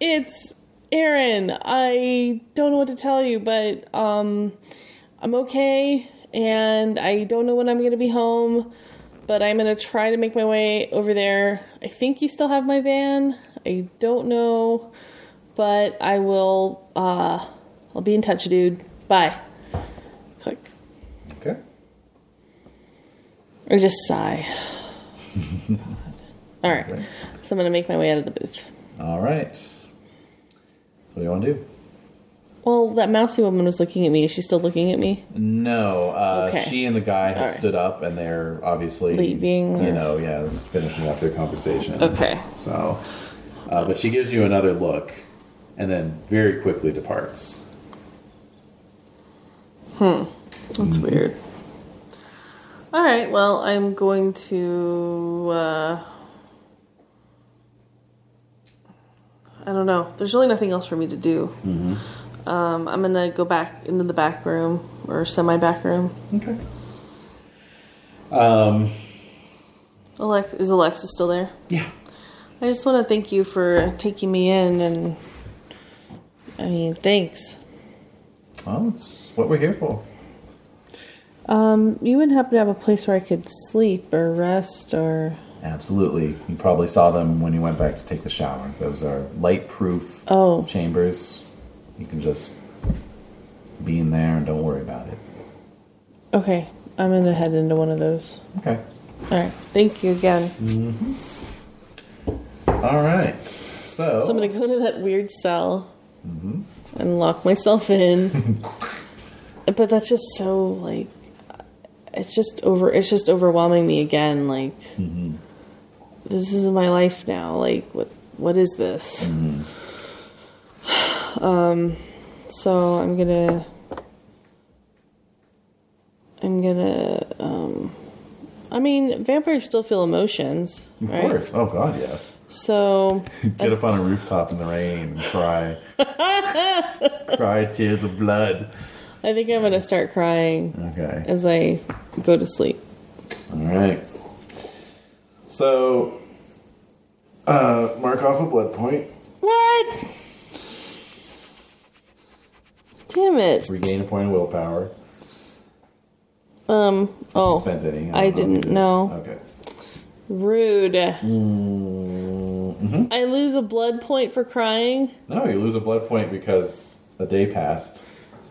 [SPEAKER 2] it's Aaron. I don't know what to tell you, but um, I'm okay, and I don't know when I'm gonna be home, but I'm gonna try to make my way over there. I think you still have my van. I don't know, but I will. Uh, I'll be in touch, dude. Bye. Click
[SPEAKER 1] Okay.
[SPEAKER 2] or just sigh. All right,
[SPEAKER 1] Okay.
[SPEAKER 2] so I'm gonna make my way out of the booth.
[SPEAKER 1] All right. So what do you want to do?
[SPEAKER 2] Well, that mousy woman was looking at me. Is she still looking at me?
[SPEAKER 1] No, uh,
[SPEAKER 2] Okay.
[SPEAKER 1] she and the guy have
[SPEAKER 2] All right.
[SPEAKER 1] stood up and they're obviously
[SPEAKER 2] Leaving or-
[SPEAKER 1] You know, yeah, just finishing up their conversation.
[SPEAKER 2] Okay.
[SPEAKER 1] So, uh, but she gives you another look, and then very quickly departs.
[SPEAKER 2] That's weird. All right, well, I'm going to. Uh, I don't know. There's really nothing else for me to do. Um, I'm going to go back into the back room or semi back room.
[SPEAKER 1] Okay.
[SPEAKER 2] Alex- is Alexa still there?
[SPEAKER 1] Um, Yeah.
[SPEAKER 2] I just want to thank you for taking me in and. I mean, thanks.
[SPEAKER 1] Well, that's what we're here for.
[SPEAKER 2] Um, You wouldn't happen to have a place where I could sleep or rest or.
[SPEAKER 1] Absolutely. You probably saw them when you went back to take the shower. Those are light proof
[SPEAKER 2] Oh.
[SPEAKER 1] chambers. You can just be in there and don't worry about it.
[SPEAKER 2] Okay, I'm going to head into one of those.
[SPEAKER 1] Okay.
[SPEAKER 2] All right. Thank you again.
[SPEAKER 1] All right. So,
[SPEAKER 2] So I'm gonna go to that weird cell
[SPEAKER 1] Mm-hmm.
[SPEAKER 2] and lock myself in. but that's just so like,
[SPEAKER 1] Mm-hmm.
[SPEAKER 2] it's just over. It's just overwhelming me again. Like, this is my life now. Like, what what is this? Um,
[SPEAKER 1] Mm-hmm.
[SPEAKER 2] so I'm gonna I'm gonna um, I mean, vampires still feel emotions,
[SPEAKER 1] Of
[SPEAKER 2] right?
[SPEAKER 1] course. Oh God, yes.
[SPEAKER 2] So
[SPEAKER 1] Get up on a rooftop in the rain and cry. cry tears of blood.
[SPEAKER 2] I think I'm gonna start crying
[SPEAKER 1] Okay.
[SPEAKER 2] as I go to sleep.
[SPEAKER 1] All right. So, uh, mark off a blood point.
[SPEAKER 2] What? Damn it.
[SPEAKER 1] Regain a point of willpower.
[SPEAKER 2] Um. Oh.
[SPEAKER 1] Spent any? don't
[SPEAKER 2] I
[SPEAKER 1] know if
[SPEAKER 2] didn't
[SPEAKER 1] you
[SPEAKER 2] know.
[SPEAKER 1] did. Okay.
[SPEAKER 2] Rude.
[SPEAKER 1] Mm-hmm.
[SPEAKER 2] I lose a blood point for crying.
[SPEAKER 1] No, you lose a blood point because a day passed,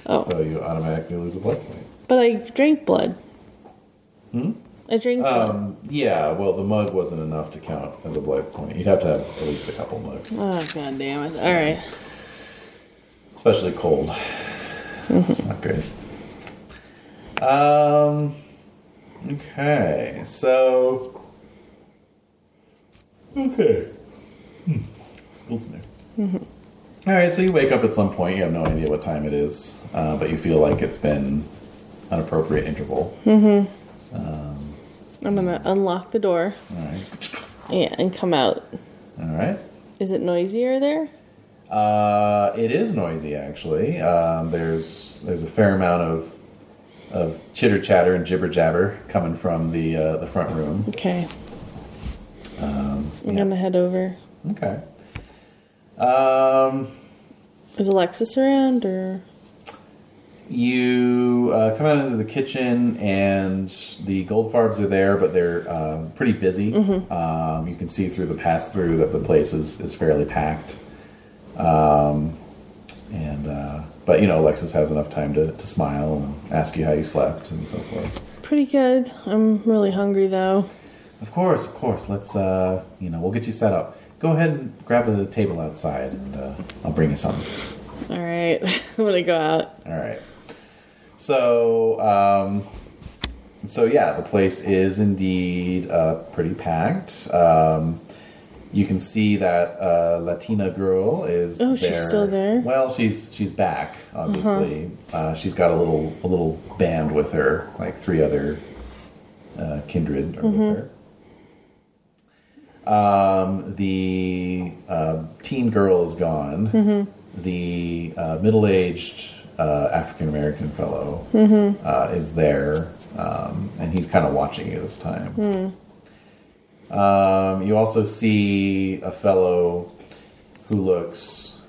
[SPEAKER 2] Oh,
[SPEAKER 1] so you automatically lose a blood point.
[SPEAKER 2] but I drank blood. Hmm? I drank blood.
[SPEAKER 1] Um, yeah, well, the mug wasn't enough to count as a blood point. You'd have to have at least a couple mugs,
[SPEAKER 2] Oh, god damn it. All right.
[SPEAKER 1] especially cold. It's not good. Um, okay, so. Okay. Hmm. School's new. All right, so you wake up at some point. You have no idea what time it is, uh, but you feel like it's been an appropriate interval.
[SPEAKER 2] I'm gonna unlock the door
[SPEAKER 1] All right.
[SPEAKER 2] yeah, and come out.
[SPEAKER 1] All right.
[SPEAKER 2] Is it noisier there?
[SPEAKER 1] Uh, it is noisy, actually. Um, there's there's a fair amount of of chitter chatter and jibber jabber coming from the uh, the front room.
[SPEAKER 2] Okay. I'm gonna head over.
[SPEAKER 1] Okay. Um,
[SPEAKER 2] Is Alexis around or?
[SPEAKER 1] you uh, come out into the kitchen, and the Goldfarbs are there, but they're um, pretty busy. Um, you can see through the pass through that the place is, is fairly packed. Um, and uh, but you know, Alexis has enough time to, to smile and ask you how you slept and so forth.
[SPEAKER 2] Pretty good. I'm really hungry though.
[SPEAKER 1] Of course, of course. Let's, uh, you know, we'll get you set up. Go ahead and grab a table outside, and uh, I'll bring you something.
[SPEAKER 2] All right. I'm gonna go out.
[SPEAKER 1] All right. So, um, so yeah, the place is indeed uh, pretty packed. Um, you can see that uh, Latina girl is.
[SPEAKER 2] Oh, she's still there? Uh-huh.
[SPEAKER 1] Well, she's she's back. Obviously, uh she's got a little a little band with her, like three other uh, kindred are
[SPEAKER 2] Mm-hmm.
[SPEAKER 1] with her. Um, the uh, teen girl is gone. The uh, middle aged uh, African American fellow uh, is there, um, and he's kind of watching you this time. Um, you also see a fellow who looks.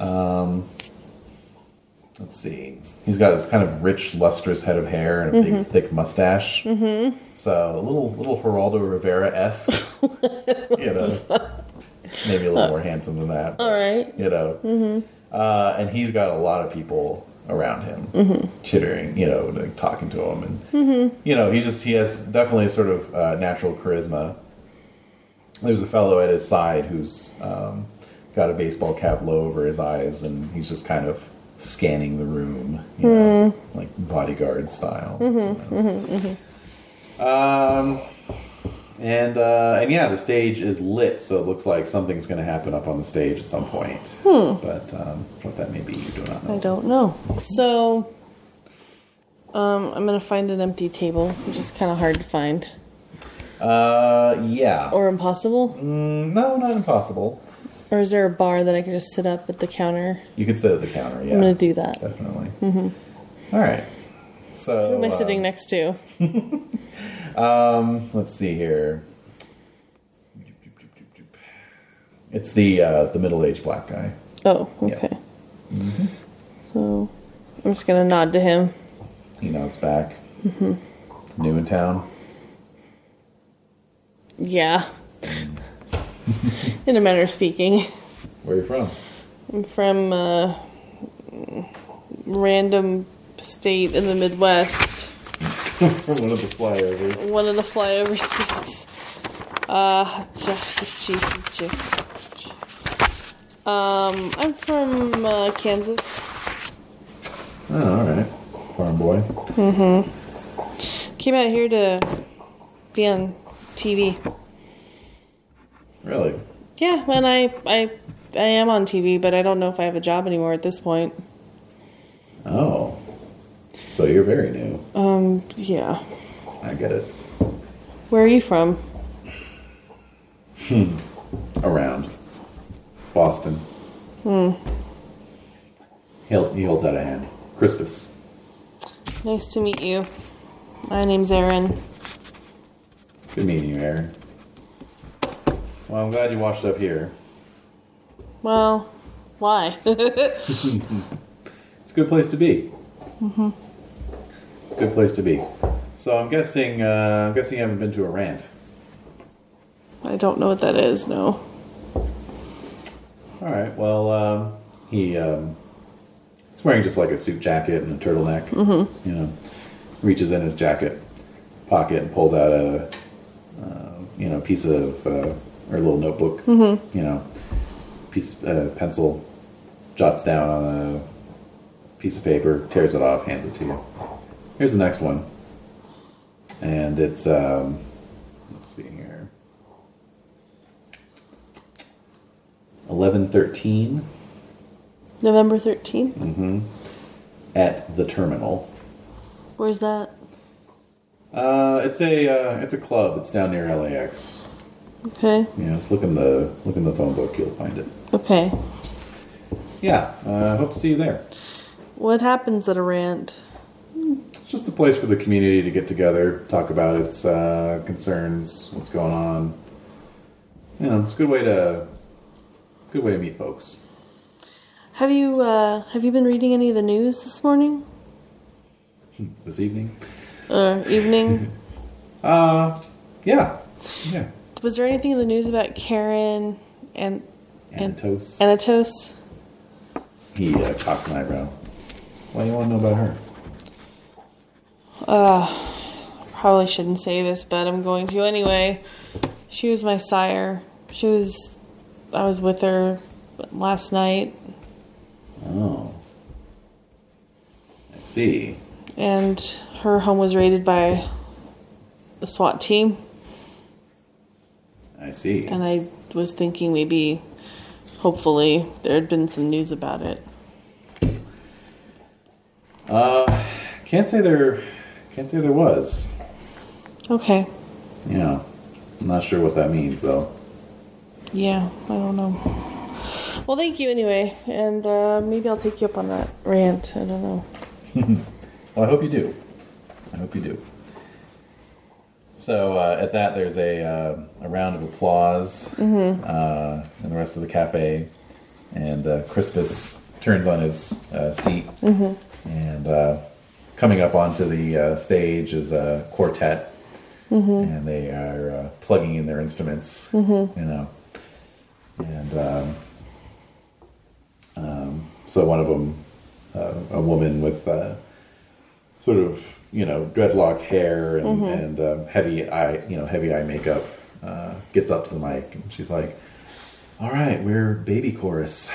[SPEAKER 1] Um, let's see. He's got this kind of rich, lustrous head of hair and a big, thick mustache. Mm-hmm. So a little, little Geraldo Rivera esque. you know, maybe a little more handsome than that.
[SPEAKER 2] All right.
[SPEAKER 1] You know, uh, and he's got a lot of people around him, chittering. You know, like talking to him, and you know, he's just he has definitely a sort of uh, natural charisma. There's a fellow at his side who's um, got a baseball cap low over his eyes, and he's just kind of scanning the room, you know,
[SPEAKER 2] Hmm.
[SPEAKER 1] like bodyguard style. you
[SPEAKER 2] Mm-hmm,
[SPEAKER 1] know. Um, and uh, and yeah, the stage is lit, so it looks like something's going to happen up on the stage at some point.
[SPEAKER 2] Hmm.
[SPEAKER 1] But um, what that may be, you do not
[SPEAKER 2] I
[SPEAKER 1] know.
[SPEAKER 2] don't know. So, um, I'm gonna find an empty table, which is kind of hard to find
[SPEAKER 1] Uh, yeah.
[SPEAKER 2] or impossible.
[SPEAKER 1] Mm, no, not impossible.
[SPEAKER 2] Or is there a bar that I could just sit up at the counter?
[SPEAKER 1] You could sit at the counter. Yeah.
[SPEAKER 2] I'm gonna do that.
[SPEAKER 1] Definitely. All right. So
[SPEAKER 2] Mm-hmm. Who am I
[SPEAKER 1] uh,
[SPEAKER 2] sitting next to?
[SPEAKER 1] Um, let's see here. It's the uh, the middle aged black guy.
[SPEAKER 2] Oh,
[SPEAKER 1] yeah.
[SPEAKER 2] okay. So, I'm just gonna nod to him.
[SPEAKER 1] You know, it's back. New in town.
[SPEAKER 2] Yeah. in a manner of speaking,
[SPEAKER 1] Where are you from?
[SPEAKER 2] I'm from a random state in the Midwest.
[SPEAKER 1] From one of the flyovers.
[SPEAKER 2] one of the flyover states. Uh, Jeff, Jeff, Jeff. Um, I'm from uh, Kansas.
[SPEAKER 1] Oh, all right. Farm boy.
[SPEAKER 2] Came out here to be on TV.
[SPEAKER 1] Really?
[SPEAKER 2] Yeah, when I I I am on TV, but I don't know if I have a job anymore at this point.
[SPEAKER 1] Oh. So you're very new.
[SPEAKER 2] Um, yeah.
[SPEAKER 1] I get it.
[SPEAKER 2] Where are you from?
[SPEAKER 1] Around. Boston. Hmm. He'll, he holds out a hand. Crispus.
[SPEAKER 2] Nice to meet you. My name's Erin.
[SPEAKER 1] Good meeting you, Aaron. Well, I'm glad you washed up here.
[SPEAKER 2] Well, why?
[SPEAKER 1] It's a good place to be. Mm-hmm. Good place to be. So I'm guessing uh, I'm guessing you haven't been to a rant.
[SPEAKER 2] I don't know what that is. No.
[SPEAKER 1] All right. Well, um, he um, he's wearing just like a suit jacket and a turtleneck. Mm-hmm. You know, reaches in his jacket pocket and pulls out a uh, you know piece of uh, or a little notebook. Mm-hmm. You know, piece uh, pencil jots down on a piece of paper, tears it off, hands it to you. Here's the next one, and it's um, let's see here. 1113
[SPEAKER 2] November thirteenth.
[SPEAKER 1] at the terminal.
[SPEAKER 2] Where's that?
[SPEAKER 1] Uh, it's a uh, it's a club. It's down near LAX.
[SPEAKER 2] Okay.
[SPEAKER 1] You know, just look in the look in the phone book. You'll find it.
[SPEAKER 2] Okay.
[SPEAKER 1] Yeah. Uh, hope to see you there.
[SPEAKER 2] What happens at a rant?
[SPEAKER 1] It's just a place for the community to get together, talk about its uh, concerns, what's going on. You know, it's a good way to good way to meet folks.
[SPEAKER 2] Have you uh, have you been reading any of the news this morning
[SPEAKER 1] Hmm, This evening.
[SPEAKER 2] or evening?
[SPEAKER 1] Uh, yeah, yeah.
[SPEAKER 2] Was there anything in the news about Karen and
[SPEAKER 1] And toast.
[SPEAKER 2] Anatos?
[SPEAKER 1] He uh, cocks an eyebrow. Why do you want to know about her?
[SPEAKER 2] Probably shouldn't say this, but I'm going to anyway. She was my sire. She was. I was with her last night,
[SPEAKER 1] Oh, I see.
[SPEAKER 2] and her home was raided by a SWAT team.
[SPEAKER 1] I see.
[SPEAKER 2] And I was thinking maybe, hopefully, there had been some news about it.
[SPEAKER 1] Uh, can't say there. Can't say there was.
[SPEAKER 2] Okay.
[SPEAKER 1] You know, I'm not sure what that means though.
[SPEAKER 2] Yeah, I don't know. Well, thank you anyway, and uh, maybe I'll take you up on that rant. I don't know.
[SPEAKER 1] Well, I hope you do. I hope you do. So uh, at that, there's a, uh, a round of applause uh, and the rest of the cafe, and uh, Crispus turns on his uh, seat, and uh, coming up onto the uh, stage is a quartet, and they are uh, plugging in their instruments, you know, and. Um, um, so one of them, uh, a woman with uh, sort of you know dreadlocked hair and,
[SPEAKER 2] Mm-hmm.
[SPEAKER 1] and um, heavy eye you know heavy eye makeup, uh, gets up to the mic and she's like, "All right, we're baby chorus,"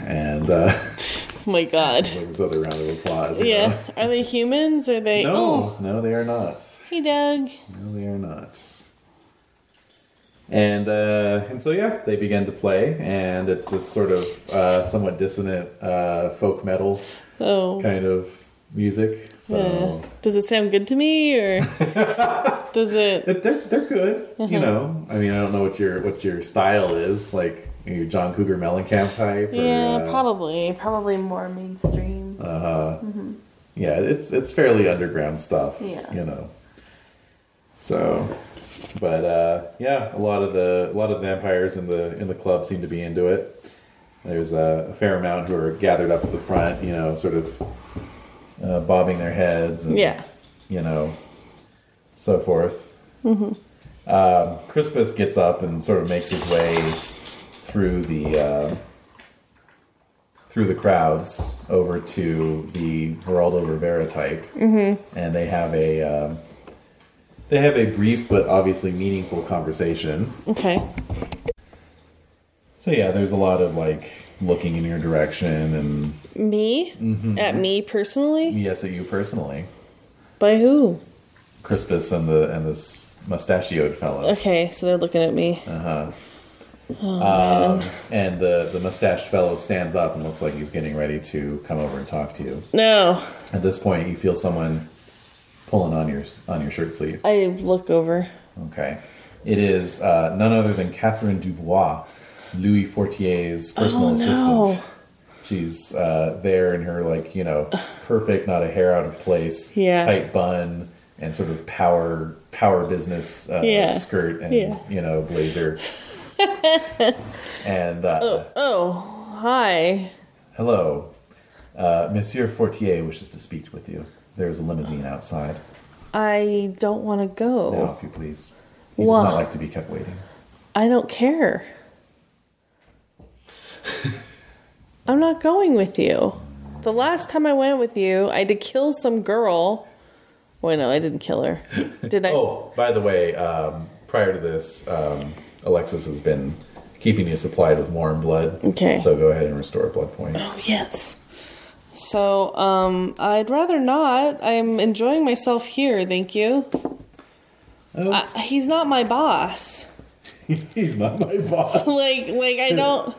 [SPEAKER 1] and uh,
[SPEAKER 2] Oh my god.
[SPEAKER 1] this other round of applause. you
[SPEAKER 2] Yeah.
[SPEAKER 1] know.
[SPEAKER 2] Are they humans? Are they?
[SPEAKER 1] No,
[SPEAKER 2] Oh,
[SPEAKER 1] no, they are not.
[SPEAKER 2] hey, Doug.
[SPEAKER 1] No, they are not. And uh, and so yeah, they begin to play, and it's this sort of uh, somewhat dissonant uh, folk metal
[SPEAKER 2] Oh.
[SPEAKER 1] kind of music. So
[SPEAKER 2] yeah. Does it sound good to me, or does it?
[SPEAKER 1] But they're they're good. You
[SPEAKER 2] Mm-hmm.
[SPEAKER 1] know, I mean, I don't know what your what your style is like. Are you John Cougar Mellencamp type? Or,
[SPEAKER 2] Yeah, Uh.
[SPEAKER 1] uh,
[SPEAKER 2] probably. Probably more mainstream.
[SPEAKER 1] Yeah, it's it's fairly underground stuff.
[SPEAKER 2] Yeah.
[SPEAKER 1] you know. So, but uh, yeah, a lot of the a lot of vampires in the in the club seem to be into it. There's a, a fair amount who are gathered up at the front, you know, sort of uh, bobbing their heads. And,
[SPEAKER 2] Yeah.
[SPEAKER 1] you know, so forth. Um, Crispus gets up and sort of makes his way through the uh, through the crowds over to the Geraldo Rivera type, and they have a um, they have a brief but obviously meaningful conversation.
[SPEAKER 2] Okay.
[SPEAKER 1] So yeah, there's a lot of like looking in your direction and
[SPEAKER 2] Me?
[SPEAKER 1] Mm-hmm.
[SPEAKER 2] At me personally?
[SPEAKER 1] yes, at you personally,
[SPEAKER 2] By who?
[SPEAKER 1] Crispus and the and this mustachioed fellow.
[SPEAKER 2] Okay, so they're looking at me.
[SPEAKER 1] Uh huh. um, and the, the mustached fellow stands up and looks like he's getting ready to come over and talk to you.
[SPEAKER 2] No.
[SPEAKER 1] At this point, you feel someone pulling on your on your shirt sleeve.
[SPEAKER 2] I look over.
[SPEAKER 1] Okay, it is uh, none other than Catherine Dubois, Louis Fortier's personal
[SPEAKER 2] Oh, no.
[SPEAKER 1] assistant. She's uh, there in her like you know perfect, not a hair out of place,
[SPEAKER 2] Yeah.
[SPEAKER 1] tight bun and sort of power power business uh,
[SPEAKER 2] Yeah.
[SPEAKER 1] skirt and
[SPEAKER 2] Yeah.
[SPEAKER 1] you know blazer. and uh,
[SPEAKER 2] Oh, hi.
[SPEAKER 1] Hello. Uh, Monsieur Fortier wishes to speak with you. There is a limousine outside.
[SPEAKER 2] I don't want to go.
[SPEAKER 1] Now, if you please. He
[SPEAKER 2] Why?
[SPEAKER 1] does not like to be kept waiting.
[SPEAKER 2] I don't care. I'm not going with you. The last time I went with you, I had to kill some girl. Wait, no, I didn't kill her. Did I?
[SPEAKER 1] Oh, by the way, um, prior to this, um, Alexis has been keeping you supplied with warm blood.
[SPEAKER 2] Okay.
[SPEAKER 1] So go ahead and restore a blood point.
[SPEAKER 2] Oh, yes. So, um, I'd rather not. I'm enjoying myself here, thank you.
[SPEAKER 1] Oh.
[SPEAKER 2] I, he's not my boss.
[SPEAKER 1] He's not my boss.
[SPEAKER 2] Like, like I don't.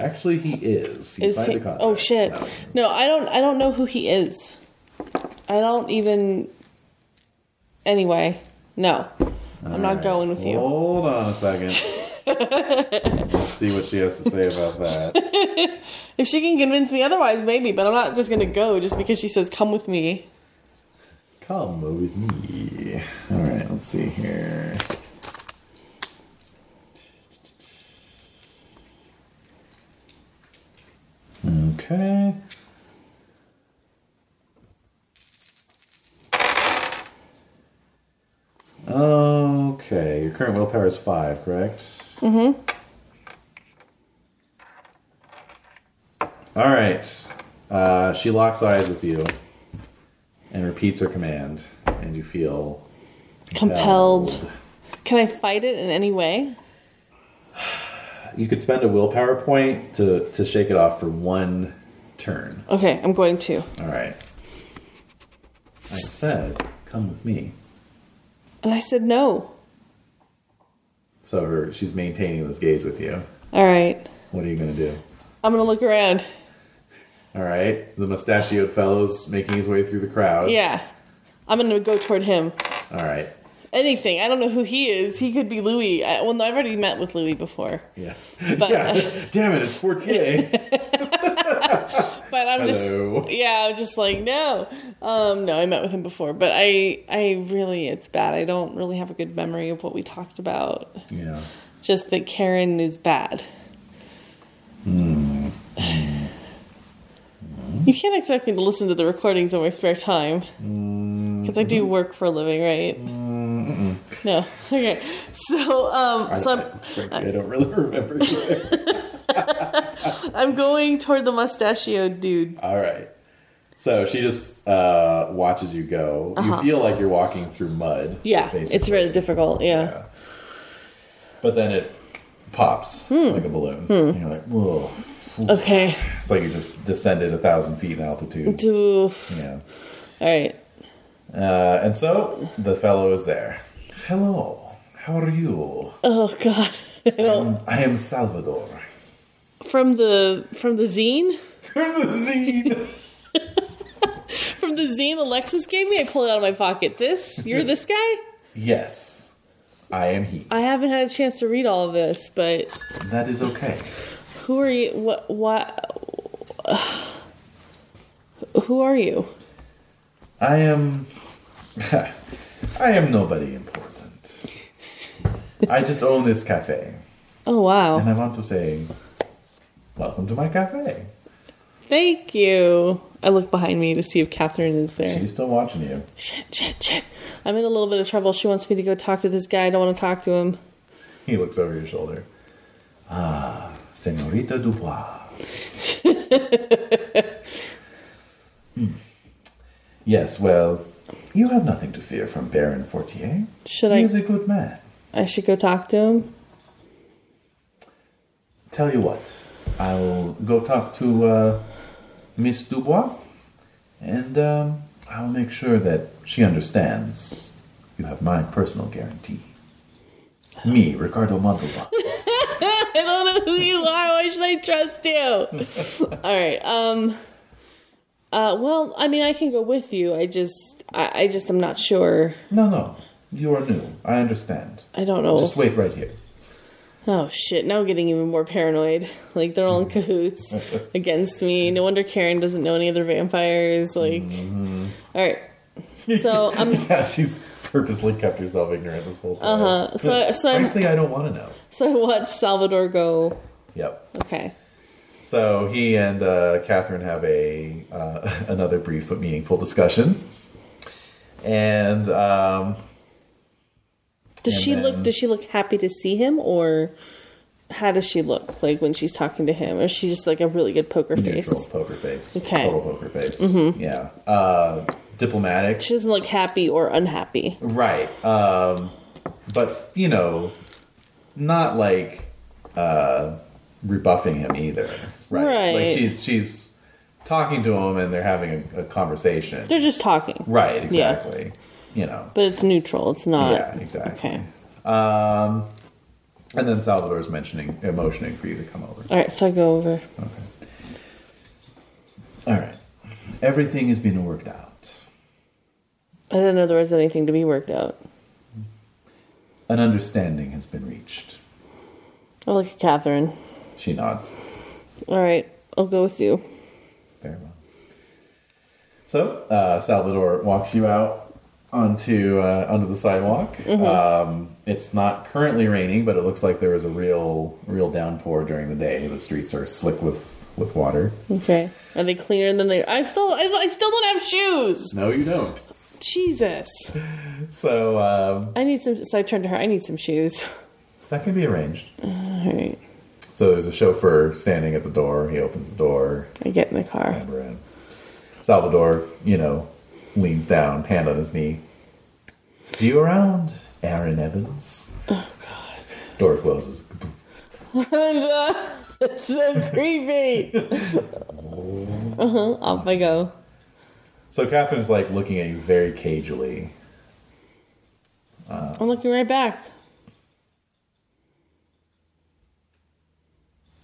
[SPEAKER 1] Actually, he is. He
[SPEAKER 2] Is
[SPEAKER 1] signed
[SPEAKER 2] he?
[SPEAKER 1] the contract.
[SPEAKER 2] Oh shit! No, I don't. I don't know who he is. I don't even. Anyway, no, I'm not going with you.
[SPEAKER 1] Hold on a second. Let's see what she has to say about that.
[SPEAKER 2] If she can convince me otherwise, maybe. But I'm not just gonna go just because she says come with me.
[SPEAKER 1] Come with me. All right, let's see here. Okay. Okay, your current willpower is five, correct? Mm-hmm. All right. Uh, she locks eyes with you and repeats her command, and you feel
[SPEAKER 2] Compelled. Can I fight it in any way?
[SPEAKER 1] You could spend a willpower point to to shake it off for one turn.
[SPEAKER 2] Okay, I'm going to.
[SPEAKER 1] All right. I said, "Come with me."
[SPEAKER 2] And I said no.
[SPEAKER 1] So her, she's maintaining this gaze with you.
[SPEAKER 2] All right,
[SPEAKER 1] What are you going to do?
[SPEAKER 2] I'm gonna look around.
[SPEAKER 1] All right. The mustachioed fellow's making his way through the crowd.
[SPEAKER 2] Yeah, I'm gonna go toward him.
[SPEAKER 1] All right.
[SPEAKER 2] Anything. I don't know who he is. He could be Louis. I, well, no, I've already met with Louis before.
[SPEAKER 1] Yeah.
[SPEAKER 2] But- uh,
[SPEAKER 1] yeah. Damn it! It's Fortier.
[SPEAKER 2] But I'm
[SPEAKER 1] Hello.
[SPEAKER 2] just yeah, I'm just like no, um, no. I met with him before, but I I really it's bad. I don't really have a good memory of what we talked about.
[SPEAKER 1] yeah.
[SPEAKER 2] Just that Karen is bad. Hmm. You can't expect me to listen to the recordings in my spare time because I do work for a living, right? No, okay. So, um, so I'm,
[SPEAKER 1] frankly, I don't really remember. either.
[SPEAKER 2] I'm going toward the mustachioed dude.
[SPEAKER 1] All right. So she just uh, watches you go. You feel like you're walking through mud.
[SPEAKER 2] Uh-huh. Yeah, it's
[SPEAKER 1] basically.
[SPEAKER 2] really difficult. Yeah.
[SPEAKER 1] Yeah. But then it pops
[SPEAKER 2] Hmm.
[SPEAKER 1] like a balloon. And you're like, whoa.
[SPEAKER 2] Okay.
[SPEAKER 1] It's like you just descended a thousand feet in altitude.
[SPEAKER 2] Do
[SPEAKER 1] Yeah.
[SPEAKER 2] all right.
[SPEAKER 1] Uh, and so the fellow is there. Hello. How are you?
[SPEAKER 2] Oh God. I don't-
[SPEAKER 1] Um, I am Salvador.
[SPEAKER 2] From the from the zine
[SPEAKER 1] From the zine.
[SPEAKER 2] from the zine Alexis gave me, I pull it out of my pocket. This you're this guy.
[SPEAKER 1] yes. I am he.
[SPEAKER 2] I haven't had a chance to read all of this, but
[SPEAKER 1] That is okay.
[SPEAKER 2] who are you? What what? Who are you?
[SPEAKER 1] I am. I am nobody important. I just own this cafe,
[SPEAKER 2] Oh
[SPEAKER 1] and
[SPEAKER 2] wow!
[SPEAKER 1] I want to say, welcome to my cafe.
[SPEAKER 2] Thank you. I look behind me to see if Catherine is there.
[SPEAKER 1] She's still watching you.
[SPEAKER 2] Shit, shit, shit. I'm in a little bit of trouble. She wants me to go talk to this guy. I don't want to talk to him.
[SPEAKER 1] He looks over your shoulder. Ah, Senorita Dubois. Hmm. Yes, well, you have nothing to fear from Baron Fortier.
[SPEAKER 2] Should
[SPEAKER 1] he
[SPEAKER 2] I?
[SPEAKER 1] is a good man.
[SPEAKER 2] I should go talk to him.
[SPEAKER 1] Tell you what, I'll go talk to uh, Miss Dubois, and um, I'll make sure that she understands you have my personal guarantee. Me, Ricardo Montalban.
[SPEAKER 2] I don't know who you are. Why should I trust you? All right. Um. Uh. Well, I mean, I can go with you. I just, I, I just, am not sure.
[SPEAKER 1] No, no. You are new. I understand.
[SPEAKER 2] I don't know.
[SPEAKER 1] Just wait right here.
[SPEAKER 2] Oh shit! Now I'm getting even more paranoid. Like they're all
[SPEAKER 1] Mm-hmm.
[SPEAKER 2] in cahoots against me. No wonder Karen doesn't know any other vampires. Like,
[SPEAKER 1] Mm-hmm.
[SPEAKER 2] All right. So um, I'm.
[SPEAKER 1] yeah, she's purposely kept herself ignorant this whole time.
[SPEAKER 2] Uh huh. So I- so I'm,
[SPEAKER 1] Frankly, I don't want to know.
[SPEAKER 2] so I watched Salvador go.
[SPEAKER 1] Yep.
[SPEAKER 2] Okay.
[SPEAKER 1] So he and uh, Catherine have a uh, another brief but meaningful discussion, and um,
[SPEAKER 2] Does
[SPEAKER 1] And
[SPEAKER 2] she
[SPEAKER 1] then-
[SPEAKER 2] look? Does she look happy to see him, or how does she look like when she's talking to him? Or is she just like a really good poker
[SPEAKER 1] neutral
[SPEAKER 2] face?
[SPEAKER 1] poker face,
[SPEAKER 2] Okay. Mm-hmm.
[SPEAKER 1] total poker face. Yeah, uh, diplomatic,
[SPEAKER 2] She doesn't look happy or unhappy.
[SPEAKER 1] right? Um, but you know, not like uh, rebuffing him either, right?
[SPEAKER 2] Right.
[SPEAKER 1] Like she's she's talking to him and they're having a, a conversation,
[SPEAKER 2] They're just talking,
[SPEAKER 1] right?
[SPEAKER 2] Yeah.
[SPEAKER 1] Exactly. You know.
[SPEAKER 2] but it's neutral. It's not.
[SPEAKER 1] Yeah, exactly.
[SPEAKER 2] Okay.
[SPEAKER 1] Um, and then Salvador's mentioning, uh, motioning for you to come over.
[SPEAKER 2] All right. So I go over.
[SPEAKER 1] All right. Everything has been worked out.
[SPEAKER 2] I didn't know there was anything to be worked out.
[SPEAKER 1] An understanding has been reached.
[SPEAKER 2] I Oh, look at Catherine.
[SPEAKER 1] She nods.
[SPEAKER 2] All right. I'll go with you.
[SPEAKER 1] Very well. So uh, Salvador walks you out onto uh, onto the sidewalk. Um, it's not currently raining, but it looks like there was a real real downpour during the day. The streets are slick with with water.
[SPEAKER 2] Okay. Are they cleaner than they? I still, I, I still don't have shoes.
[SPEAKER 1] No, you don't.
[SPEAKER 2] Jesus.
[SPEAKER 1] So um,
[SPEAKER 2] I need some. So I turned to her. I need some shoes.
[SPEAKER 1] that can be arranged.
[SPEAKER 2] All right.
[SPEAKER 1] So there's a chauffeur standing at the door. He opens the door,
[SPEAKER 2] I get in the car.
[SPEAKER 1] and we're in. Salvador, you know, leans down, hand on his knee. See you around, Aaron Evans. Oh, God. Door closes.
[SPEAKER 2] It's so creepy. uh huh. Off I go.
[SPEAKER 1] So Catherine's like looking at you very cagily.
[SPEAKER 2] I'm looking right back.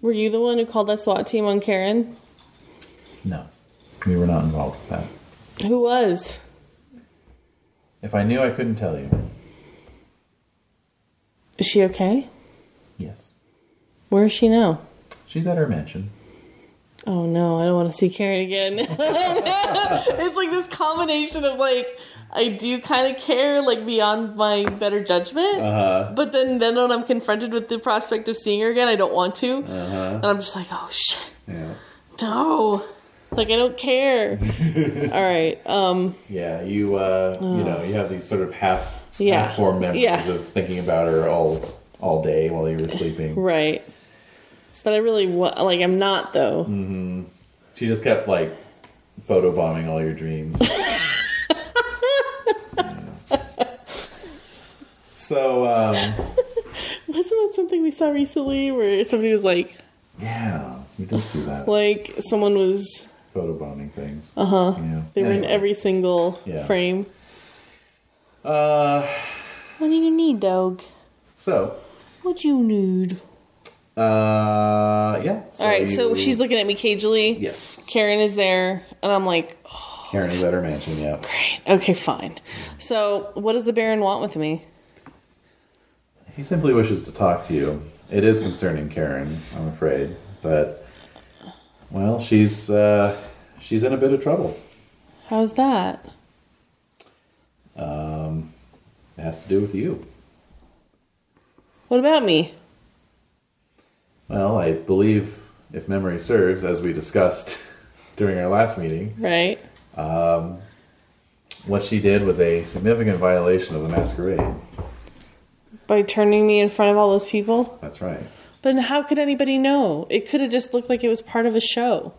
[SPEAKER 2] Were you the one who called that SWAT team on Karen?
[SPEAKER 1] No, we were not involved with that.
[SPEAKER 2] Who was?
[SPEAKER 1] If I knew, I couldn't tell you.
[SPEAKER 2] Is she okay?
[SPEAKER 1] Yes.
[SPEAKER 2] Where is she now?
[SPEAKER 1] She's at her mansion.
[SPEAKER 2] Oh no, I don't want to see Karen again. it's like this combination of like I do kind of care, like beyond my better judgment,
[SPEAKER 1] Uh-huh.
[SPEAKER 2] but then then when I'm confronted with the prospect of seeing her again, I don't want to,
[SPEAKER 1] Uh-huh.
[SPEAKER 2] and I'm just like, oh shit,
[SPEAKER 1] Yeah.
[SPEAKER 2] no, like I don't care. All right, um,
[SPEAKER 1] Yeah, you uh, you know, you have these sort of half
[SPEAKER 2] Yeah.
[SPEAKER 1] half formed memories
[SPEAKER 2] Yeah.
[SPEAKER 1] of thinking about her all all day while you were sleeping.
[SPEAKER 2] right, but I really wa- like I'm not though.
[SPEAKER 1] Mm. She just kept like photobombing all your dreams. so um,
[SPEAKER 2] Wasn't that something we saw recently where somebody was like,
[SPEAKER 1] yeah, you did see that
[SPEAKER 2] like someone was
[SPEAKER 1] photobombing things. Uh huh. Yeah.
[SPEAKER 2] Uh-huh. they were in
[SPEAKER 1] Anyway.
[SPEAKER 2] every single
[SPEAKER 1] Yeah.
[SPEAKER 2] frame.
[SPEAKER 1] Uh,
[SPEAKER 2] What do you need, dog?
[SPEAKER 1] so
[SPEAKER 2] What you need?
[SPEAKER 1] uh, yeah.
[SPEAKER 2] All right, so
[SPEAKER 1] you-
[SPEAKER 2] she's looking at me cagely.
[SPEAKER 1] yes.
[SPEAKER 2] Karen is there, and I'm like, oh,
[SPEAKER 1] Karen is at her mansion. Yeah.
[SPEAKER 2] great, okay, fine. So, what does the Baron want with me?
[SPEAKER 1] He simply wishes to talk to you. It is concerning Karen, I'm afraid, but well, she's uh, she's in a bit of trouble.
[SPEAKER 2] How's that?
[SPEAKER 1] It has to do with you.
[SPEAKER 2] What about me?
[SPEAKER 1] Well, I believe, if memory serves, as we discussed during our last meeting,
[SPEAKER 2] Right?
[SPEAKER 1] what she did was a significant violation of the masquerade.
[SPEAKER 2] By turning me in front of all those people?
[SPEAKER 1] That's right.
[SPEAKER 2] But how could anybody know? It could have just looked like it was part of a show.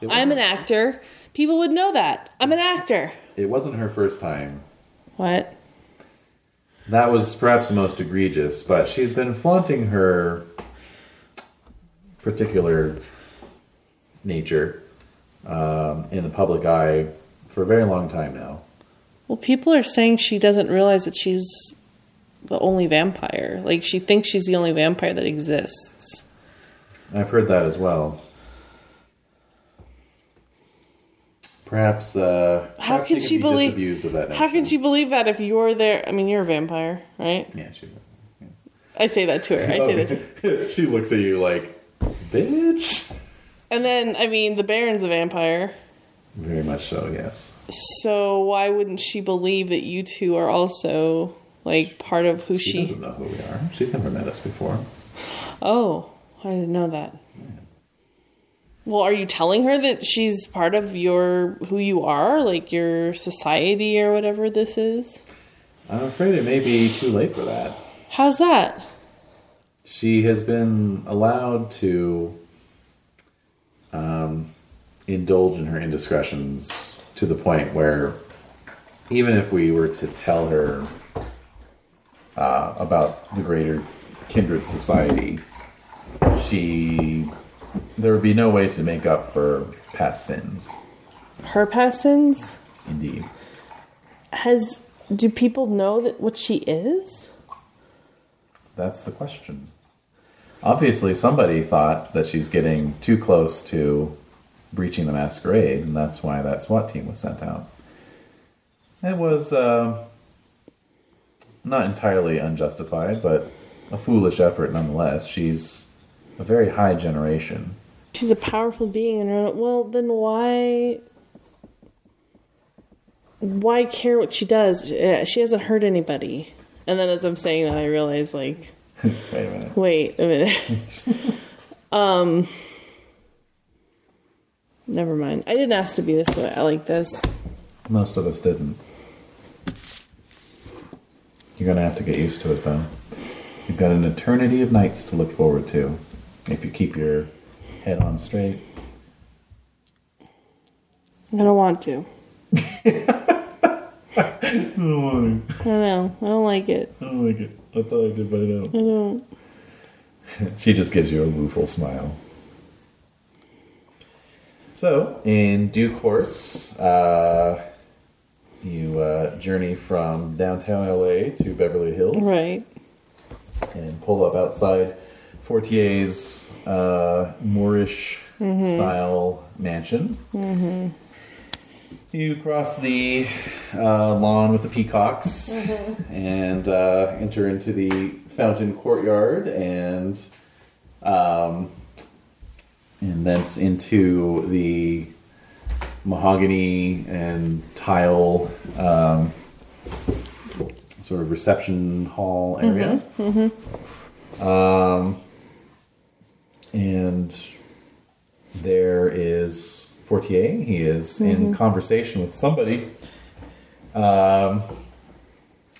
[SPEAKER 1] It
[SPEAKER 2] I'm an
[SPEAKER 1] wasn't-
[SPEAKER 2] actor. People would know that. I'm an actor.
[SPEAKER 1] It wasn't her first time.
[SPEAKER 2] What?
[SPEAKER 1] That was perhaps the most egregious, but she's been flaunting her particular nature um, in the public eye for a very long time now.
[SPEAKER 2] Well, people are saying she doesn't realize that she's the only vampire. Like she thinks she's the only vampire that exists.
[SPEAKER 1] I've heard that as well. Perhaps. Uh,
[SPEAKER 2] How
[SPEAKER 1] perhaps
[SPEAKER 2] can she
[SPEAKER 1] be
[SPEAKER 2] believe-
[SPEAKER 1] Disabused of that.
[SPEAKER 2] How can
[SPEAKER 1] notion.
[SPEAKER 2] she believe that if you're there? I mean, you're a vampire, right?
[SPEAKER 1] Yeah, she's.
[SPEAKER 2] I say that to her. I say that.
[SPEAKER 1] Oh.
[SPEAKER 2] To her.
[SPEAKER 1] she looks at you like, bitch.
[SPEAKER 2] And then, I mean, the Baron's a vampire,
[SPEAKER 1] Very much so. Yes.
[SPEAKER 2] so why wouldn't she believe that you two are also like part of who
[SPEAKER 1] She,
[SPEAKER 2] she?
[SPEAKER 1] doesn't know who we are. She's never met us before.
[SPEAKER 2] Oh, I didn't know that. Well, are you telling her that she's part of your who you are, like your society or whatever this is?
[SPEAKER 1] I'm afraid it may be too late for that.
[SPEAKER 2] How's that?
[SPEAKER 1] She has been allowed to um, indulge in her indiscretions to the point where, even if we were to tell her uh, about the greater kindred society, she there would be no way to make up for past sins.
[SPEAKER 2] Her past sins?
[SPEAKER 1] Indeed,
[SPEAKER 2] Has do people know that what she is?
[SPEAKER 1] that's the question. Obviously, somebody thought that she's getting too close to breaching the masquerade, and that's why that SWAT team was sent out. It was uh, not entirely unjustified, but a foolish effort nonetheless. She's a very high generation.
[SPEAKER 2] She's a powerful being in her own. Well, then why? Why care what she does? Eh, She hasn't hurt anybody. And then as I'm saying that, I realize, like,
[SPEAKER 1] Wait a minute.
[SPEAKER 2] wait a minute. um, never mind. I didn't ask to be this way. I like this.
[SPEAKER 1] Most of us didn't. You're gonna have to get used to it, though. You've got an eternity of nights to look forward to if you keep your head on straight.
[SPEAKER 2] I don't want to. I don't know. I don't like it.
[SPEAKER 1] I don't like it. I thought I did, but I don't. she just gives you a rueful smile. So, in due course, uh, you uh, journey from downtown LA to Beverly Hills.
[SPEAKER 2] Right.
[SPEAKER 1] and pull up outside Fortier's uh, Moorish style mansion. You cross the uh, lawn with the peacocks and uh, enter into the fountain courtyard and um, and thence into the mahogany and tile um, sort of reception hall area. Um, and there is Fortier. He is in conversation with somebody. Um,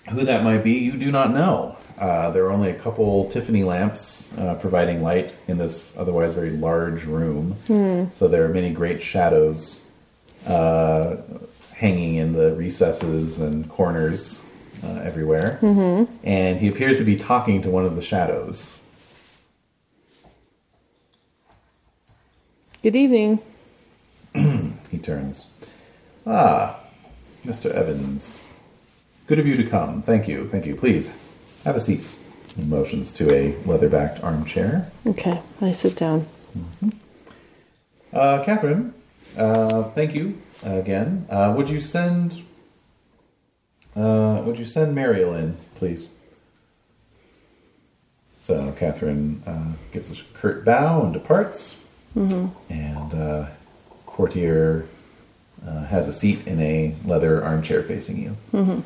[SPEAKER 1] who that might be, you do not know. Uh, there are only a couple Tiffany lamps uh, providing light in this otherwise very large room. So there are many great shadows uh, hanging in the recesses and corners uh, everywhere. And he appears to be talking to one of the shadows.
[SPEAKER 2] Good evening.
[SPEAKER 1] He turns. Ah, Mr. Evans. Good of you to come. Thank you. Thank you. Please, have a seat. He motions to a leather backed armchair.
[SPEAKER 2] Okay. I sit down.
[SPEAKER 1] Uh, Catherine, uh, thank you again. Uh, would you send. Uh, would you send Mariel in, please? So Catherine uh, gives a curt bow and departs. And uh, Courtier uh, has a seat in a leather armchair facing you.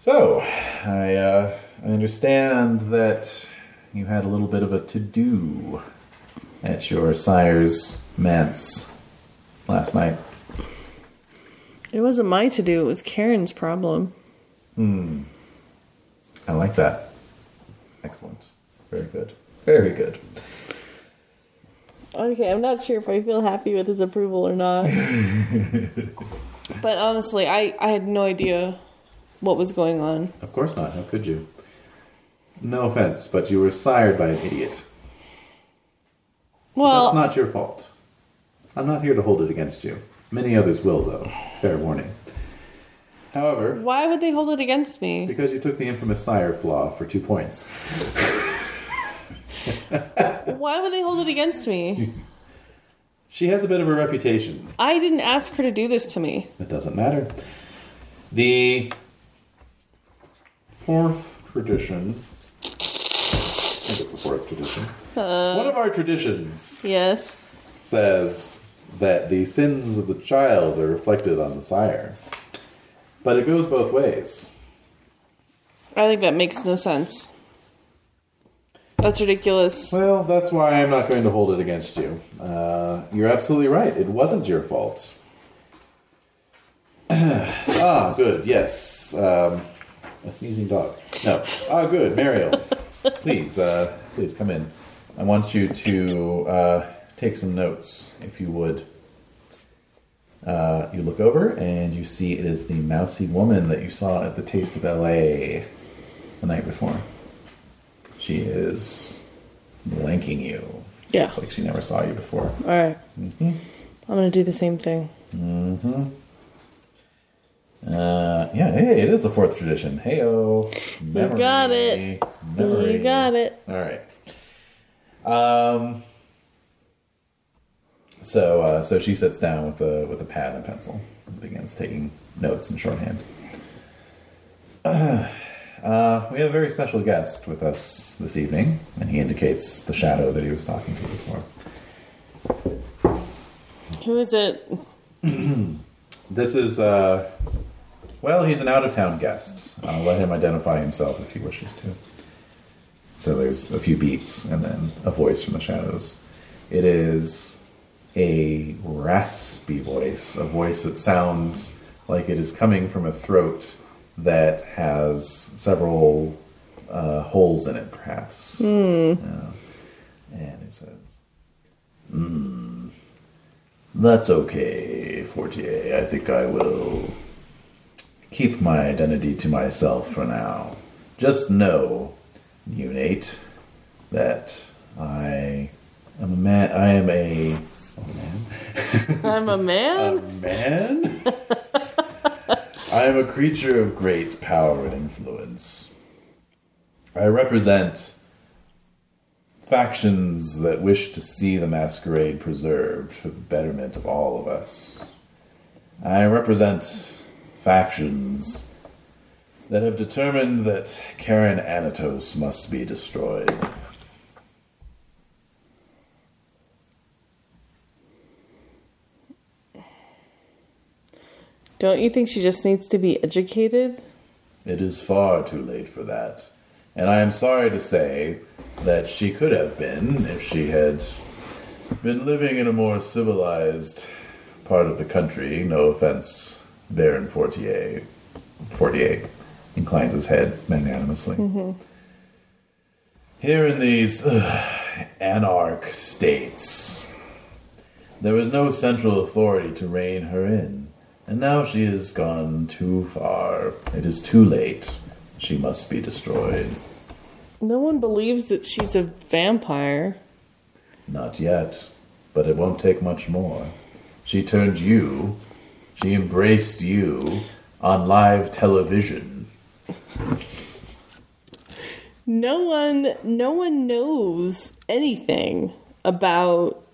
[SPEAKER 1] So, I, uh, I understand that you had a little bit of a to do at your sire's manse last night.
[SPEAKER 2] It wasn't my to do. It was Karen's problem.
[SPEAKER 1] I like that. Excellent. Very good. Very good.
[SPEAKER 2] Okay, I'm not sure if I feel happy with his approval or not. but honestly, I, I had no idea what was going on.
[SPEAKER 1] Of course not. How could you? No offense, but you were sired by an idiot.
[SPEAKER 2] Well,
[SPEAKER 1] That's not your fault. I'm not here to hold it against you. Many others will, though. Fair warning. However,
[SPEAKER 2] Why would they hold it against me?
[SPEAKER 1] because you took the infamous sire flaw for two points.
[SPEAKER 2] Why would they hold it against me?
[SPEAKER 1] She has a bit of a reputation.
[SPEAKER 2] I didn't ask her to do this to me.
[SPEAKER 1] That doesn't matter. The fourth tradition. I think it's the fourth tradition. One of our traditions
[SPEAKER 2] Yes.
[SPEAKER 1] says that the sins of the child are reflected on the sire. But it goes both ways.
[SPEAKER 2] I think that makes no sense. That's ridiculous.
[SPEAKER 1] Well, that's why I'm not going to hold it against you. Uh, you're absolutely right. It wasn't your fault. ah, good. Yes. Um, a sneezing dog. No. Ah, good. Mario, please, uh, please come in. I want you to uh, take some notes, if you would. Uh, you look over and you see it is the mousy woman that you saw at the Taste of LA the night before. She is blanking you.
[SPEAKER 2] Yeah.
[SPEAKER 1] It's like she never saw you before.
[SPEAKER 2] All I'm gonna do the same thing.
[SPEAKER 1] Uh, yeah, hey, it is the fourth tradition. Heyo, memory,
[SPEAKER 2] got it.
[SPEAKER 1] Memory.
[SPEAKER 2] You got it.
[SPEAKER 1] All right. Um. So, uh, so she sits down with a with a pad and pencil and begins taking notes in shorthand. Uh, we have a very special guest with us this evening, and he indicates the shadow that he was talking to before.
[SPEAKER 2] Who is it?
[SPEAKER 1] This is, uh, well, he's an out of town guest. I'll let him identify himself if he wishes to. So there's a few beats and then a voice from the shadows. It is a raspy voice, a voice that sounds like it is coming from a throat that has several uh, holes in it, perhaps. Yeah. And it says, that's okay, Fortier. I think I will keep my identity to myself for now. Just know, Unate, that I am a man. I am a
[SPEAKER 2] I'm a
[SPEAKER 1] a
[SPEAKER 2] man?
[SPEAKER 1] man. I am a creature of great power and influence. I represent factions that wish to see the masquerade preserved for the betterment of all of us. I represent factions that have determined that Karen Anatos must be destroyed.
[SPEAKER 2] Don't you think she just needs to be educated?
[SPEAKER 1] It is far too late for that. And I am sorry to say that she could have been if she had been living in a more civilized part of the country. No offense, Baron Fortier. Fortier inclines his head magnanimously. Here in these ugh, anarch states, there was no central authority to rein her in, and now she has gone too far. It is too late. She must be destroyed.
[SPEAKER 2] No one believes that she's a vampire.
[SPEAKER 1] Not yet, but it won't take much more. She turned you, she embraced you on live television.
[SPEAKER 2] No one no one knows anything about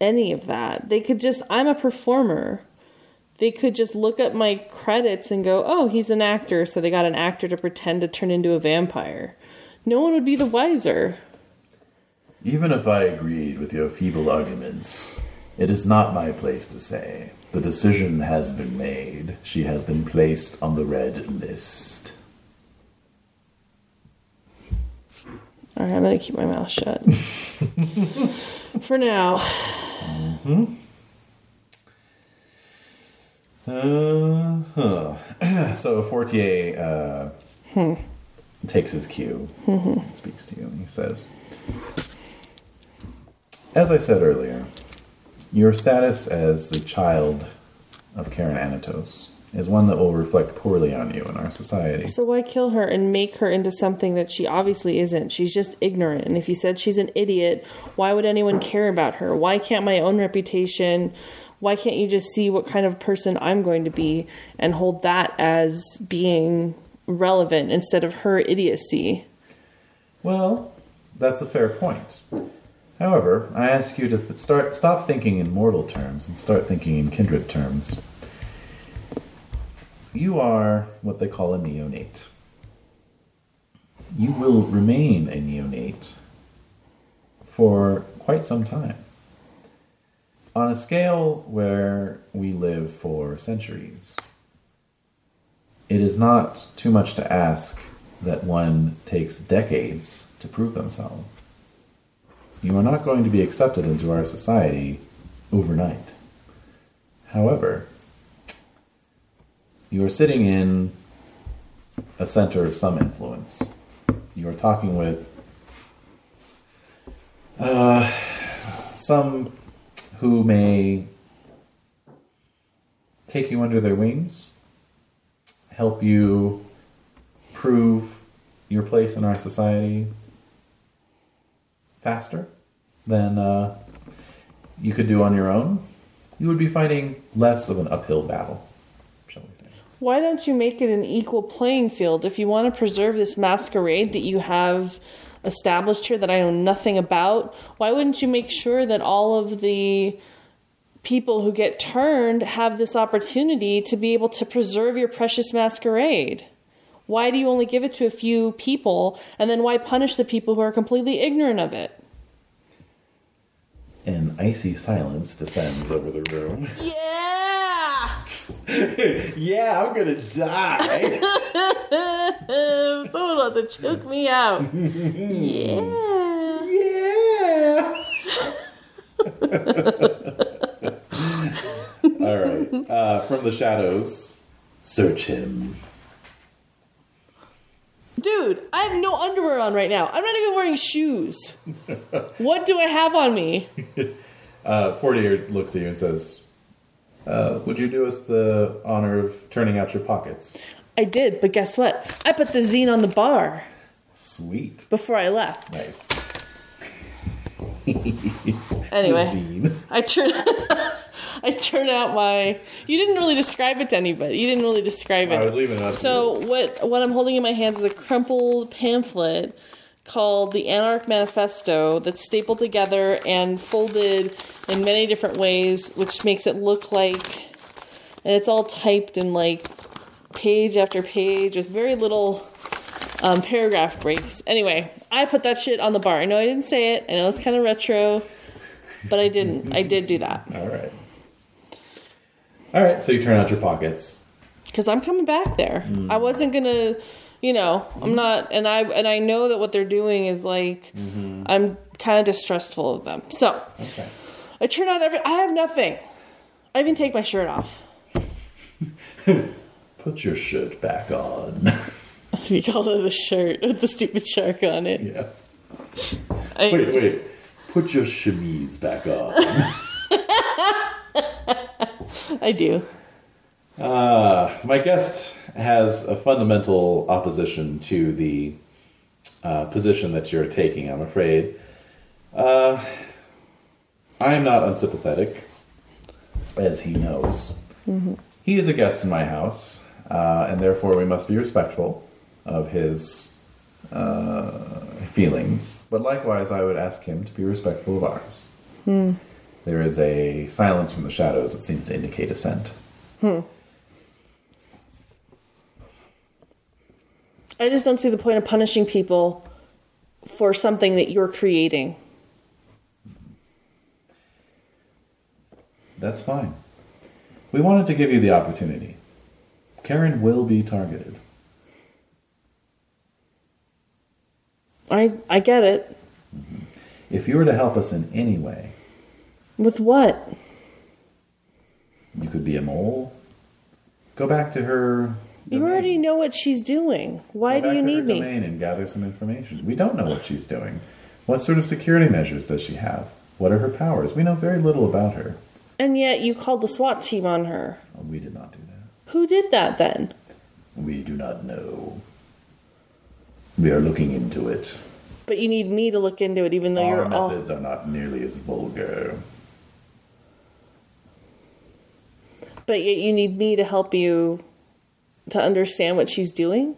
[SPEAKER 2] any of that. They could just I'm a performer. They could just look up my credits and go, "Oh, he's an actor, so they got an actor to pretend to turn into a vampire." No one would be the wiser.
[SPEAKER 1] Even if I agreed with your feeble arguments, it is not my place to say. The decision has been made. She has been placed on the red list.
[SPEAKER 2] All right, I'm going to keep my mouth shut. For now.
[SPEAKER 1] Uh, huh. so Fortier uh, takes his cue, speaks to you, and he says, As I said earlier, your status as the child of Karen Anatos is one that will reflect poorly on you in our society.
[SPEAKER 2] So why kill her and make her into something that she obviously isn't? She's just ignorant. And if you said she's an idiot, why would anyone care about her? Why can't my own reputation why can't you just see what kind of person I'm going to be and hold that as being relevant instead of her idiocy?
[SPEAKER 1] Well, that's a fair point. However, I ask you to th- start stop thinking in mortal terms and start thinking in kindred terms. You are what they call a neonate. You will remain a neonate for quite some time. On a scale where we live for centuries, it is not too much to ask that one takes decades to prove themselves. You are not going to be accepted into our society overnight. However, you are sitting in a center of some influence. You are talking with uh, some who may take you under their wings, help you prove your place in our society faster than uh, you could do on your own, you would be fighting less of an uphill battle, shall we say.
[SPEAKER 2] Why don't you make it an equal playing field if you want to preserve this masquerade that you have established here that I know nothing about? Why wouldn't you make sure that all of the people who get turned have this opportunity to be able to preserve your precious masquerade? Why do you only give it to a few people and then why punish the people who are completely ignorant of it?
[SPEAKER 1] An icy silence descends over the room.
[SPEAKER 2] Yeah!
[SPEAKER 1] yeah, I'm gonna die.
[SPEAKER 2] Someone wants to choke me out. Yeah.
[SPEAKER 1] yeah. All right. Uh, from the shadows, search him.
[SPEAKER 2] Dude, I have no underwear on right now. I'm not even wearing shoes. what do I have on me?
[SPEAKER 1] Uh, Fortier looks at you and says, uh, "Would you do us the honor of turning out your pockets?"
[SPEAKER 2] I did, but guess what? I put the zine on the bar
[SPEAKER 1] Sweet.
[SPEAKER 2] before I left.
[SPEAKER 1] Nice.
[SPEAKER 2] Anyway,
[SPEAKER 1] Zine.
[SPEAKER 2] I turn I turn out my You didn't really describe it to anybody. You didn't really describe it.
[SPEAKER 1] I was leaving it up to
[SPEAKER 2] So what what I'm holding in my hands is a crumpled pamphlet called the Anarch Manifesto that's stapled together and folded in many different ways, which makes it look like and it's all typed in like page after page with very little um, paragraph breaks. Anyway, I put that shit on the bar. I know I didn't say it. I know it's kind of retro, but I didn't. I did do that
[SPEAKER 1] All right. All right. So you turn out your pockets.
[SPEAKER 2] because I'm coming back there.
[SPEAKER 1] Mm.
[SPEAKER 2] I wasn't gonna, you know, I'm not, and I and I know that what they're doing is like
[SPEAKER 1] Mm-hmm.
[SPEAKER 2] I'm kind of distrustful of them. So
[SPEAKER 1] Okay.
[SPEAKER 2] I turn on every. I have nothing. I even take my shirt off.
[SPEAKER 1] Put your shirt back on.
[SPEAKER 2] You call it a shirt with the stupid shark on it.
[SPEAKER 1] yeah.
[SPEAKER 2] I-
[SPEAKER 1] Wait, wait. Put your chemise back on.
[SPEAKER 2] I do.
[SPEAKER 1] Uh, my guest has a fundamental opposition to the uh, position that you're taking, I'm afraid. Uh, I am not unsympathetic, as he knows. He is a guest in my house, uh, and therefore we must be respectful of his uh, feelings. But likewise, I would ask him to be respectful of ours. There is a silence from the shadows that seems to indicate assent.
[SPEAKER 2] I just don't see the point of punishing people for something that you're creating.
[SPEAKER 1] That's fine. We wanted to give you the opportunity. Karen will be targeted.
[SPEAKER 2] I I get it.
[SPEAKER 1] If you were to help us in any way,
[SPEAKER 2] With what?
[SPEAKER 1] you could be a mole. Go back to her.
[SPEAKER 2] You
[SPEAKER 1] domain.
[SPEAKER 2] already know what she's doing. Why
[SPEAKER 1] Go back
[SPEAKER 2] do you
[SPEAKER 1] to her
[SPEAKER 2] need me?
[SPEAKER 1] domain and gather some information. We don't know what she's doing. What sort of security measures does she have? What are her powers? We know very little about her. Oh,
[SPEAKER 2] And yet you called the SWAT team on her.
[SPEAKER 1] We did not do that.
[SPEAKER 2] Who did that then?
[SPEAKER 1] We do not know. We are looking into it.
[SPEAKER 2] But you need me to look into it, even though
[SPEAKER 1] Our
[SPEAKER 2] you're all.
[SPEAKER 1] methods are not nearly as vulgar.
[SPEAKER 2] But yet you need me to help you to understand what she's doing?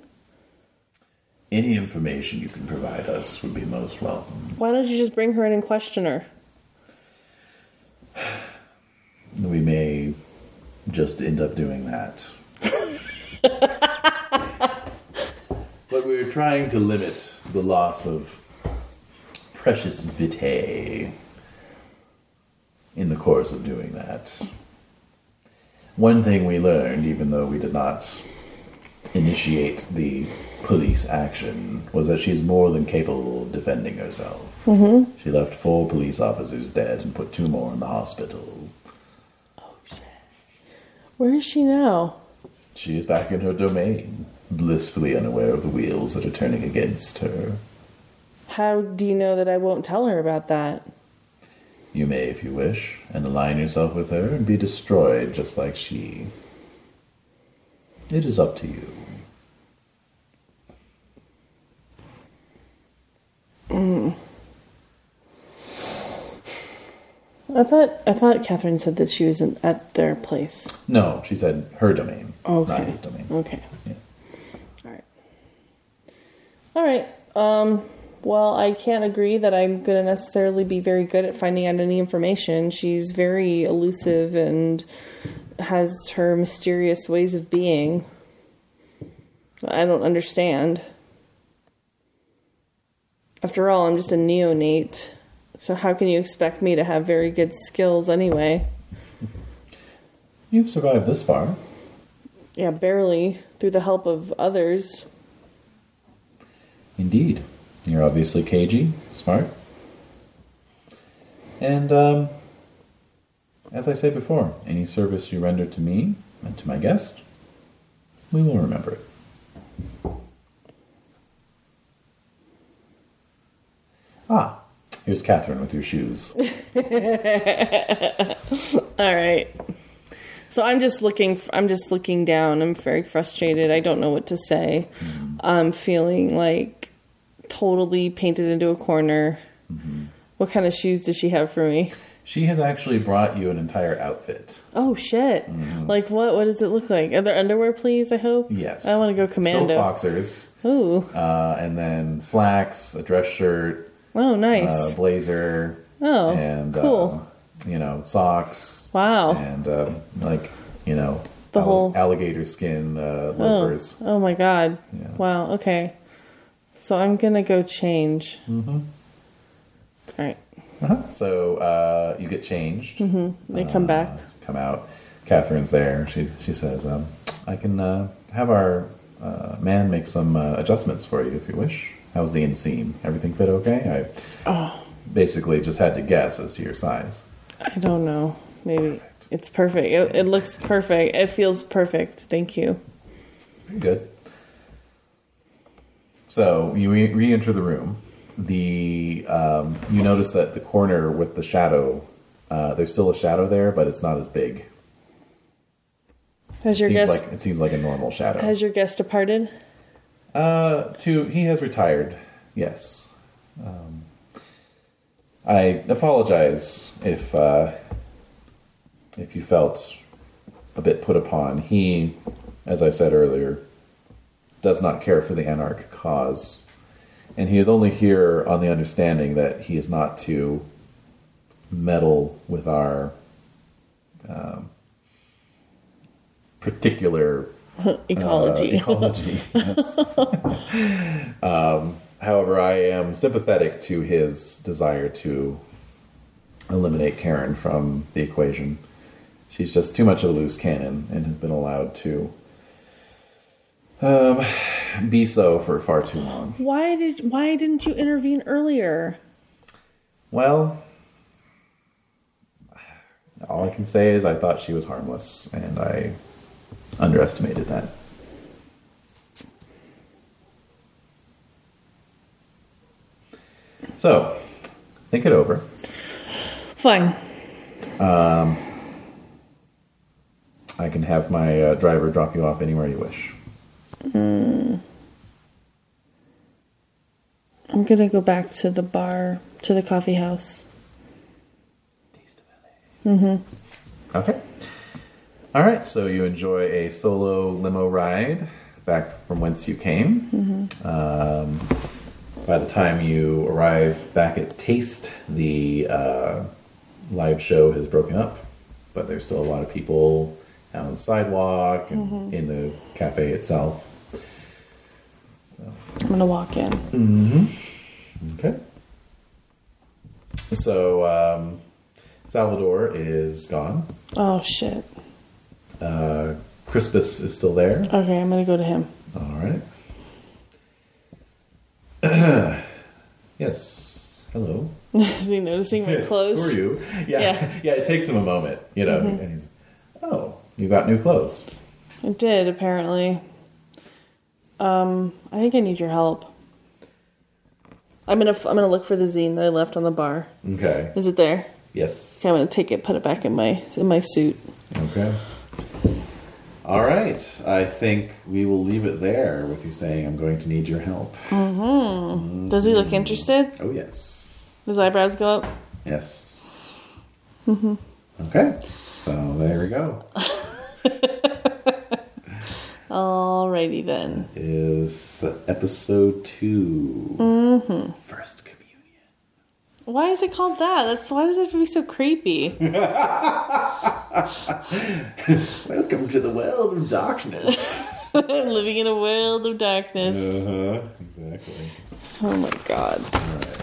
[SPEAKER 1] Any information you can provide us would be most welcome.
[SPEAKER 2] Why don't you just bring her in and question her?
[SPEAKER 1] We may just end up doing that. but we were trying to limit the loss of precious vitae in the course of doing that. One thing we learned, even though we did not initiate the police action, was that she's more than capable of defending herself. Mm-hmm. She left four police officers dead and put two more in the hospital.
[SPEAKER 2] Where is she now?
[SPEAKER 1] She is back in her domain, blissfully unaware of the wheels that are turning against her.
[SPEAKER 2] How do you know that I won't tell her about that?
[SPEAKER 1] You may, if you wish, and align yourself with her and be destroyed just like she. It is up to you.
[SPEAKER 2] I thought I thought Catherine said that she was in, at their place.
[SPEAKER 1] No, she said her domain, not
[SPEAKER 2] Okay.
[SPEAKER 1] his domain.
[SPEAKER 2] Okay.
[SPEAKER 1] Yes.
[SPEAKER 2] All right. All right. Um, well, I can't agree that I'm going to necessarily be very good at finding out any information. She's very elusive and has her mysterious ways of being. I don't understand. After all, I'm just a neonate. So how can you expect me to have very good skills anyway?
[SPEAKER 1] You've survived this far.
[SPEAKER 2] Yeah, barely through the help of others.
[SPEAKER 1] Indeed. You're obviously cagey, smart. And, um, as I said before, any service you render to me and to my guest, we will remember it. Ah, here's Catherine with your shoes.
[SPEAKER 2] All right. So I'm just looking. I'm just looking down. I'm very frustrated. I don't know what to say.
[SPEAKER 1] Mm-hmm.
[SPEAKER 2] I'm feeling like totally painted into a corner.
[SPEAKER 1] Mm-hmm.
[SPEAKER 2] What kind of shoes does she have for me?
[SPEAKER 1] she has actually brought you an entire outfit.
[SPEAKER 2] Oh shit! Like what? What does it look like? Are there underwear, please? I hope.
[SPEAKER 1] Mm-hmm. Yes.
[SPEAKER 2] I want to go
[SPEAKER 1] Silk
[SPEAKER 2] commando.
[SPEAKER 1] boxers,
[SPEAKER 2] Ooh.
[SPEAKER 1] uh, and then slacks, a dress shirt,
[SPEAKER 2] Oh, nice.
[SPEAKER 1] uh, blazer,
[SPEAKER 2] oh,
[SPEAKER 1] and
[SPEAKER 2] cool.
[SPEAKER 1] uh, you know socks
[SPEAKER 2] wow.
[SPEAKER 1] and uh, like you know
[SPEAKER 2] The whole-
[SPEAKER 1] alligator skin uh,
[SPEAKER 2] Oh.
[SPEAKER 1] loafers.
[SPEAKER 2] Oh my god.
[SPEAKER 1] Yeah.
[SPEAKER 2] Wow, okay. So I'm gonna go change. Mm-hmm. Alright.
[SPEAKER 1] Uh-huh. So uh, you get changed, Uh,
[SPEAKER 2] They come Mm-hmm. back.
[SPEAKER 1] come out. Catherine's there. She she says, um, "I can uh, have our uh, man make some uh, adjustments for you if you wish." How's the inseam? Everything fit okay? I
[SPEAKER 2] Oh.
[SPEAKER 1] basically just had to guess as to your size.
[SPEAKER 2] I don't know. Maybe it's perfect. It, it looks perfect. It feels perfect. Thank you.
[SPEAKER 1] Pretty good. So you re- re-enter the room. The um, you notice that the corner with the shadow, uh, there's still a shadow there, but it's not as big.
[SPEAKER 2] Has your
[SPEAKER 1] seems
[SPEAKER 2] guest
[SPEAKER 1] like uh, it seems like a normal shadow.
[SPEAKER 2] has your guest departed?
[SPEAKER 1] Uh, to he has retired. Yes. Um, I apologize if uh, if you felt a bit put upon. He, as I said earlier, does not care for the anarch cause, and he is only here on the understanding that he is not to meddle with our um, particular
[SPEAKER 2] Ecology.
[SPEAKER 1] uh, ecology. yes. um, however, I am sympathetic to his desire to eliminate Karen from the equation. She's just too much of a loose cannon and has been allowed to um, be so for far too long.
[SPEAKER 2] why did why didn't you intervene earlier?
[SPEAKER 1] Well, all I can say is I thought she was harmless, and I underestimated that. So, think it over.
[SPEAKER 2] Fine.
[SPEAKER 1] I can have my uh, driver drop you off anywhere you wish.
[SPEAKER 2] I'm gonna go back to the bar to the coffee house.
[SPEAKER 1] Okay. All right, so you enjoy a solo limo ride back from whence you came. Um, by the time you arrive back at Taste, the uh, live show has broken up, but there's still a lot of people out on the sidewalk and in the cafe itself. So,
[SPEAKER 2] I'm gonna walk in.
[SPEAKER 1] okay. So, um, Salvador is gone.
[SPEAKER 2] Oh shit.
[SPEAKER 1] Uh, Crispus is still there.
[SPEAKER 2] Okay, I'm gonna go to him.
[SPEAKER 1] All right. yes. Hello.
[SPEAKER 2] Is he noticing my clothes?
[SPEAKER 1] Who are you? Yeah.
[SPEAKER 2] Yeah.
[SPEAKER 1] Yeah. Mm-hmm. It takes him a moment, you know. And he's, oh, you got new clothes.
[SPEAKER 2] I did apparently. Um, I think I need your help. I'm gonna f- I'm gonna look for the zine that I left on the bar.
[SPEAKER 1] Okay.
[SPEAKER 2] Is it there?
[SPEAKER 1] Yes.
[SPEAKER 2] Okay, I'm gonna take it, put it back in my in my suit.
[SPEAKER 1] Okay. All right. I think we will leave it there with you saying, "I'm going to need your help."
[SPEAKER 2] Does he look interested?
[SPEAKER 1] Oh yes.
[SPEAKER 2] His eyebrows go up.
[SPEAKER 1] Yes. Mm-hmm. Okay. So there we go.
[SPEAKER 2] Alrighty then.
[SPEAKER 1] is episode 2 First communion.
[SPEAKER 2] Why is it called that? That's why does it have to be so creepy?
[SPEAKER 1] Welcome to the world of darkness.
[SPEAKER 2] Living in a world of darkness.
[SPEAKER 1] uh-huh. Exactly.
[SPEAKER 2] Oh my god.
[SPEAKER 1] All right.